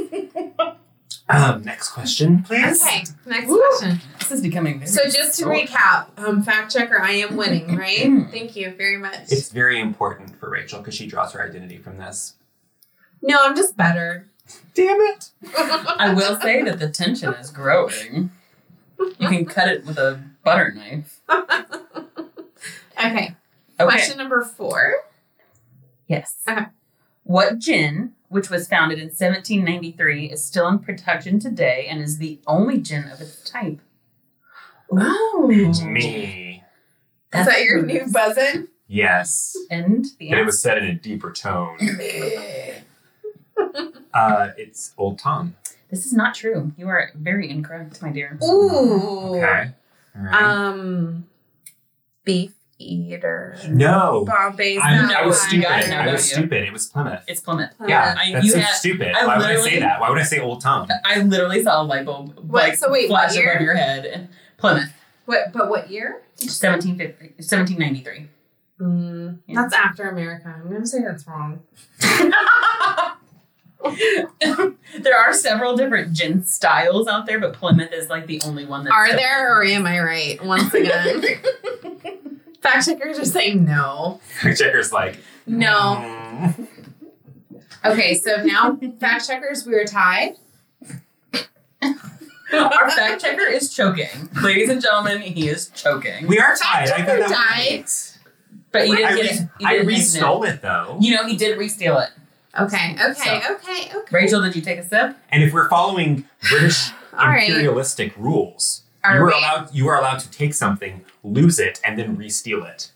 Speaker 4: Um, next question, please.
Speaker 3: Okay, next
Speaker 5: Woo.
Speaker 3: question.
Speaker 5: This is becoming very
Speaker 3: So just to
Speaker 5: Oh.
Speaker 3: recap, um, fact checker, I am
Speaker 4: [LAUGHS]
Speaker 3: winning, right? Thank you very much.
Speaker 4: It's very important for Rachel because she draws her identity from this.
Speaker 3: No, I'm just better. [LAUGHS]
Speaker 4: Damn it!
Speaker 5: I will say that the tension is growing. You can cut it with a butter knife.
Speaker 3: Okay, question number four.
Speaker 5: Yes.
Speaker 3: Okay.
Speaker 5: What gin, which was founded in 1793, is still in production today and is the only gin of its type? Ooh.
Speaker 4: Me.
Speaker 3: Is that your new buzzin?
Speaker 4: Yes.
Speaker 5: And
Speaker 4: But
Speaker 5: the
Speaker 4: it
Speaker 5: answer.
Speaker 4: was said in a deeper tone. Uh, it's Old Tom.
Speaker 5: This is not true. You are very incorrect, my dear.
Speaker 3: Ooh.
Speaker 5: Oh.
Speaker 4: Okay. All right.
Speaker 3: Um, beef eater.
Speaker 4: no.
Speaker 3: Bombay's
Speaker 4: I'm-
Speaker 3: not
Speaker 4: I was
Speaker 3: one.
Speaker 4: stupid.
Speaker 5: gotta know,
Speaker 4: I was
Speaker 5: don't you?
Speaker 4: stupid. It was Plymouth.
Speaker 5: It's Plymouth.
Speaker 3: Uh,
Speaker 4: yeah,
Speaker 5: I-
Speaker 4: that's
Speaker 5: you
Speaker 4: so
Speaker 5: had-
Speaker 4: stupid.
Speaker 5: I
Speaker 4: Why would I
Speaker 5: literally-
Speaker 4: say that? Why would I say Old Tom?
Speaker 5: I literally saw a light bulb
Speaker 3: What?
Speaker 5: like,
Speaker 3: So wait,
Speaker 5: flash
Speaker 3: what year?
Speaker 5: above your head. And Plymouth,
Speaker 3: What, but what year?
Speaker 5: 1750, 1793.
Speaker 3: Mm, That's after America. I'm gonna say that's wrong.
Speaker 5: there are several different gin styles out there, but Plymouth is like the only one that
Speaker 3: Are there or am I right? Once [LAUGHS] again, fact checkers are saying no.
Speaker 4: Checker's like,
Speaker 3: No.
Speaker 4: mm.
Speaker 3: Okay, so now fact checkers, we are tied.
Speaker 5: [LAUGHS] Our fact checker is choking, ladies and gentlemen. He is choking.
Speaker 4: We are tied. I
Speaker 3: Checker
Speaker 4: got that
Speaker 3: died.
Speaker 4: right.
Speaker 5: but you didn't
Speaker 4: I,
Speaker 5: get
Speaker 4: re-
Speaker 5: it. You
Speaker 4: I
Speaker 5: didn't get
Speaker 4: re-stole it though.
Speaker 5: it. You know he did re-steal it.
Speaker 3: Okay, okay, okay, okay.
Speaker 5: Rachel, did you take a sip?
Speaker 4: And if we're following British
Speaker 3: All right.
Speaker 4: imperialistic rules, you
Speaker 3: Are
Speaker 4: are
Speaker 3: we?
Speaker 4: allowed you are allowed to take something, lose it, and then re-steal it.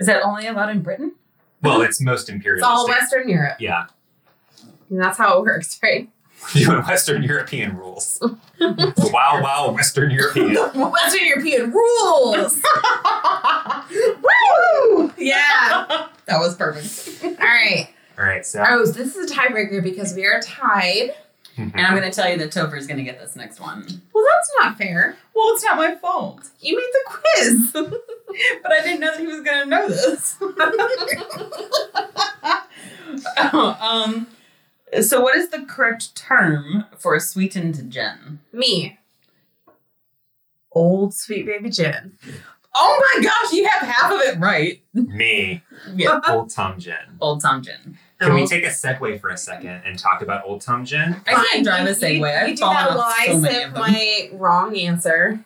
Speaker 5: Is that only allowed in Britain?
Speaker 4: Well, it's
Speaker 3: It's
Speaker 4: most
Speaker 3: all
Speaker 4: imperialistic.
Speaker 3: Western Europe.
Speaker 4: yeah, [LAUGHS]
Speaker 3: And that's how it works, right? [LAUGHS]
Speaker 4: doing Western European rules. the wow, wow, Western European.
Speaker 3: [LAUGHS] Western European [LAUGHS] rules. Woo! Yeah. [LAUGHS]
Speaker 5: That was perfect.
Speaker 3: All right.
Speaker 4: All right, so
Speaker 3: Oh, so this is a tiebreaker because we are tied.
Speaker 4: [LAUGHS]
Speaker 5: And
Speaker 3: um,
Speaker 4: Mm-hmm.
Speaker 5: I'm going to tell you that Topher's going to get this next one.
Speaker 3: Well, that's not fair.
Speaker 5: Well, it's not my fault,
Speaker 3: You made the quiz.
Speaker 5: [LAUGHS] but I didn't know that he was going to know this. [LAUGHS] um, so, what is the correct term for a sweetened gin?
Speaker 3: Me. Old sweet baby gin.
Speaker 5: Oh my gosh, you have half of it right.
Speaker 4: me,
Speaker 5: Yeah.
Speaker 4: Old Tom Gin.
Speaker 5: Old Tom Gin.
Speaker 4: Can we
Speaker 3: Oh.
Speaker 4: take a segue for a second and talk about Old Tom Gin?
Speaker 5: I can't
Speaker 3: Fine,
Speaker 5: drive a
Speaker 3: you-
Speaker 5: Segway.
Speaker 3: You,
Speaker 5: I've
Speaker 3: you do
Speaker 5: fallen
Speaker 3: that
Speaker 5: off
Speaker 3: while I
Speaker 5: so many
Speaker 3: sip
Speaker 5: of them.
Speaker 3: my wrong answer.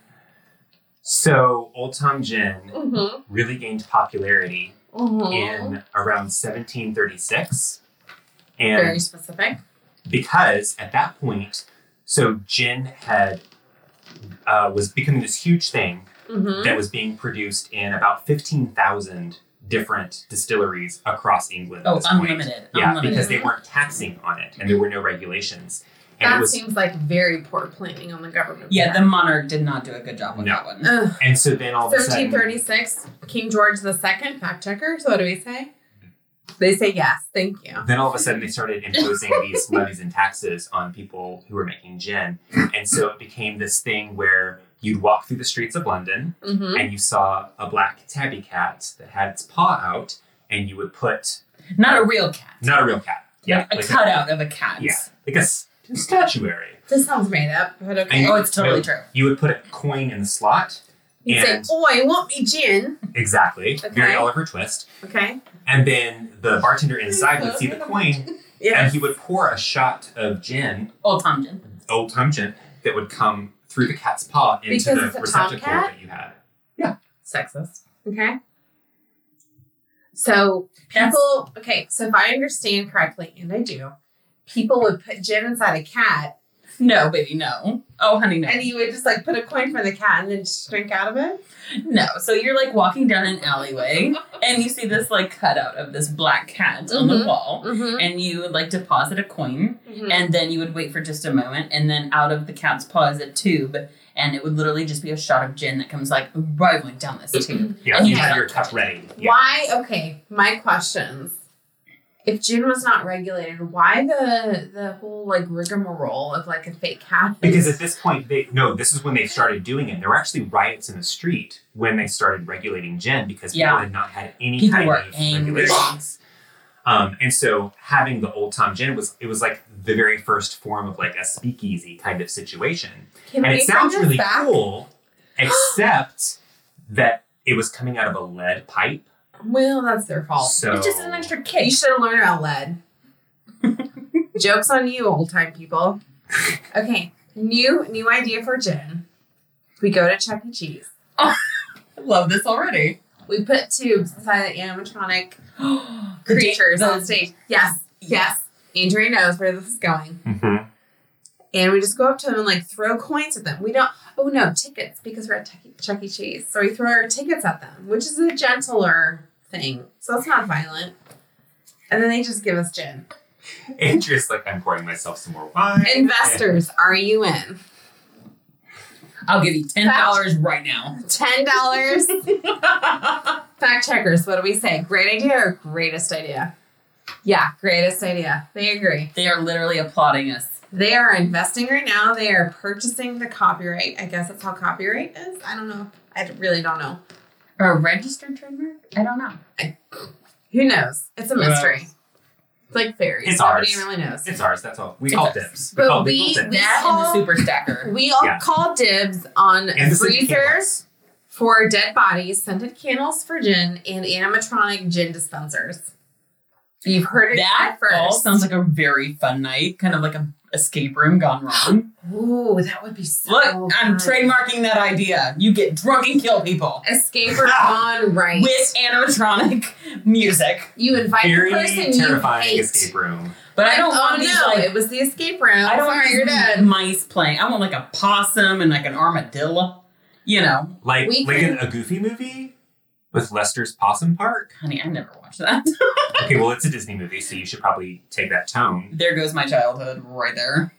Speaker 4: So Old Tom Gin
Speaker 3: Mm-hmm.
Speaker 4: really gained popularity
Speaker 3: Mm-hmm.
Speaker 4: in around 1736, and
Speaker 3: Very specific.
Speaker 4: because at that point, so gin had uh, was becoming this huge thing
Speaker 3: Mm-hmm.
Speaker 4: that was being produced in about fifteen thousand different distilleries across England. at
Speaker 5: Oh,
Speaker 4: this point.
Speaker 5: unlimited.
Speaker 4: Yeah,
Speaker 5: unlimited.
Speaker 4: because they weren't taxing on it and there were no regulations, and
Speaker 3: That
Speaker 4: it was
Speaker 3: seems like very poor planning on the government.
Speaker 5: yeah, the monarch did not do a good job with
Speaker 4: No.
Speaker 5: that one.
Speaker 3: Ugh.
Speaker 4: and so then all of a sudden,
Speaker 3: 1736, King George the Second, fact checker. So what do we say? They say yes. Thank you.
Speaker 4: then all of a sudden they started imposing these levies and taxes on people who were making gin, and so it became this thing where you'd walk through the streets of London.
Speaker 3: Mm-hmm.
Speaker 4: and you saw a black tabby cat that had its paw out, and you would put
Speaker 5: Not a real cat.
Speaker 4: not a real cat, yeah,
Speaker 5: a
Speaker 4: like
Speaker 5: cutout of a cat.
Speaker 4: yeah, like a s- statuary.
Speaker 3: This sounds made up, but okay.
Speaker 4: And-
Speaker 5: Oh, it's totally
Speaker 4: No.
Speaker 5: true.
Speaker 4: You would put a coin in the slot,
Speaker 3: You say, [LAUGHS]
Speaker 4: and
Speaker 3: "Oh, I want me gin."
Speaker 4: exactly,
Speaker 3: Okay.
Speaker 4: very Oliver Twist.
Speaker 3: Okay.
Speaker 4: And then the bartender inside would see
Speaker 3: [LAUGHS]
Speaker 4: the coin,
Speaker 3: Yeah.
Speaker 4: and he would pour a shot of gin,
Speaker 5: Old Tom Gin.
Speaker 4: old Tom gin, that would come through the cat's paw into
Speaker 3: Because it's
Speaker 4: the
Speaker 3: a
Speaker 4: receptacle
Speaker 3: tomcat?
Speaker 4: that you had.
Speaker 5: Sexist.
Speaker 3: Okay. So
Speaker 5: That's-
Speaker 3: people. Okay. So if I understand correctly, and I do, people would put gin inside a cat
Speaker 5: No, baby, no. Oh, honey, no.
Speaker 3: And you would just like put a coin for the cat and then just drink out of
Speaker 4: [LAUGHS]
Speaker 3: it.
Speaker 5: No. So you're like walking down an alleyway and you see this like cutout of this black cat on the
Speaker 3: Mhm.
Speaker 5: wall.
Speaker 3: Mm-hmm.
Speaker 5: And you would like deposit a coin
Speaker 4: Mm-hmm.
Speaker 5: and then you would wait for just a moment and then out of the cat's paw is a tube and it would literally just be a shot of gin that comes like rivaling down this tube.
Speaker 4: Yeah,
Speaker 5: Okay.
Speaker 4: you have your
Speaker 3: [LAUGHS]
Speaker 4: cup ready. Yeah.
Speaker 3: Why? Okay, my questions. If gin was not regulated, why the the whole like rigmarole of like a fake cat?
Speaker 4: Because at this point, they no, this is when they started doing it. There were actually riots in the street when they started regulating gin because
Speaker 5: Yeah.
Speaker 4: people had not had any
Speaker 5: People
Speaker 4: kind
Speaker 5: were
Speaker 4: of
Speaker 5: angry.
Speaker 4: regulations. Um, and so having the old Tom gin was it was like the very first form of like a speakeasy kind of situation.
Speaker 3: Can
Speaker 4: and
Speaker 3: we
Speaker 4: it sounds
Speaker 3: bring this
Speaker 4: really
Speaker 3: back?
Speaker 5: [GASPS]
Speaker 4: cool, except that it was coming out of a lead pipe.
Speaker 3: Well, that's their fault.
Speaker 4: So
Speaker 5: Oh, It's just an extra
Speaker 3: Mm-hmm. You
Speaker 5: kick.
Speaker 3: should have learned about lead.
Speaker 5: [LAUGHS]
Speaker 3: Jokes on you, old time people. Okay, new new idea for gin. We go to Chuck E. Cheese.
Speaker 5: Love this [GASPS] already.
Speaker 3: We put tubes inside the animatronic
Speaker 5: The
Speaker 3: creatures
Speaker 5: da-
Speaker 3: on stage. Yes, yes. Andrea knows where this is going.
Speaker 4: [LAUGHS] Mhm.
Speaker 3: And we just go up to them and like throw coins at them. We don't, oh no, tickets because we're at Chuck E- Chuck E. Cheese. So we throw our tickets at them, which is a gentler thing. So it's not violent. And then they just give us gin.
Speaker 4: And just like I'm pouring myself some more wine.
Speaker 3: Investors, are you in?
Speaker 5: I'll give you ten dollars right now.
Speaker 4: [LAUGHS]
Speaker 3: $10. Fact checkers, what do we say? Great idea or greatest idea? Yeah, greatest idea. They agree.
Speaker 5: They are literally applauding us.
Speaker 3: They are investing right now. They are purchasing the copyright. I guess that's how copyright is. I don't know. I really don't know.
Speaker 5: Or a registered trademark? I don't know.
Speaker 3: Who knows? It's a
Speaker 5: Well,
Speaker 3: mystery. it's like fairies.
Speaker 4: it's
Speaker 3: Nobody
Speaker 4: ours.
Speaker 3: really knows.
Speaker 4: It's ours. That's all. We
Speaker 5: It's
Speaker 4: call
Speaker 5: ours.
Speaker 4: dibs.
Speaker 3: But
Speaker 4: we call
Speaker 3: we-
Speaker 4: we, dibs.
Speaker 5: That and the
Speaker 3: all-
Speaker 5: super stacker.
Speaker 3: [LAUGHS] we all
Speaker 4: Yeah.
Speaker 3: call dibs on
Speaker 4: And the syndicate
Speaker 3: freezers for dead bodies, scented candles for gin, and animatronic gin dispensers. You've heard it
Speaker 5: That
Speaker 3: here first.
Speaker 5: all sounds like a very fun night, kind of like a escape room gone wrong.
Speaker 3: Ooh, that would be so.
Speaker 5: Look, I'm
Speaker 3: good.
Speaker 5: trademarking that idea. You get drunk and kill people
Speaker 3: Escape or on right.
Speaker 5: Ah, with animatronic [LAUGHS] music.
Speaker 3: you invite
Speaker 4: Very
Speaker 3: the person
Speaker 4: terrifying
Speaker 3: you hate.
Speaker 4: escape room.
Speaker 5: But I don't
Speaker 3: oh,
Speaker 5: want
Speaker 3: no,
Speaker 5: these like
Speaker 3: it was the escape room.
Speaker 5: I don't want
Speaker 3: Sorry,
Speaker 5: these
Speaker 3: you're dead.
Speaker 5: mice playing. I want like a possum and like an armadillo. You know,
Speaker 4: Like
Speaker 3: We
Speaker 4: like
Speaker 3: can-
Speaker 4: in a Goofy movie with Lester's Possum Park.
Speaker 5: honey, I never watched that. [LAUGHS]
Speaker 4: Okay, well it's a Disney movie, so you should probably take that tone.
Speaker 5: there goes my childhood right there.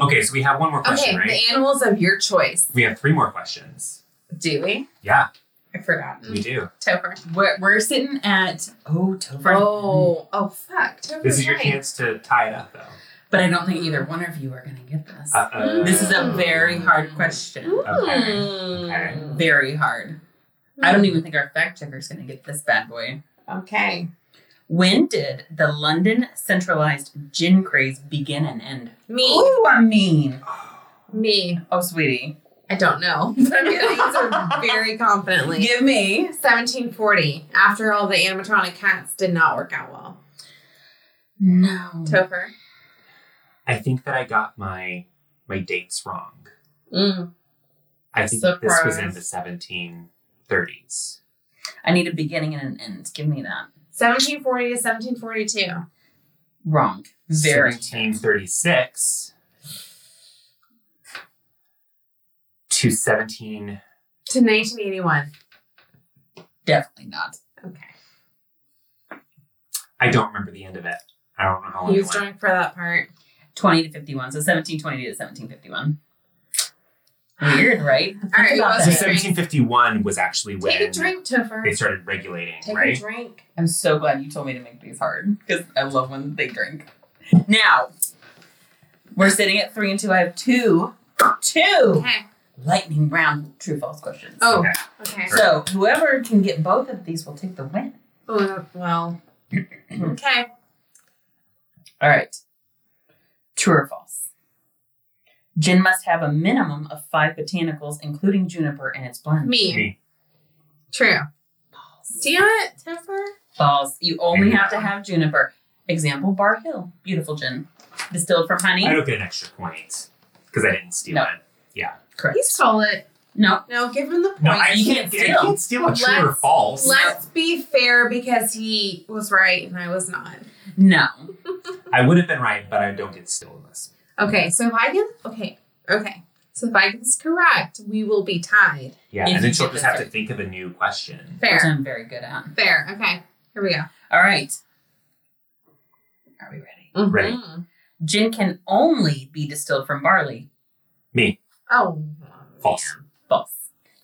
Speaker 4: Okay, so we have one more
Speaker 3: Mm-hmm. Okay,
Speaker 4: question, right?
Speaker 3: the animals of your choice.
Speaker 4: We have three more questions.
Speaker 3: Do we?
Speaker 4: Yeah,
Speaker 3: I forgot.
Speaker 4: we do.
Speaker 3: Topher.
Speaker 5: We're, we're sitting at oh Topher.
Speaker 3: Oh, oh fuck. Topher's
Speaker 4: This is your
Speaker 3: right.
Speaker 4: chance to tie it up though.
Speaker 5: but I don't think either one of you are gonna get this.
Speaker 4: Uh-oh.
Speaker 3: Mm.
Speaker 5: this is a very hard question.
Speaker 4: Okay.
Speaker 3: Mm.
Speaker 5: Very hard. I don't e- even think our fact checker's gonna get this bad boy.
Speaker 3: Okay.
Speaker 5: When did the London centralized gin craze begin and end?
Speaker 3: Me.
Speaker 5: Ooh, I mean.
Speaker 3: Me.
Speaker 5: Oh, sweetie.
Speaker 3: I don't know. [LAUGHS] But I'm gonna answer very confidently.
Speaker 5: Give me
Speaker 3: 1740. After all, the animatronic cats did not work out well.
Speaker 5: no.
Speaker 3: Topher.
Speaker 4: I think that I got my my dates wrong.
Speaker 3: Mm.
Speaker 4: I think that this was in
Speaker 3: Surprise.
Speaker 4: the seventeen thirties.
Speaker 5: I need a beginning and an end. Give me that.
Speaker 3: 1740 to 1742.
Speaker 5: Wrong. Very.
Speaker 4: seventeen thirty six to seventeen
Speaker 3: To 1981.
Speaker 5: Definitely not.
Speaker 3: Okay.
Speaker 4: I don't remember the end of it. I don't know how long
Speaker 3: He
Speaker 4: it
Speaker 3: was
Speaker 4: went.
Speaker 3: drunk for that part.
Speaker 5: 20 to 51. So 1720 to 1751. Weird, [LAUGHS] right?
Speaker 3: All right,
Speaker 5: Think about
Speaker 3: who else
Speaker 4: So
Speaker 5: that.
Speaker 3: is it?
Speaker 4: 1751 was actually when
Speaker 3: Take a drink, Topher.
Speaker 4: they started regulating,
Speaker 3: Take
Speaker 4: right?
Speaker 3: a drink.
Speaker 5: I'm so glad you told me to make these hard because I love when they drink. Now, we're sitting at three and two. I have two, two
Speaker 3: Okay.
Speaker 5: lightning round true false questions.
Speaker 3: Oh,
Speaker 4: Okay.
Speaker 3: okay.
Speaker 5: So whoever can get both of these will take the win.
Speaker 3: Oh,
Speaker 4: [CLEARS THROAT]
Speaker 3: well. okay.
Speaker 5: All right. True or false? Gin must have a minimum of five botanicals, including juniper in its blend.
Speaker 3: Me.
Speaker 4: Me.
Speaker 3: True. Damn it, Topher.
Speaker 5: False. You only
Speaker 4: Maybe.
Speaker 5: have to have juniper. Example Bar Hill. Beautiful gin. Distilled from honey.
Speaker 4: I don't get an extra point because I didn't steal
Speaker 5: No.
Speaker 4: it. Yeah.
Speaker 5: Correct.
Speaker 3: He stole it.
Speaker 5: No.
Speaker 3: No, give him the point.
Speaker 4: No, I
Speaker 5: you
Speaker 4: can't,
Speaker 5: can't
Speaker 4: I can't steal a true or
Speaker 3: Let's-
Speaker 4: false.
Speaker 3: Let's be fair because he was right and I was not.
Speaker 5: No.
Speaker 4: I would have been right, but I don't get to steal this.
Speaker 3: Okay, so if I get okay, okay. So if I get this correct, we will be tied.
Speaker 4: Yeah,
Speaker 5: If
Speaker 4: and then
Speaker 5: you
Speaker 4: she'll
Speaker 5: get
Speaker 4: just
Speaker 5: this
Speaker 4: have to
Speaker 5: right.
Speaker 4: think of a new question.
Speaker 5: which
Speaker 3: Fair,
Speaker 5: I'm very good at.
Speaker 3: fair. Okay, here we go.
Speaker 5: All right. Are we ready?
Speaker 4: Ready.
Speaker 3: Mhm.
Speaker 5: Gin can only be distilled from barley.
Speaker 4: Me.
Speaker 3: Oh,
Speaker 4: False.
Speaker 3: man.
Speaker 5: False.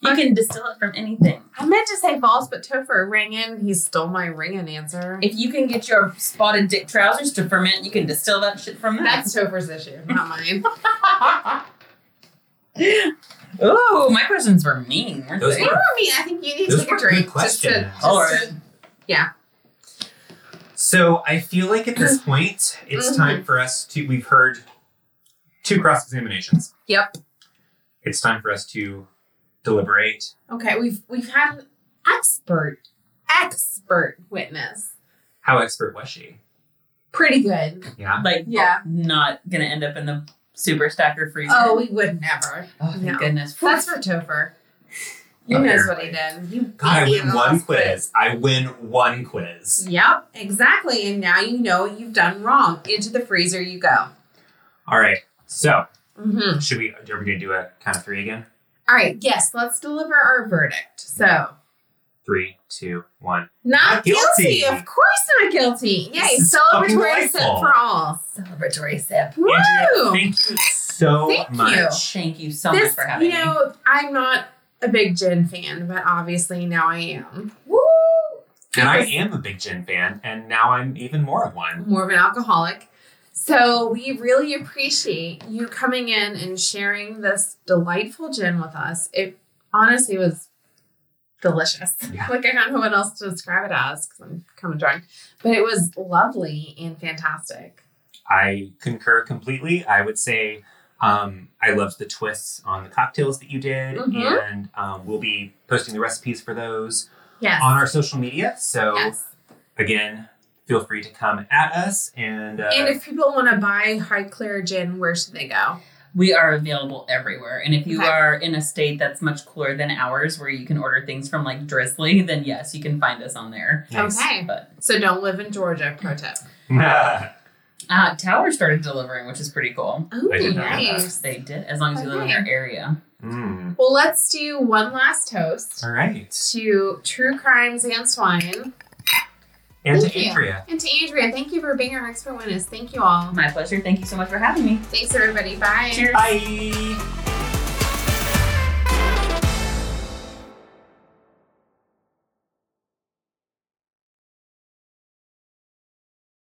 Speaker 5: You can distill it from anything.
Speaker 3: I meant to say false, but Topher rang in. He stole my ring and answer.
Speaker 5: If you can get your spotted dick trousers to ferment, you can distill that shit from that. [LAUGHS]
Speaker 3: That's [LAUGHS] Topher's issue, not [LAUGHS] mine.
Speaker 5: Ooh, my questions were mean, weren't
Speaker 4: Those
Speaker 5: they?
Speaker 3: They were mean. I think you need to
Speaker 4: Those
Speaker 3: take a
Speaker 4: were good
Speaker 3: drink. Just to,
Speaker 4: questions.
Speaker 3: just
Speaker 5: All right.
Speaker 3: to-
Speaker 4: So I feel like at
Speaker 3: Mm.
Speaker 4: this point, it's
Speaker 3: Mhm.
Speaker 4: time for us to. We've heard two cross examinations.
Speaker 3: Yep.
Speaker 4: It's time for us to deliberate.
Speaker 3: Okay, we've we've had an expert expert witness.
Speaker 4: How expert was she?
Speaker 3: Pretty good.
Speaker 4: Yeah.
Speaker 5: Like,
Speaker 3: Yeah.
Speaker 5: not gonna end up in the super stacker freezer.
Speaker 3: Oh, we would never.
Speaker 5: Oh, thank
Speaker 3: no.
Speaker 5: goodness.
Speaker 3: That's for Topher. He
Speaker 4: Okay.
Speaker 3: knows what he did. He beat
Speaker 4: I
Speaker 3: me in
Speaker 4: win
Speaker 3: the
Speaker 4: one
Speaker 3: last
Speaker 4: quiz. I win one quiz.
Speaker 3: Yep, exactly. And now you know what you've done wrong. Into the freezer you go.
Speaker 4: All right. So
Speaker 3: Mm-hmm.
Speaker 4: should we? Are we gonna do a count of three again?
Speaker 3: All right, yes, let's deliver our verdict. So,
Speaker 4: Three, two, one.
Speaker 3: not
Speaker 4: Not
Speaker 3: guilty.
Speaker 4: guilty.
Speaker 3: Of course, not guilty. Yay,
Speaker 4: This is fucking
Speaker 3: celebratory sip
Speaker 4: delightful.
Speaker 3: for all.
Speaker 5: Celebratory sip.
Speaker 3: Woo!
Speaker 4: Andrea, thank you so
Speaker 3: Thank
Speaker 4: much.
Speaker 3: you.
Speaker 5: Thank you so much
Speaker 3: this,
Speaker 5: for having
Speaker 3: you know, I'm not a big gin fan, but obviously now I am. Woo!
Speaker 4: And I am a big gin fan, and now I'm even more of one.
Speaker 3: more of an alcoholic. So we really appreciate you coming in and sharing this delightful gin with us. It honestly was delicious.
Speaker 4: Yeah.
Speaker 3: [LAUGHS] Like I don't know what else to describe it as because I'm kind of drunk, but it was lovely and fantastic.
Speaker 4: I concur completely. I would say um, I loved the twists on the cocktails that you did,
Speaker 3: Mhm.
Speaker 4: and um, we'll be posting the recipes for those
Speaker 3: Yes.
Speaker 4: on our social media. So
Speaker 3: yes.
Speaker 4: again, feel free to come at us, and, uh,
Speaker 3: and
Speaker 4: [LAUGHS]
Speaker 3: if people want to buy Highclere gin, where should they go?
Speaker 5: We are available everywhere. And if you
Speaker 3: Okay.
Speaker 5: are in a state that's much cooler than ours, where you can order things from like Drizzly, then yes, you can find us on there.
Speaker 4: Nice.
Speaker 3: Okay.
Speaker 5: But
Speaker 3: So don't live in Georgia, pro tip.
Speaker 5: uh, Tower started delivering, which is pretty cool.
Speaker 3: Oh,
Speaker 4: I did not know that.
Speaker 3: nice.
Speaker 5: They did, as long as you live in
Speaker 3: Okay.
Speaker 5: their area.
Speaker 4: Mm.
Speaker 3: Well, let's do one last toast
Speaker 4: All right,
Speaker 3: to True Crimes and Swine.
Speaker 4: and
Speaker 3: Thank
Speaker 4: to
Speaker 3: you.
Speaker 4: Andrea,
Speaker 3: And to Andrea, thank you for being our expert witness. Thank you all.
Speaker 5: My pleasure. Thank you so much for having me.
Speaker 3: Thanks, everybody. Bye.
Speaker 5: Cheers.
Speaker 4: bye.